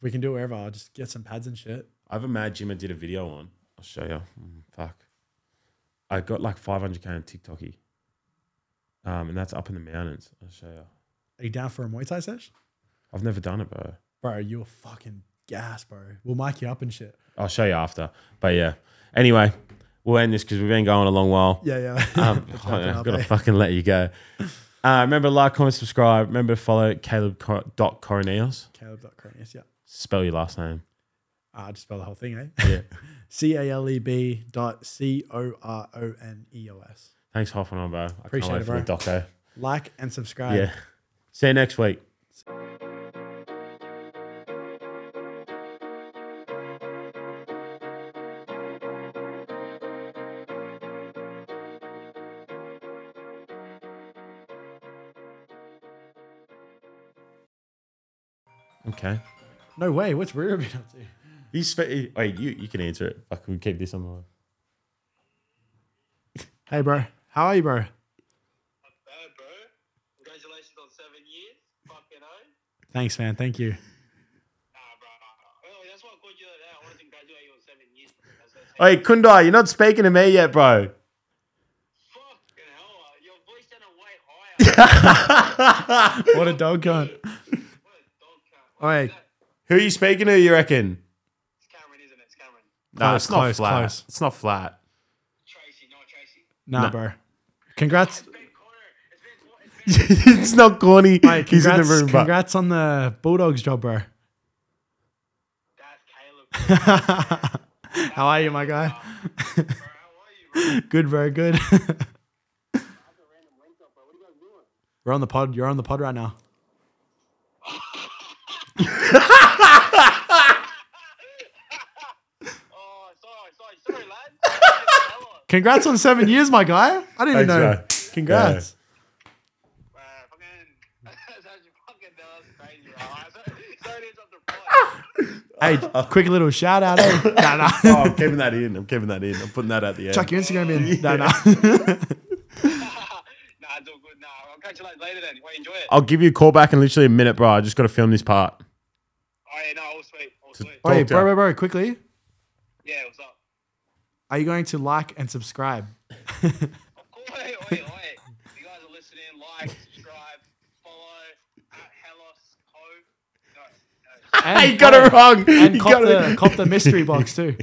Speaker 2: We can do it wherever. I'll just get some pads and shit.
Speaker 1: I have a mad gym I did a video on. I'll show you. Mm, fuck. I got like 500k on TikToky. Um, and that's up in the mountains. I'll show you.
Speaker 2: Are you down for a Muay Thai session?
Speaker 1: I've never done it, bro.
Speaker 2: Bro, you're fucking gas, bro. We'll mic you up and shit.
Speaker 1: I'll show you after. But yeah. Anyway, we'll end this because we've been going a long while.
Speaker 2: Yeah, yeah.
Speaker 1: Um,
Speaker 2: That's wrapping
Speaker 1: I've
Speaker 2: up,
Speaker 1: got to
Speaker 2: eh?
Speaker 1: fucking let you go. Uh, remember to like, comment, subscribe. Remember to follow Caleb Cor- dot Coronels.
Speaker 2: Caleb.cronius, yeah.
Speaker 1: Spell your last name.
Speaker 2: Ah, just spell the whole thing, eh?
Speaker 1: Yeah.
Speaker 2: C A L E B dot C O R O N E O S.
Speaker 1: Thanks for hopping on, bro. I
Speaker 2: Appreciate
Speaker 1: can't
Speaker 2: it,
Speaker 1: wait for the doco.
Speaker 2: Like and subscribe.
Speaker 1: Yeah. See you next week. Okay.
Speaker 2: No way. What's Rira been up to?
Speaker 1: You spe- wait, you, you can answer it. Fuck, we keep this on the line.
Speaker 2: Hey, bro. How are you, bro?
Speaker 4: Not bad, bro. Congratulations on seven years. Fucking oh.
Speaker 2: Thanks, man. Thank you.
Speaker 4: Nah, bro. Oh, that's why I called you the other day. I wanted to congratulate you on seven years. bro. That's what I said.
Speaker 1: Hey, Kundai, you're not speaking to me yet, bro.
Speaker 4: Fucking hell. uh, Your voice sounded way higher.
Speaker 2: What a dog cunt.
Speaker 4: what a dog cunt.
Speaker 2: All right.
Speaker 1: Who are you speaking to, you reckon?
Speaker 4: It's Cameron, isn't it? It's Cameron.
Speaker 1: No,
Speaker 2: Close,
Speaker 1: it's not
Speaker 2: close,
Speaker 1: flat.
Speaker 2: close.
Speaker 1: It's not flat.
Speaker 4: Tracy, not Tracy.
Speaker 2: Nah, bro. Congrats.
Speaker 4: It's been Connor. It's been Connor. It's been
Speaker 1: it's not corny.
Speaker 2: Mate,
Speaker 1: He's in
Speaker 2: congrats,
Speaker 1: the room, but
Speaker 2: congrats on the Bulldogs job, bro.
Speaker 4: That's Caleb.
Speaker 2: How are you, my guy?
Speaker 4: bro, how are you, bro?
Speaker 2: Good, bro. Good.
Speaker 4: That's a random link up, bro. What are you guys doing?
Speaker 2: We're on the pod. You're on the pod right now.
Speaker 4: Oh, sorry, sorry, sorry, lad. Hello.
Speaker 2: Congrats on seven years, my guy. I didn't even
Speaker 1: Thanks,
Speaker 2: know.
Speaker 1: bro.
Speaker 2: Congrats.
Speaker 4: Bro, fucking. That's fucking. That was crazy, bro. I'm Sorry, sorry to interrupt the pod.
Speaker 2: Hey, quick little shout out. eh? nah, nah.
Speaker 1: oh, I'm keeping that in. I'm keeping that in. I'm putting that at the end.
Speaker 2: Chuck your Instagram in. Nah, nah.
Speaker 4: nah, it's all good. Nah, I'll catch you like later then. Wait, enjoy it.
Speaker 1: I'll give you a call back in literally a minute, bro. I just got to film this part.
Speaker 4: Oh, yeah, no, all sweet. All sweet.
Speaker 2: Wait,
Speaker 1: Talk to
Speaker 2: bro,
Speaker 1: her.
Speaker 2: bro, bro, quickly.
Speaker 4: Yeah, what's up?
Speaker 2: Are you going to like and subscribe?
Speaker 4: Of course, oi, oi, oi. If you guys are listening, like, subscribe, follow, at Hellos Co. No, no.
Speaker 2: And,
Speaker 1: got it wrong.
Speaker 2: And
Speaker 1: You
Speaker 2: cop
Speaker 1: got it-
Speaker 2: the, cop the mystery box too.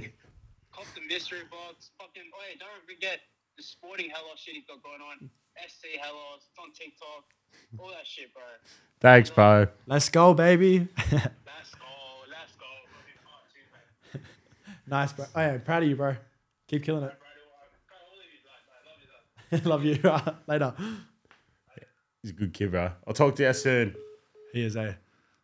Speaker 4: Cop the mystery box. Fucking, oh yeah, don't forget the sporting Hellos shit he's got going on. SC Hellos, it's on TikTok, all that shit, bro.
Speaker 3: Thanks, bro.
Speaker 2: Let's go, baby.
Speaker 4: Let's go, let's go. Fucking hot shit, man.
Speaker 2: nice, bro. Oh, yeah, proud of you, bro. Keep killing it.
Speaker 4: Bro, I bro, all of you, like, I love you, though.
Speaker 2: Love you. Later.
Speaker 1: He's a good kid, bro. I'll talk to you soon.
Speaker 2: He is eh? a.